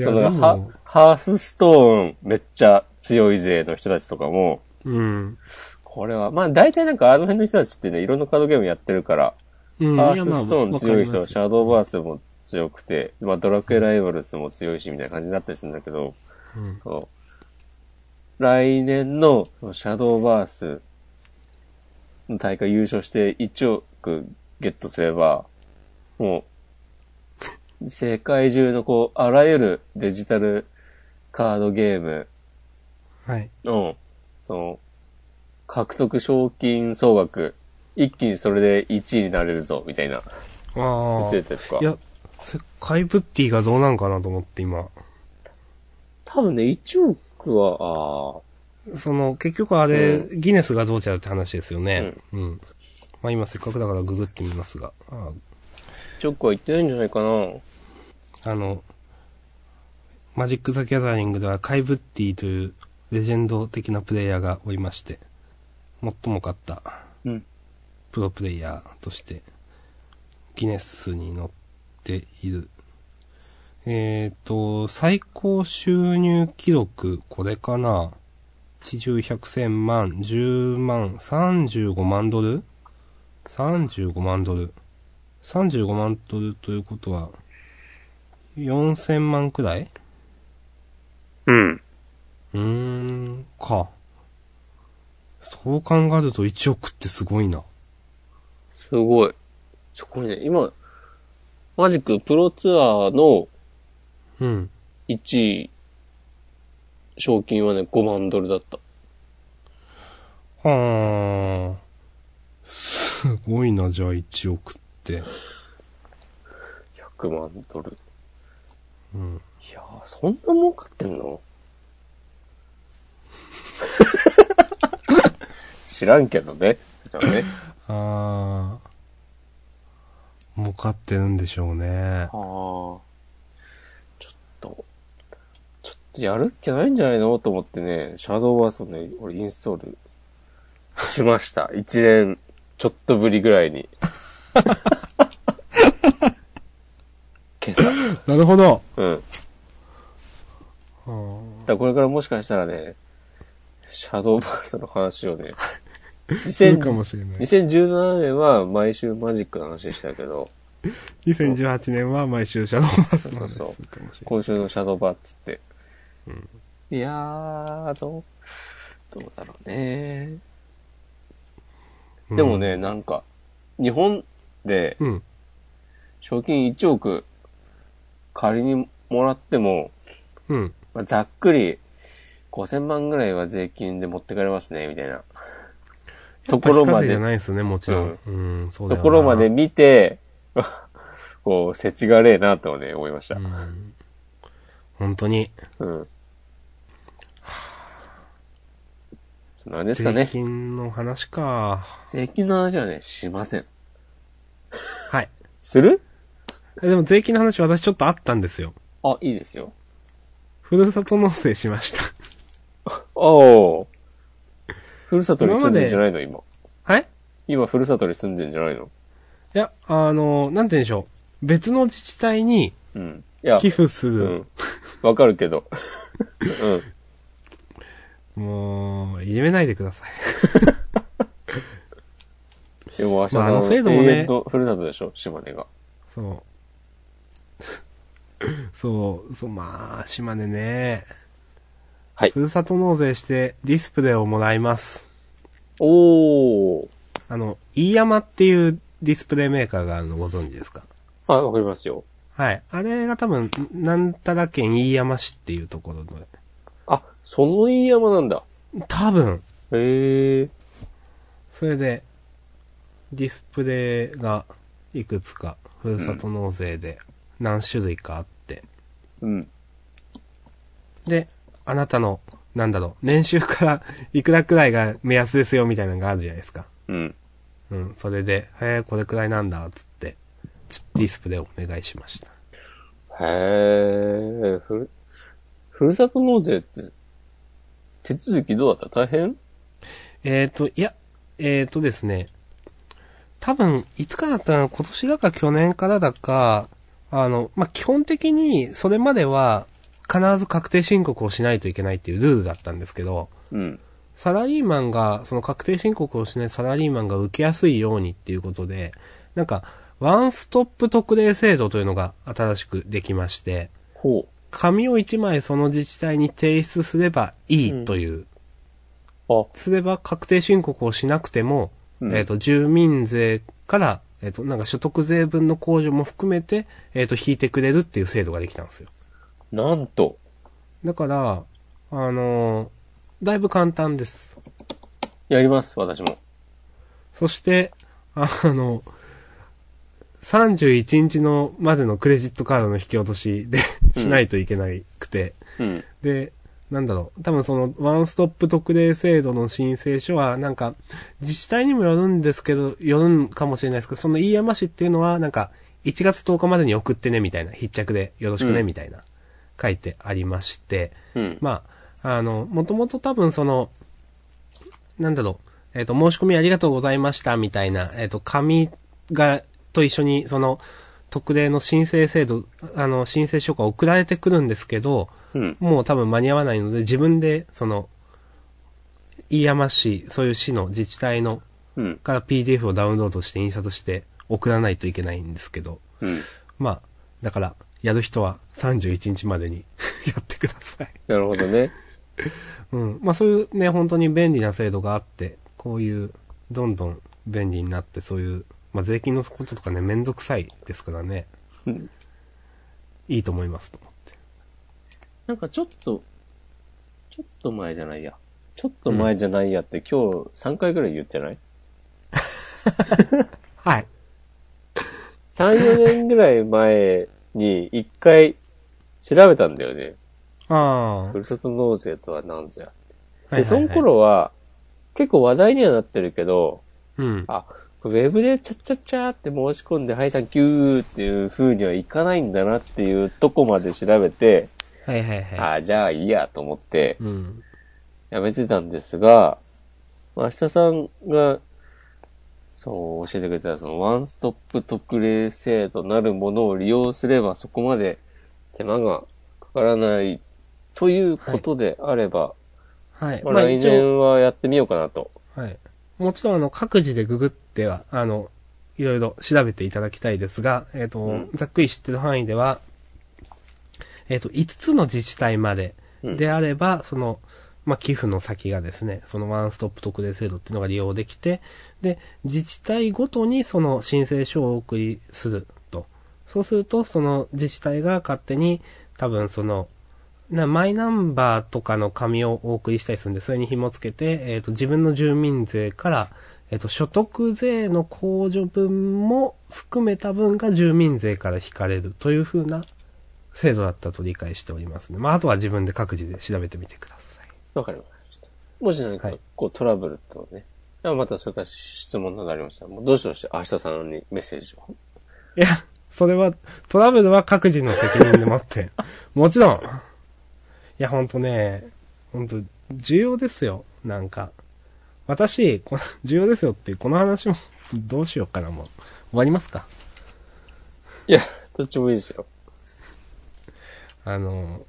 [SPEAKER 1] そ
[SPEAKER 2] や、
[SPEAKER 1] の
[SPEAKER 2] で
[SPEAKER 1] ハ
[SPEAKER 2] も、、
[SPEAKER 1] ハースストーンめっちゃ強い勢の人たちとかも、
[SPEAKER 2] うん。
[SPEAKER 1] これは、まあ大体なんかあの辺の人たちってね、いろんなカードゲームやってるから、
[SPEAKER 2] うん、
[SPEAKER 1] ハー
[SPEAKER 2] いや
[SPEAKER 1] ス
[SPEAKER 2] まあ
[SPEAKER 1] ストーン強い人、
[SPEAKER 2] わかり
[SPEAKER 1] シャドーバースも強くて、まあドラクエライバルスも強いし、みたいな感じになったりするんだけど、
[SPEAKER 2] ますうん
[SPEAKER 1] そう。来年のそのシャドーバースの大会優勝して1億ゲットすれば、もう、世界中のこう、あらゆるデジタルカードゲーム
[SPEAKER 2] はい。
[SPEAKER 1] の、その、獲得賞金総額、一気にそれで1位になれるぞ、みたいな。
[SPEAKER 2] あ
[SPEAKER 1] 出てるか
[SPEAKER 2] あ。いや、それカイブッティがどうなんかなと思って今。
[SPEAKER 1] 多分ね、1億は、ああ、
[SPEAKER 2] その、結局あれ、ギネスがどうちゃうって話ですよね。うん。まあ今せっかくだからググってみますが。あ
[SPEAKER 1] 1億は行ってないんじゃないかな。
[SPEAKER 2] あの、マジック・ザ・ギャザリングではカイブッティというレジェンド的なプレイヤーがおりまして、最も勝った
[SPEAKER 1] うん。
[SPEAKER 2] プロプレイヤーとして、ギネスに載っている。えっ、と、最高収入記録、これかな ?80、100、千万、10万、35万ドル ?35 万ドル。35万ドルということは、4000万くらい
[SPEAKER 1] うん。
[SPEAKER 2] うーん、か。そう考えると1億ってすごいな。
[SPEAKER 1] すごい。すごいね。今、マジックプロツアーの
[SPEAKER 2] うん。
[SPEAKER 1] 1位、賞金はね、5万ドルだった。
[SPEAKER 2] はあ。すごいな、じゃあ1億って。
[SPEAKER 1] 100万ドル。
[SPEAKER 2] う
[SPEAKER 1] い
[SPEAKER 2] ん。
[SPEAKER 1] やー、そんな儲かってんの知らんけどね。それはね。
[SPEAKER 2] ああ。儲かってるんでしょうね
[SPEAKER 1] ああ。。ちょっと、ちょっとやるっきゃないんじゃないのと思ってね、シャドウバーソンね、俺インストールしました。1年 ちょっとぶりぐらいに。 今朝。
[SPEAKER 2] なるほど。
[SPEAKER 1] うん。
[SPEAKER 2] あー
[SPEAKER 1] だからこれからもしかしたらね、シャドーバーストの話をね、2000
[SPEAKER 2] しれな。
[SPEAKER 1] 2017年は毎週マジックの話でしたけど、
[SPEAKER 2] 2018年は毎週シャドーマス
[SPEAKER 1] の話する
[SPEAKER 2] かもし
[SPEAKER 1] 今週のシャドーバーっつって。いやー、どう、どうだろうね。でも。ね、なんか、日本で
[SPEAKER 2] うん。
[SPEAKER 1] 賞金1億仮にもらっても、
[SPEAKER 2] うん。
[SPEAKER 1] まあざっくり5000万ぐらいは税金で持ってかれますね、みたいな。ところま
[SPEAKER 2] 非課税じ
[SPEAKER 1] で
[SPEAKER 2] ゃないですね、もちろん。うん、そうだ
[SPEAKER 1] と
[SPEAKER 2] よな
[SPEAKER 1] ころまで見て、 こう、せちがれえなとね、思いました
[SPEAKER 2] う。ん。本当に。
[SPEAKER 1] うん。なんですか
[SPEAKER 2] 税
[SPEAKER 1] ね。
[SPEAKER 2] 金の話か。
[SPEAKER 1] 税金の話はね、しません。
[SPEAKER 2] はい。
[SPEAKER 1] する
[SPEAKER 2] えでも税金の話私ちょっとあったんですよ。
[SPEAKER 1] あ、いいですよ。
[SPEAKER 2] ふるさと納税しました。
[SPEAKER 1] おお。ふるさとに住んでんじゃないの、今。
[SPEAKER 2] はい
[SPEAKER 1] 今、ふるさとに住んでんじゃないの
[SPEAKER 2] いや、あの、なんて言うんでしょう。別の自治体に
[SPEAKER 1] うん。いや、
[SPEAKER 2] 寄付す
[SPEAKER 1] う
[SPEAKER 2] る。
[SPEAKER 1] ん。わかるけど。うん。
[SPEAKER 2] もう、いじめないでください。
[SPEAKER 1] でも、明日
[SPEAKER 2] まああ
[SPEAKER 1] の
[SPEAKER 2] の制度もね
[SPEAKER 1] 永遠とふるさとでしょ、島根が。
[SPEAKER 2] そう。 そう、そう、まあ、島根ね。
[SPEAKER 1] はい
[SPEAKER 2] ふるさと納税してディスプレイをもらいます。
[SPEAKER 1] おお。
[SPEAKER 2] あの、飯山っていうディスプレイメーカーがあるのご存知ですか
[SPEAKER 1] あ、わかりますよ。
[SPEAKER 2] はい。あれが多分、なんたら県飯山市っていうところの、
[SPEAKER 1] あ、その飯山なんだ。
[SPEAKER 2] 多分、
[SPEAKER 1] へえ。
[SPEAKER 2] それで、ディスプレイがいくつか、ふるさと納税で何種類かあって、
[SPEAKER 1] うん。
[SPEAKER 2] で、あなたの、なんだろう、年収から いくらくらいが目安ですよみたいなのがあるじゃないですか。
[SPEAKER 1] うん。
[SPEAKER 2] うん、それで、へえ、これくらいなんだ、つって、ちょっとディスプレイお願いしました。
[SPEAKER 1] へえ。ふる、ふるさと納税って、手続きどうだった大変
[SPEAKER 2] えっ、と、いや、えっ、とですね、多分、いつかだったら今年だか去年からだか、あの、まあ、基本的に、それまでは、必ず確定申告をしないといけないっていうルールだったんですけど、
[SPEAKER 1] うん。
[SPEAKER 2] サラリーマンが、その確定申告をしないサラリーマンが受けやすいようにっていうことで、なんか、ワンストップ特例制度というのが新しくできまして、
[SPEAKER 1] ほ
[SPEAKER 2] 紙を1枚その自治体に提出すればいいという、
[SPEAKER 1] う。あ、
[SPEAKER 2] すれば確定申告をしなくても、
[SPEAKER 1] うん
[SPEAKER 2] えっ、と、住民税から、えっ、と、なんか所得税分の控除も含めて、えっ、と、引いてくれるっていう制度ができたんですよ。
[SPEAKER 1] なんと。
[SPEAKER 2] だから、あのーだいぶ簡単です。
[SPEAKER 1] やります、私も。
[SPEAKER 2] そして、あの、31日のまでのクレジットカードの引き落としで しないといけなくて、
[SPEAKER 1] うん。
[SPEAKER 2] で、なんだろう、多分そのワンストップ特例制度の申請書は、なんか、自治体にもよるんですけど、よるんかもしれないですけど、その飯山市っていうのは、なんか、1月10日までに送ってね、みたいな、筆着でよろしくね、
[SPEAKER 1] うん
[SPEAKER 2] みたいな、書いてありまして、
[SPEAKER 1] うん。
[SPEAKER 2] まあ、あの、もともと多分その、なんだろう、えっ、と、申し込みありがとうございましたみたいな、えっ、と、紙が、と一緒に、その、特例の申請制度、あの、申請書が送られてくるんですけど、
[SPEAKER 1] うん。
[SPEAKER 2] もう多分間に合わないので、自分で、その、飯山市、そういう市の自治体の、
[SPEAKER 1] うん。
[SPEAKER 2] から PDF をダウンロードして印刷して送らないといけないんですけど、
[SPEAKER 1] うん。
[SPEAKER 2] まあ、だから、やる人は31日までに やってください。
[SPEAKER 1] なるほどね。
[SPEAKER 2] うん。まあそういうね、本当に便利な制度があって、こういう、どんどん便利になって、そういう、まあ税金のこととかね、めんどくさいですからね、
[SPEAKER 1] うん。
[SPEAKER 2] いいと思いますと思って。
[SPEAKER 1] なんかちょっと、ちょっと前じゃないや。ちょっと前じゃないやって、今日3回ぐらい言ってない
[SPEAKER 2] はい。
[SPEAKER 1] ?3、4年ぐらい前に1回調べたんだよね。
[SPEAKER 2] ああ。は
[SPEAKER 1] ふるさと納税とは何ぞや。
[SPEAKER 2] いはいは
[SPEAKER 1] で、
[SPEAKER 2] い
[SPEAKER 1] その、頃は、結構話題にはなってるけど、
[SPEAKER 2] うん。
[SPEAKER 1] あ、ウェブでチャッチャッチャーって申し込んで、はい、サンキューっていう風にはいかないんだなっていうとこまで調べて、
[SPEAKER 2] はいはいはい。
[SPEAKER 1] あ、じゃあいいやと思って
[SPEAKER 2] うん。
[SPEAKER 1] やめてたんですが、まあ、明日さんが、そう、教えてくれた、その、ワンストップ特例制度なるものを利用すれば、そこまで手間がかからないということであれば、
[SPEAKER 2] はい。
[SPEAKER 1] まあ、来
[SPEAKER 2] 一応
[SPEAKER 1] 年はやってみようかなと。
[SPEAKER 2] はい。もちろん、あの、各自でググっては、あの、いろいろ調べていただきたいですが、えっ、と、
[SPEAKER 1] うん
[SPEAKER 2] ざっくり知ってる範囲では、えっ、と、5つの自治体まで
[SPEAKER 1] うん
[SPEAKER 2] であれば、その、まあ、寄付の先がですね、そのワンストップ特例制度っていうのが利用できて、で、自治体ごとにその申請書をお送りすると。そうすると、その自治体が勝手に、多分その、なマイナンバーとかの紙をお送りしたりするんで、それに紐付けて、えっ、と、自分の住民税から、えっ、と、所得税の控除分も含めた分が住民税から引かれるというふうな制度だったと理解しておりますね。まあ、あとは自分で各自で調べてみてください。
[SPEAKER 1] わかりました。もし何か
[SPEAKER 2] はい、
[SPEAKER 1] こう、トラブルとね、あまたそれから質問などありましたら、もうどうしどうして明日さんにメッセージを。
[SPEAKER 2] いや、それは、トラブルは各自の責任でもって。 もちろん。いや、ほんとね、ほんと、重要ですよ。なんか。私、この、重要ですよっていう、この話も、どうしようかな、もう。終わりますか
[SPEAKER 1] いや、どっちもいいですよ。
[SPEAKER 2] あの、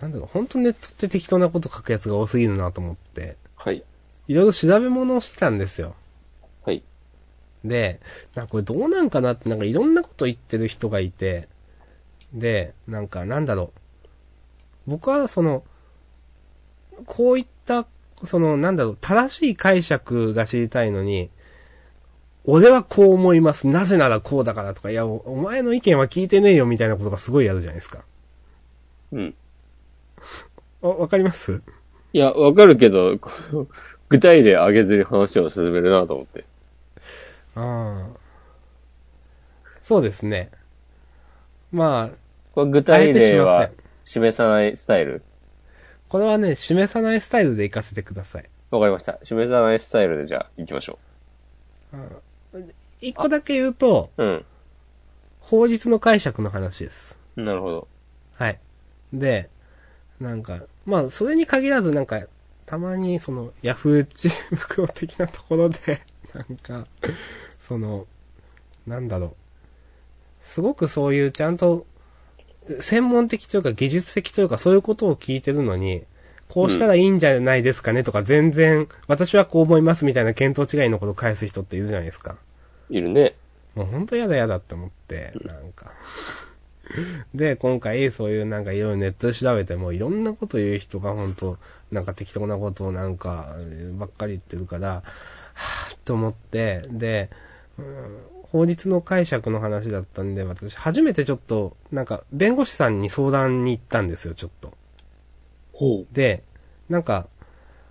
[SPEAKER 2] なんだろう、ほんとネットって適当なこと書くやつが多すぎるなと思って、
[SPEAKER 1] はい。
[SPEAKER 2] いろいろ調べ物をしてたんですよ。
[SPEAKER 1] はい。
[SPEAKER 2] で、なんかこれどうなんかなって、なんかいろんなこと言ってる人がいて、で、なんかなんだろう。僕はその、こういった、そのなんだろう、正しい解釈が知りたいのに、俺はこう思います。なぜならこうだからとか、いや、おお前の意見は聞いてねえよみたいなことがすごいやるじゃないですか。
[SPEAKER 1] うん。
[SPEAKER 2] あわかります
[SPEAKER 1] いや、わかるけど、こう具体例上げずに話を進めるなと思って。
[SPEAKER 2] ああ。そうですね。まあ、
[SPEAKER 1] これ具体例
[SPEAKER 2] あえ
[SPEAKER 1] は
[SPEAKER 2] てしま
[SPEAKER 1] 示さないスタイル
[SPEAKER 2] これはね、示さないスタイルで行かせてください。
[SPEAKER 1] わかりました。示さないスタイルでじゃあ行きましょ
[SPEAKER 2] 一個だけ言うと、
[SPEAKER 1] う。うん。
[SPEAKER 2] 法律の解釈の話です。
[SPEAKER 1] なるほど。
[SPEAKER 2] はい。で、なんか、まあ、それに限らず、なんか、たまに、その、ヤフー知恵袋的なところで、 なんか、その、なんだろう。すごくそういう、ちゃんと、専門的というか、技術的というか、そういうことを聞いてるのに、こうしたらいいんじゃないですかねとか、全然、私はこう思いますみたいな見当違いのことを返す人っているじゃないですか。
[SPEAKER 1] いるね。
[SPEAKER 2] もうほんとやだやだって思って、なんか。 で、今回、そういうなんかいろいろネットで調べても、いろんなこと言う人がほんと、なんか適当なことをなんか、ばっかり言ってるから、はぁ、と思って、で、うん法律の解釈の話だったんで、私、初めてちょっと、なんか、弁護士さんに相談に行ったんですよ、ちょっと。
[SPEAKER 1] ほう。
[SPEAKER 2] で、なんか、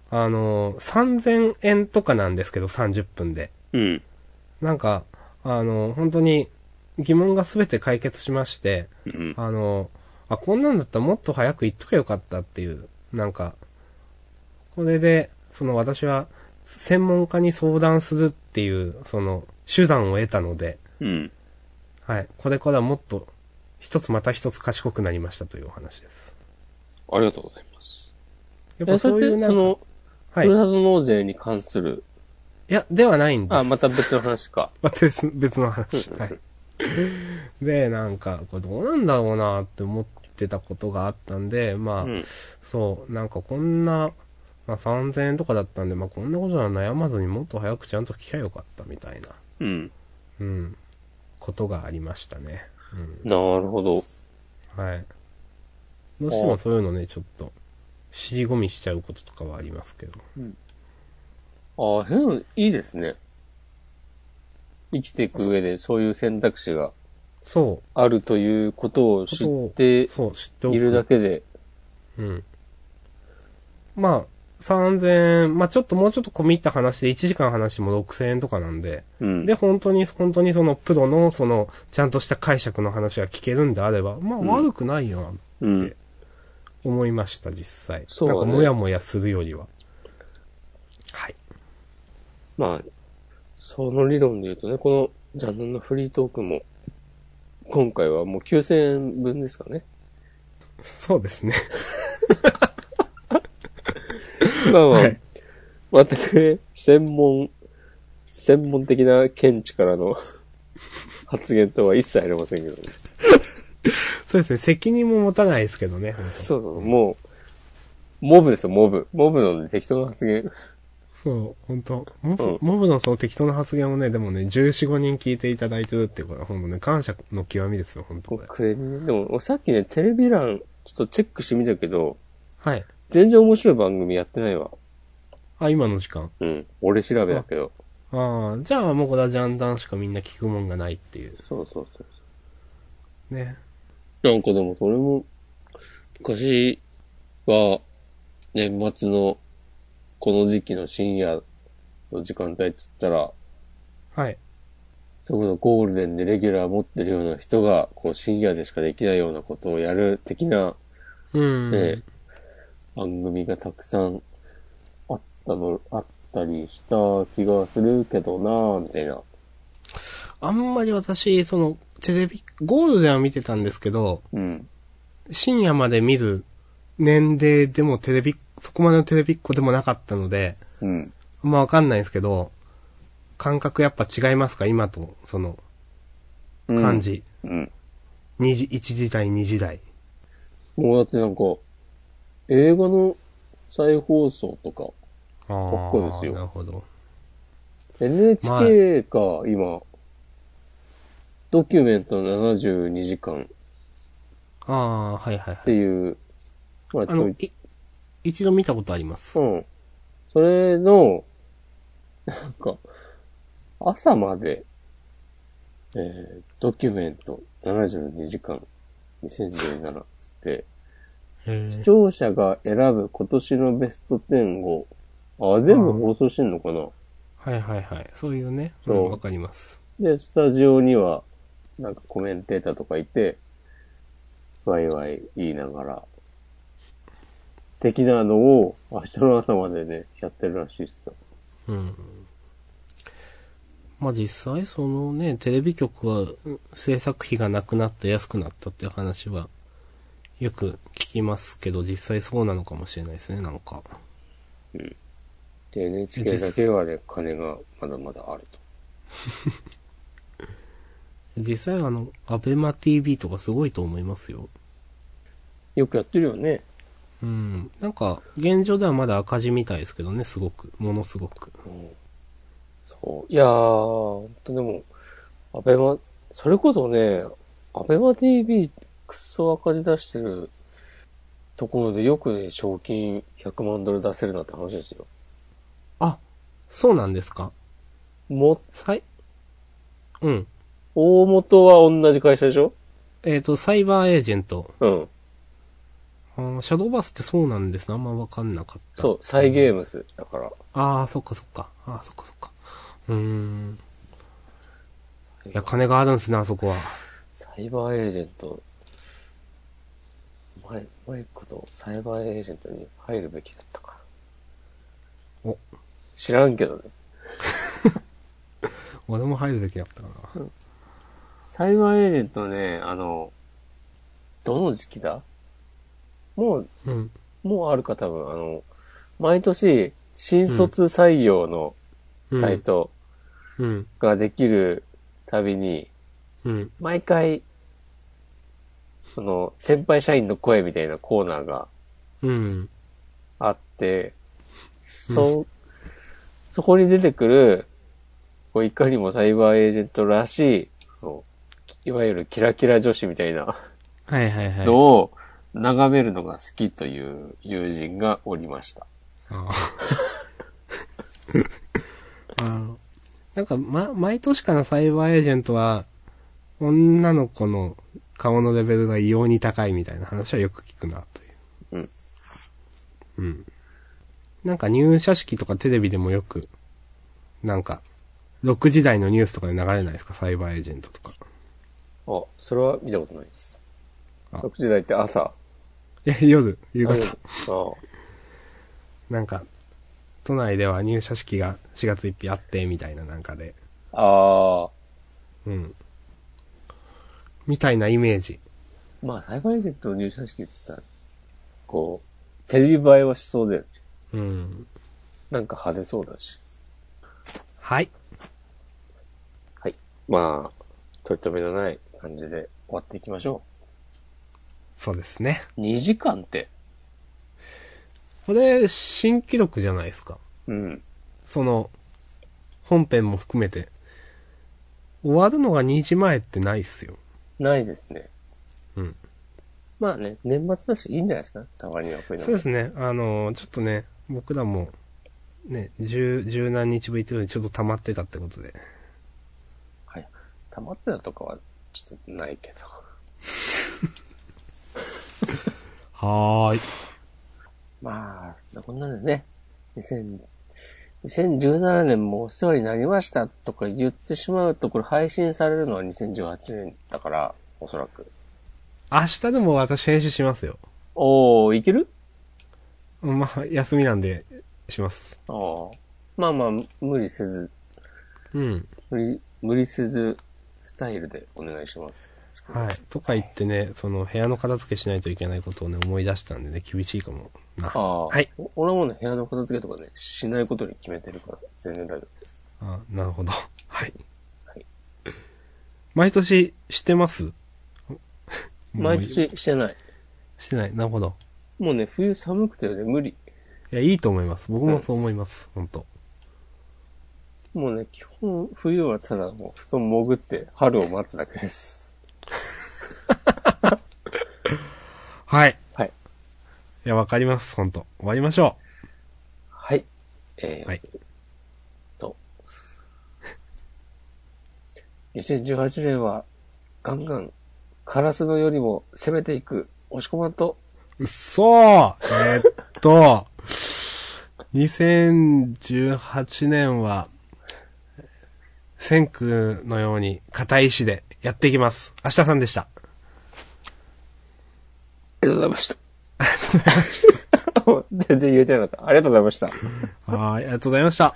[SPEAKER 2] あの、3000円とかなんですけど、30分で。
[SPEAKER 1] うん。
[SPEAKER 2] なんか、あの、本当に疑問が全て解決しまして、
[SPEAKER 1] うん。
[SPEAKER 2] あの、あ、こんなんだったらもっと早く行っときゃよかったっていう、なんか、これで、その私は、専門家に相談するっていう、その、手段を得たので、
[SPEAKER 1] うん。
[SPEAKER 2] はい、これからもっと、一つまた一つ賢くなりましたというお話です。
[SPEAKER 1] ありがとうございます。
[SPEAKER 2] やっ
[SPEAKER 1] え
[SPEAKER 2] ぱ
[SPEAKER 1] そ
[SPEAKER 2] そうい
[SPEAKER 1] れ
[SPEAKER 2] う
[SPEAKER 1] で、
[SPEAKER 2] なん
[SPEAKER 1] そ
[SPEAKER 2] か、
[SPEAKER 1] の、
[SPEAKER 2] はい。
[SPEAKER 1] ふ
[SPEAKER 2] い
[SPEAKER 1] るさと納税に関する、
[SPEAKER 2] や、ではないんです。
[SPEAKER 1] あ、また別の話か。
[SPEAKER 2] また別別の 話。
[SPEAKER 1] うん
[SPEAKER 2] はい。で、なんか、これどうなんだろうなって思ってたことがあったんで、まあ、
[SPEAKER 1] うん。
[SPEAKER 2] そう、なんかこんな、まあ3000円とかだったんで、まあこんなことは悩まずにもっと早くちゃんと聞きゃよかったみたいな、
[SPEAKER 1] うん。
[SPEAKER 2] うん、ことがありましたね。
[SPEAKER 1] なるほど。
[SPEAKER 2] うん、はい。どうしてもそういうのね、ちょっと、尻込みしちゃうこととかはありますけど。
[SPEAKER 1] ああ、そういうのいいですね。生きていく上でそういう選択肢が
[SPEAKER 2] そ
[SPEAKER 1] あるということを知って
[SPEAKER 2] う、そう、知っておく。
[SPEAKER 1] いるだけで、
[SPEAKER 2] うん。まあ、3000円、まあちょっともうちょっと込み入った話で1時間話しても6000円とかなんで、
[SPEAKER 1] うん。
[SPEAKER 2] で、本当に、本当にそのプロの、その、ちゃんとした解釈の話が聞けるんであれば、まあ悪くないよな、
[SPEAKER 1] うん。
[SPEAKER 2] 思いました、実際。
[SPEAKER 1] そうだ
[SPEAKER 2] な
[SPEAKER 1] ね
[SPEAKER 2] んか、もやもやするよりは。はい。
[SPEAKER 1] まあ、その理論で言うとね、このジャンルのフリートークも、今回はもう9000円分ですかね。
[SPEAKER 2] そうですね。
[SPEAKER 1] まあまあ、
[SPEAKER 2] はい
[SPEAKER 1] 全くね、専門、専門的な見地からの 発言とは一切ありませんけど、ね、
[SPEAKER 2] そうですね。責任も持たないですけどね。本当に
[SPEAKER 1] そうそう、もう、モブですよ、モブ。モブの、ね、適当な発言。
[SPEAKER 2] そう、本当
[SPEAKER 1] う
[SPEAKER 2] モ
[SPEAKER 1] ん
[SPEAKER 2] ブ、モブのその適当な発言をね、でもね、14、5人聞いていただいてるっていうことは、本当ね、感謝の極みですよ、本当これ。
[SPEAKER 1] クレミね。でも、さっきね、テレビ欄、ちょっとチェックしてみたけど、
[SPEAKER 2] はい。
[SPEAKER 1] 全然面白い番組やってないわ。
[SPEAKER 2] あ、今の時間。
[SPEAKER 1] うん。俺調べだけど。
[SPEAKER 2] ああ、じゃあもうこれはジャンダンしかみんな聞くもんがないっていう。
[SPEAKER 1] そうそうそうそ
[SPEAKER 2] ね。
[SPEAKER 1] う。なんかでも、それも、昔は、年末の、この時期の深夜の時間帯っつったら、
[SPEAKER 2] はい。
[SPEAKER 1] それこそゴールデンでレギュラー持ってるような人が、こう深夜でしかできないようなことをやる的な、
[SPEAKER 2] うん。
[SPEAKER 1] ええ番組がたくさんあったの、あったりした気がするけどなぁ、みたいな。
[SPEAKER 2] あんまり私、その、テレビ、ゴールデンは見てたんですけど、
[SPEAKER 1] うん。
[SPEAKER 2] 深夜まで見る年齢でもテレビ、そこまでのテレビっ子でもなかったので、
[SPEAKER 1] うん。
[SPEAKER 2] まあわかんないですけど、感覚やっぱ違いますか今と、その、感。じ。
[SPEAKER 1] うん。
[SPEAKER 2] 二時、一時代、二時代。
[SPEAKER 1] もうだってなんか、映画の再放送とか、
[SPEAKER 2] あ
[SPEAKER 1] かっこいいですよ
[SPEAKER 2] なるほど。
[SPEAKER 1] NHK か、今、ドキュメント72時間
[SPEAKER 2] ああ、はいはい
[SPEAKER 1] っ
[SPEAKER 2] は
[SPEAKER 1] て
[SPEAKER 2] い。
[SPEAKER 1] いう、まあ
[SPEAKER 2] あ
[SPEAKER 1] ちょ
[SPEAKER 2] の、
[SPEAKER 1] い、
[SPEAKER 2] い、一度見たことあります。
[SPEAKER 1] うん。それの、なんか、朝まで、えー、ドキュメント72時間2017つって、
[SPEAKER 2] へ
[SPEAKER 1] 視
[SPEAKER 2] え
[SPEAKER 1] 聴者が選ぶ今年のベスト10を、あ、全部放送してんのかな
[SPEAKER 2] はいはいはい。そういうね。う
[SPEAKER 1] そうん
[SPEAKER 2] わかります。
[SPEAKER 1] で、スタジオには、なんかコメンテーターとかいて、ワイワイ言いながら、的なのを明日の朝までね、やってるらしいっすよ。
[SPEAKER 2] うん。まあ実際そのね、テレビ局はうん制作費がなくなった安くなったっていう話はよく聞きますけど、実際そうなのかもしれないですね、なんか。
[SPEAKER 1] で、NHK だけはね、金がまだまだあると。
[SPEAKER 2] 実際あの、アベマ TV とかすごいと思いますよ。
[SPEAKER 1] よくやってるよね。
[SPEAKER 2] うん。なんか、現状ではまだ赤字みたいですけどね、すごく。ものすごく。
[SPEAKER 1] そう。いやー、ほんとでも、アベマ、それこそね、アベマ TV くっそ赤字出してるところでよくね、賞金100万ドル出せるなって話ですよ。
[SPEAKER 2] あ、そうなんですか
[SPEAKER 1] もっ
[SPEAKER 2] 最、うん。
[SPEAKER 1] 大元は同じ会社でしょ
[SPEAKER 2] えっ、と、サイバーエージェント。
[SPEAKER 1] うん。
[SPEAKER 2] ああーシャドーバースってそうなんですね。あんまわかんなかった。
[SPEAKER 1] そう、サイゲームス。だから、
[SPEAKER 2] ああ、そっかそっか。ああ、そっかそっか。うーん。いや、金があるんですね、あそこは。
[SPEAKER 1] サイバーエージェント、うまい、うまいこと、サイバーエージェントに入るべきだったか。
[SPEAKER 2] お
[SPEAKER 1] 知らんけどね。
[SPEAKER 2] 俺も入るべきだったかな。
[SPEAKER 1] サイバーエージェントね、あの、どの時期だもう、
[SPEAKER 2] うん。
[SPEAKER 1] もうあるか多分、あの、毎年、新卒採用の
[SPEAKER 2] うん
[SPEAKER 1] サイ。ト
[SPEAKER 2] うん。
[SPEAKER 1] ができるたびに、
[SPEAKER 2] うん。
[SPEAKER 1] 毎回、その、先輩社員の声みたいなコーナーが
[SPEAKER 2] うん。
[SPEAKER 1] あって、そう、そこに出てくる、こういかにもサイバーエージェントらしい、そう、いわゆるキラキラ女子みたいな
[SPEAKER 2] はいはいはい。
[SPEAKER 1] のを眺めるのが好きという友人がおりました。
[SPEAKER 2] あー あの、なんか、ま、毎年かな、サイバーエージェントは、女の子の顔のレベルが異様に高いみたいな話はよく聞くな、という。うん。うん。なんか入社式とかテレビでもよく、なんか、6時台のニュースとかで流れないですか、サイバーエージェントとか。
[SPEAKER 1] あ、それは見たことないです。
[SPEAKER 2] あ
[SPEAKER 1] 6時台って朝。
[SPEAKER 2] え、夜、夕
[SPEAKER 1] あ
[SPEAKER 2] 方。
[SPEAKER 1] あ
[SPEAKER 2] なんか、都内では入社式が4月1日あって、みたいななんかで。
[SPEAKER 1] ああ、
[SPEAKER 2] うん。みたいなイメージ。
[SPEAKER 1] まあ、サイバーエージェントの入社式って言ったら、こう、テレビ映えはしそうで、
[SPEAKER 2] うん。
[SPEAKER 1] なんか派手そうだし。
[SPEAKER 2] はい。
[SPEAKER 1] はい。まあ、取り留めのない感じで終わっていきましょ
[SPEAKER 2] そうですね。
[SPEAKER 1] う。2時間って。
[SPEAKER 2] これ、新記録じゃないですか。
[SPEAKER 1] うん。
[SPEAKER 2] その、本編も含めて。終わるのが2時前ってないっすよ。
[SPEAKER 1] ないですね。
[SPEAKER 2] うん。
[SPEAKER 1] まあね、年末だしいいんじゃないですかたまにはこういうの
[SPEAKER 2] そうですね。あのーちょっとね、僕らも、ね、十、十何日ぶりというのにちょっと溜まってたってことで。
[SPEAKER 1] はい。溜まってたとかは、ちょっとないけど。
[SPEAKER 2] はーい。
[SPEAKER 1] まあ、こんなんでね、2000 2017年もお世話になりましたとか言ってしまうと、これ配信されるのは2018年だから、おそらく。
[SPEAKER 2] 明日でも私編集しますよ。
[SPEAKER 1] おー、いける
[SPEAKER 2] まあ、休みなんで、します。
[SPEAKER 1] あーまあまあ、無理せず、
[SPEAKER 2] うん。
[SPEAKER 1] 無理、無理せず、スタイルでお願いします。
[SPEAKER 2] はい。とか言ってね、その部屋の片付けしないといけないことをね、思い出したんでね、厳しいかもな。
[SPEAKER 1] ああ、
[SPEAKER 2] はい。
[SPEAKER 1] お俺もね、部屋の片付けとかね、しないことに決めてるから、全然大丈
[SPEAKER 2] あなるほど。 はい。
[SPEAKER 1] はい
[SPEAKER 2] 毎年してます
[SPEAKER 1] 夫。毎
[SPEAKER 2] もう
[SPEAKER 1] 年してない。
[SPEAKER 2] してない。なるほど。
[SPEAKER 1] もうね、冬寒くてね、無理。
[SPEAKER 2] いや、いいと思います。僕もそう思います。本当
[SPEAKER 1] もうね、基本、冬はただもう、布団潜って、春を待つだけです。
[SPEAKER 2] はい。
[SPEAKER 1] はい。
[SPEAKER 2] いや、わかります。本当終わりましょ
[SPEAKER 1] はい。えー、
[SPEAKER 2] はい
[SPEAKER 1] と。2018年は、ガンガン、カラスのよりも攻めていく、押し込まんと、
[SPEAKER 2] う。うっそーえーっと、2018年は、千空のように硬い意志でやっていきます。明日さんでした。
[SPEAKER 1] ありがとうございました。全然言えてなかった。ありがとうございました。
[SPEAKER 2] はい、ありがとうございました。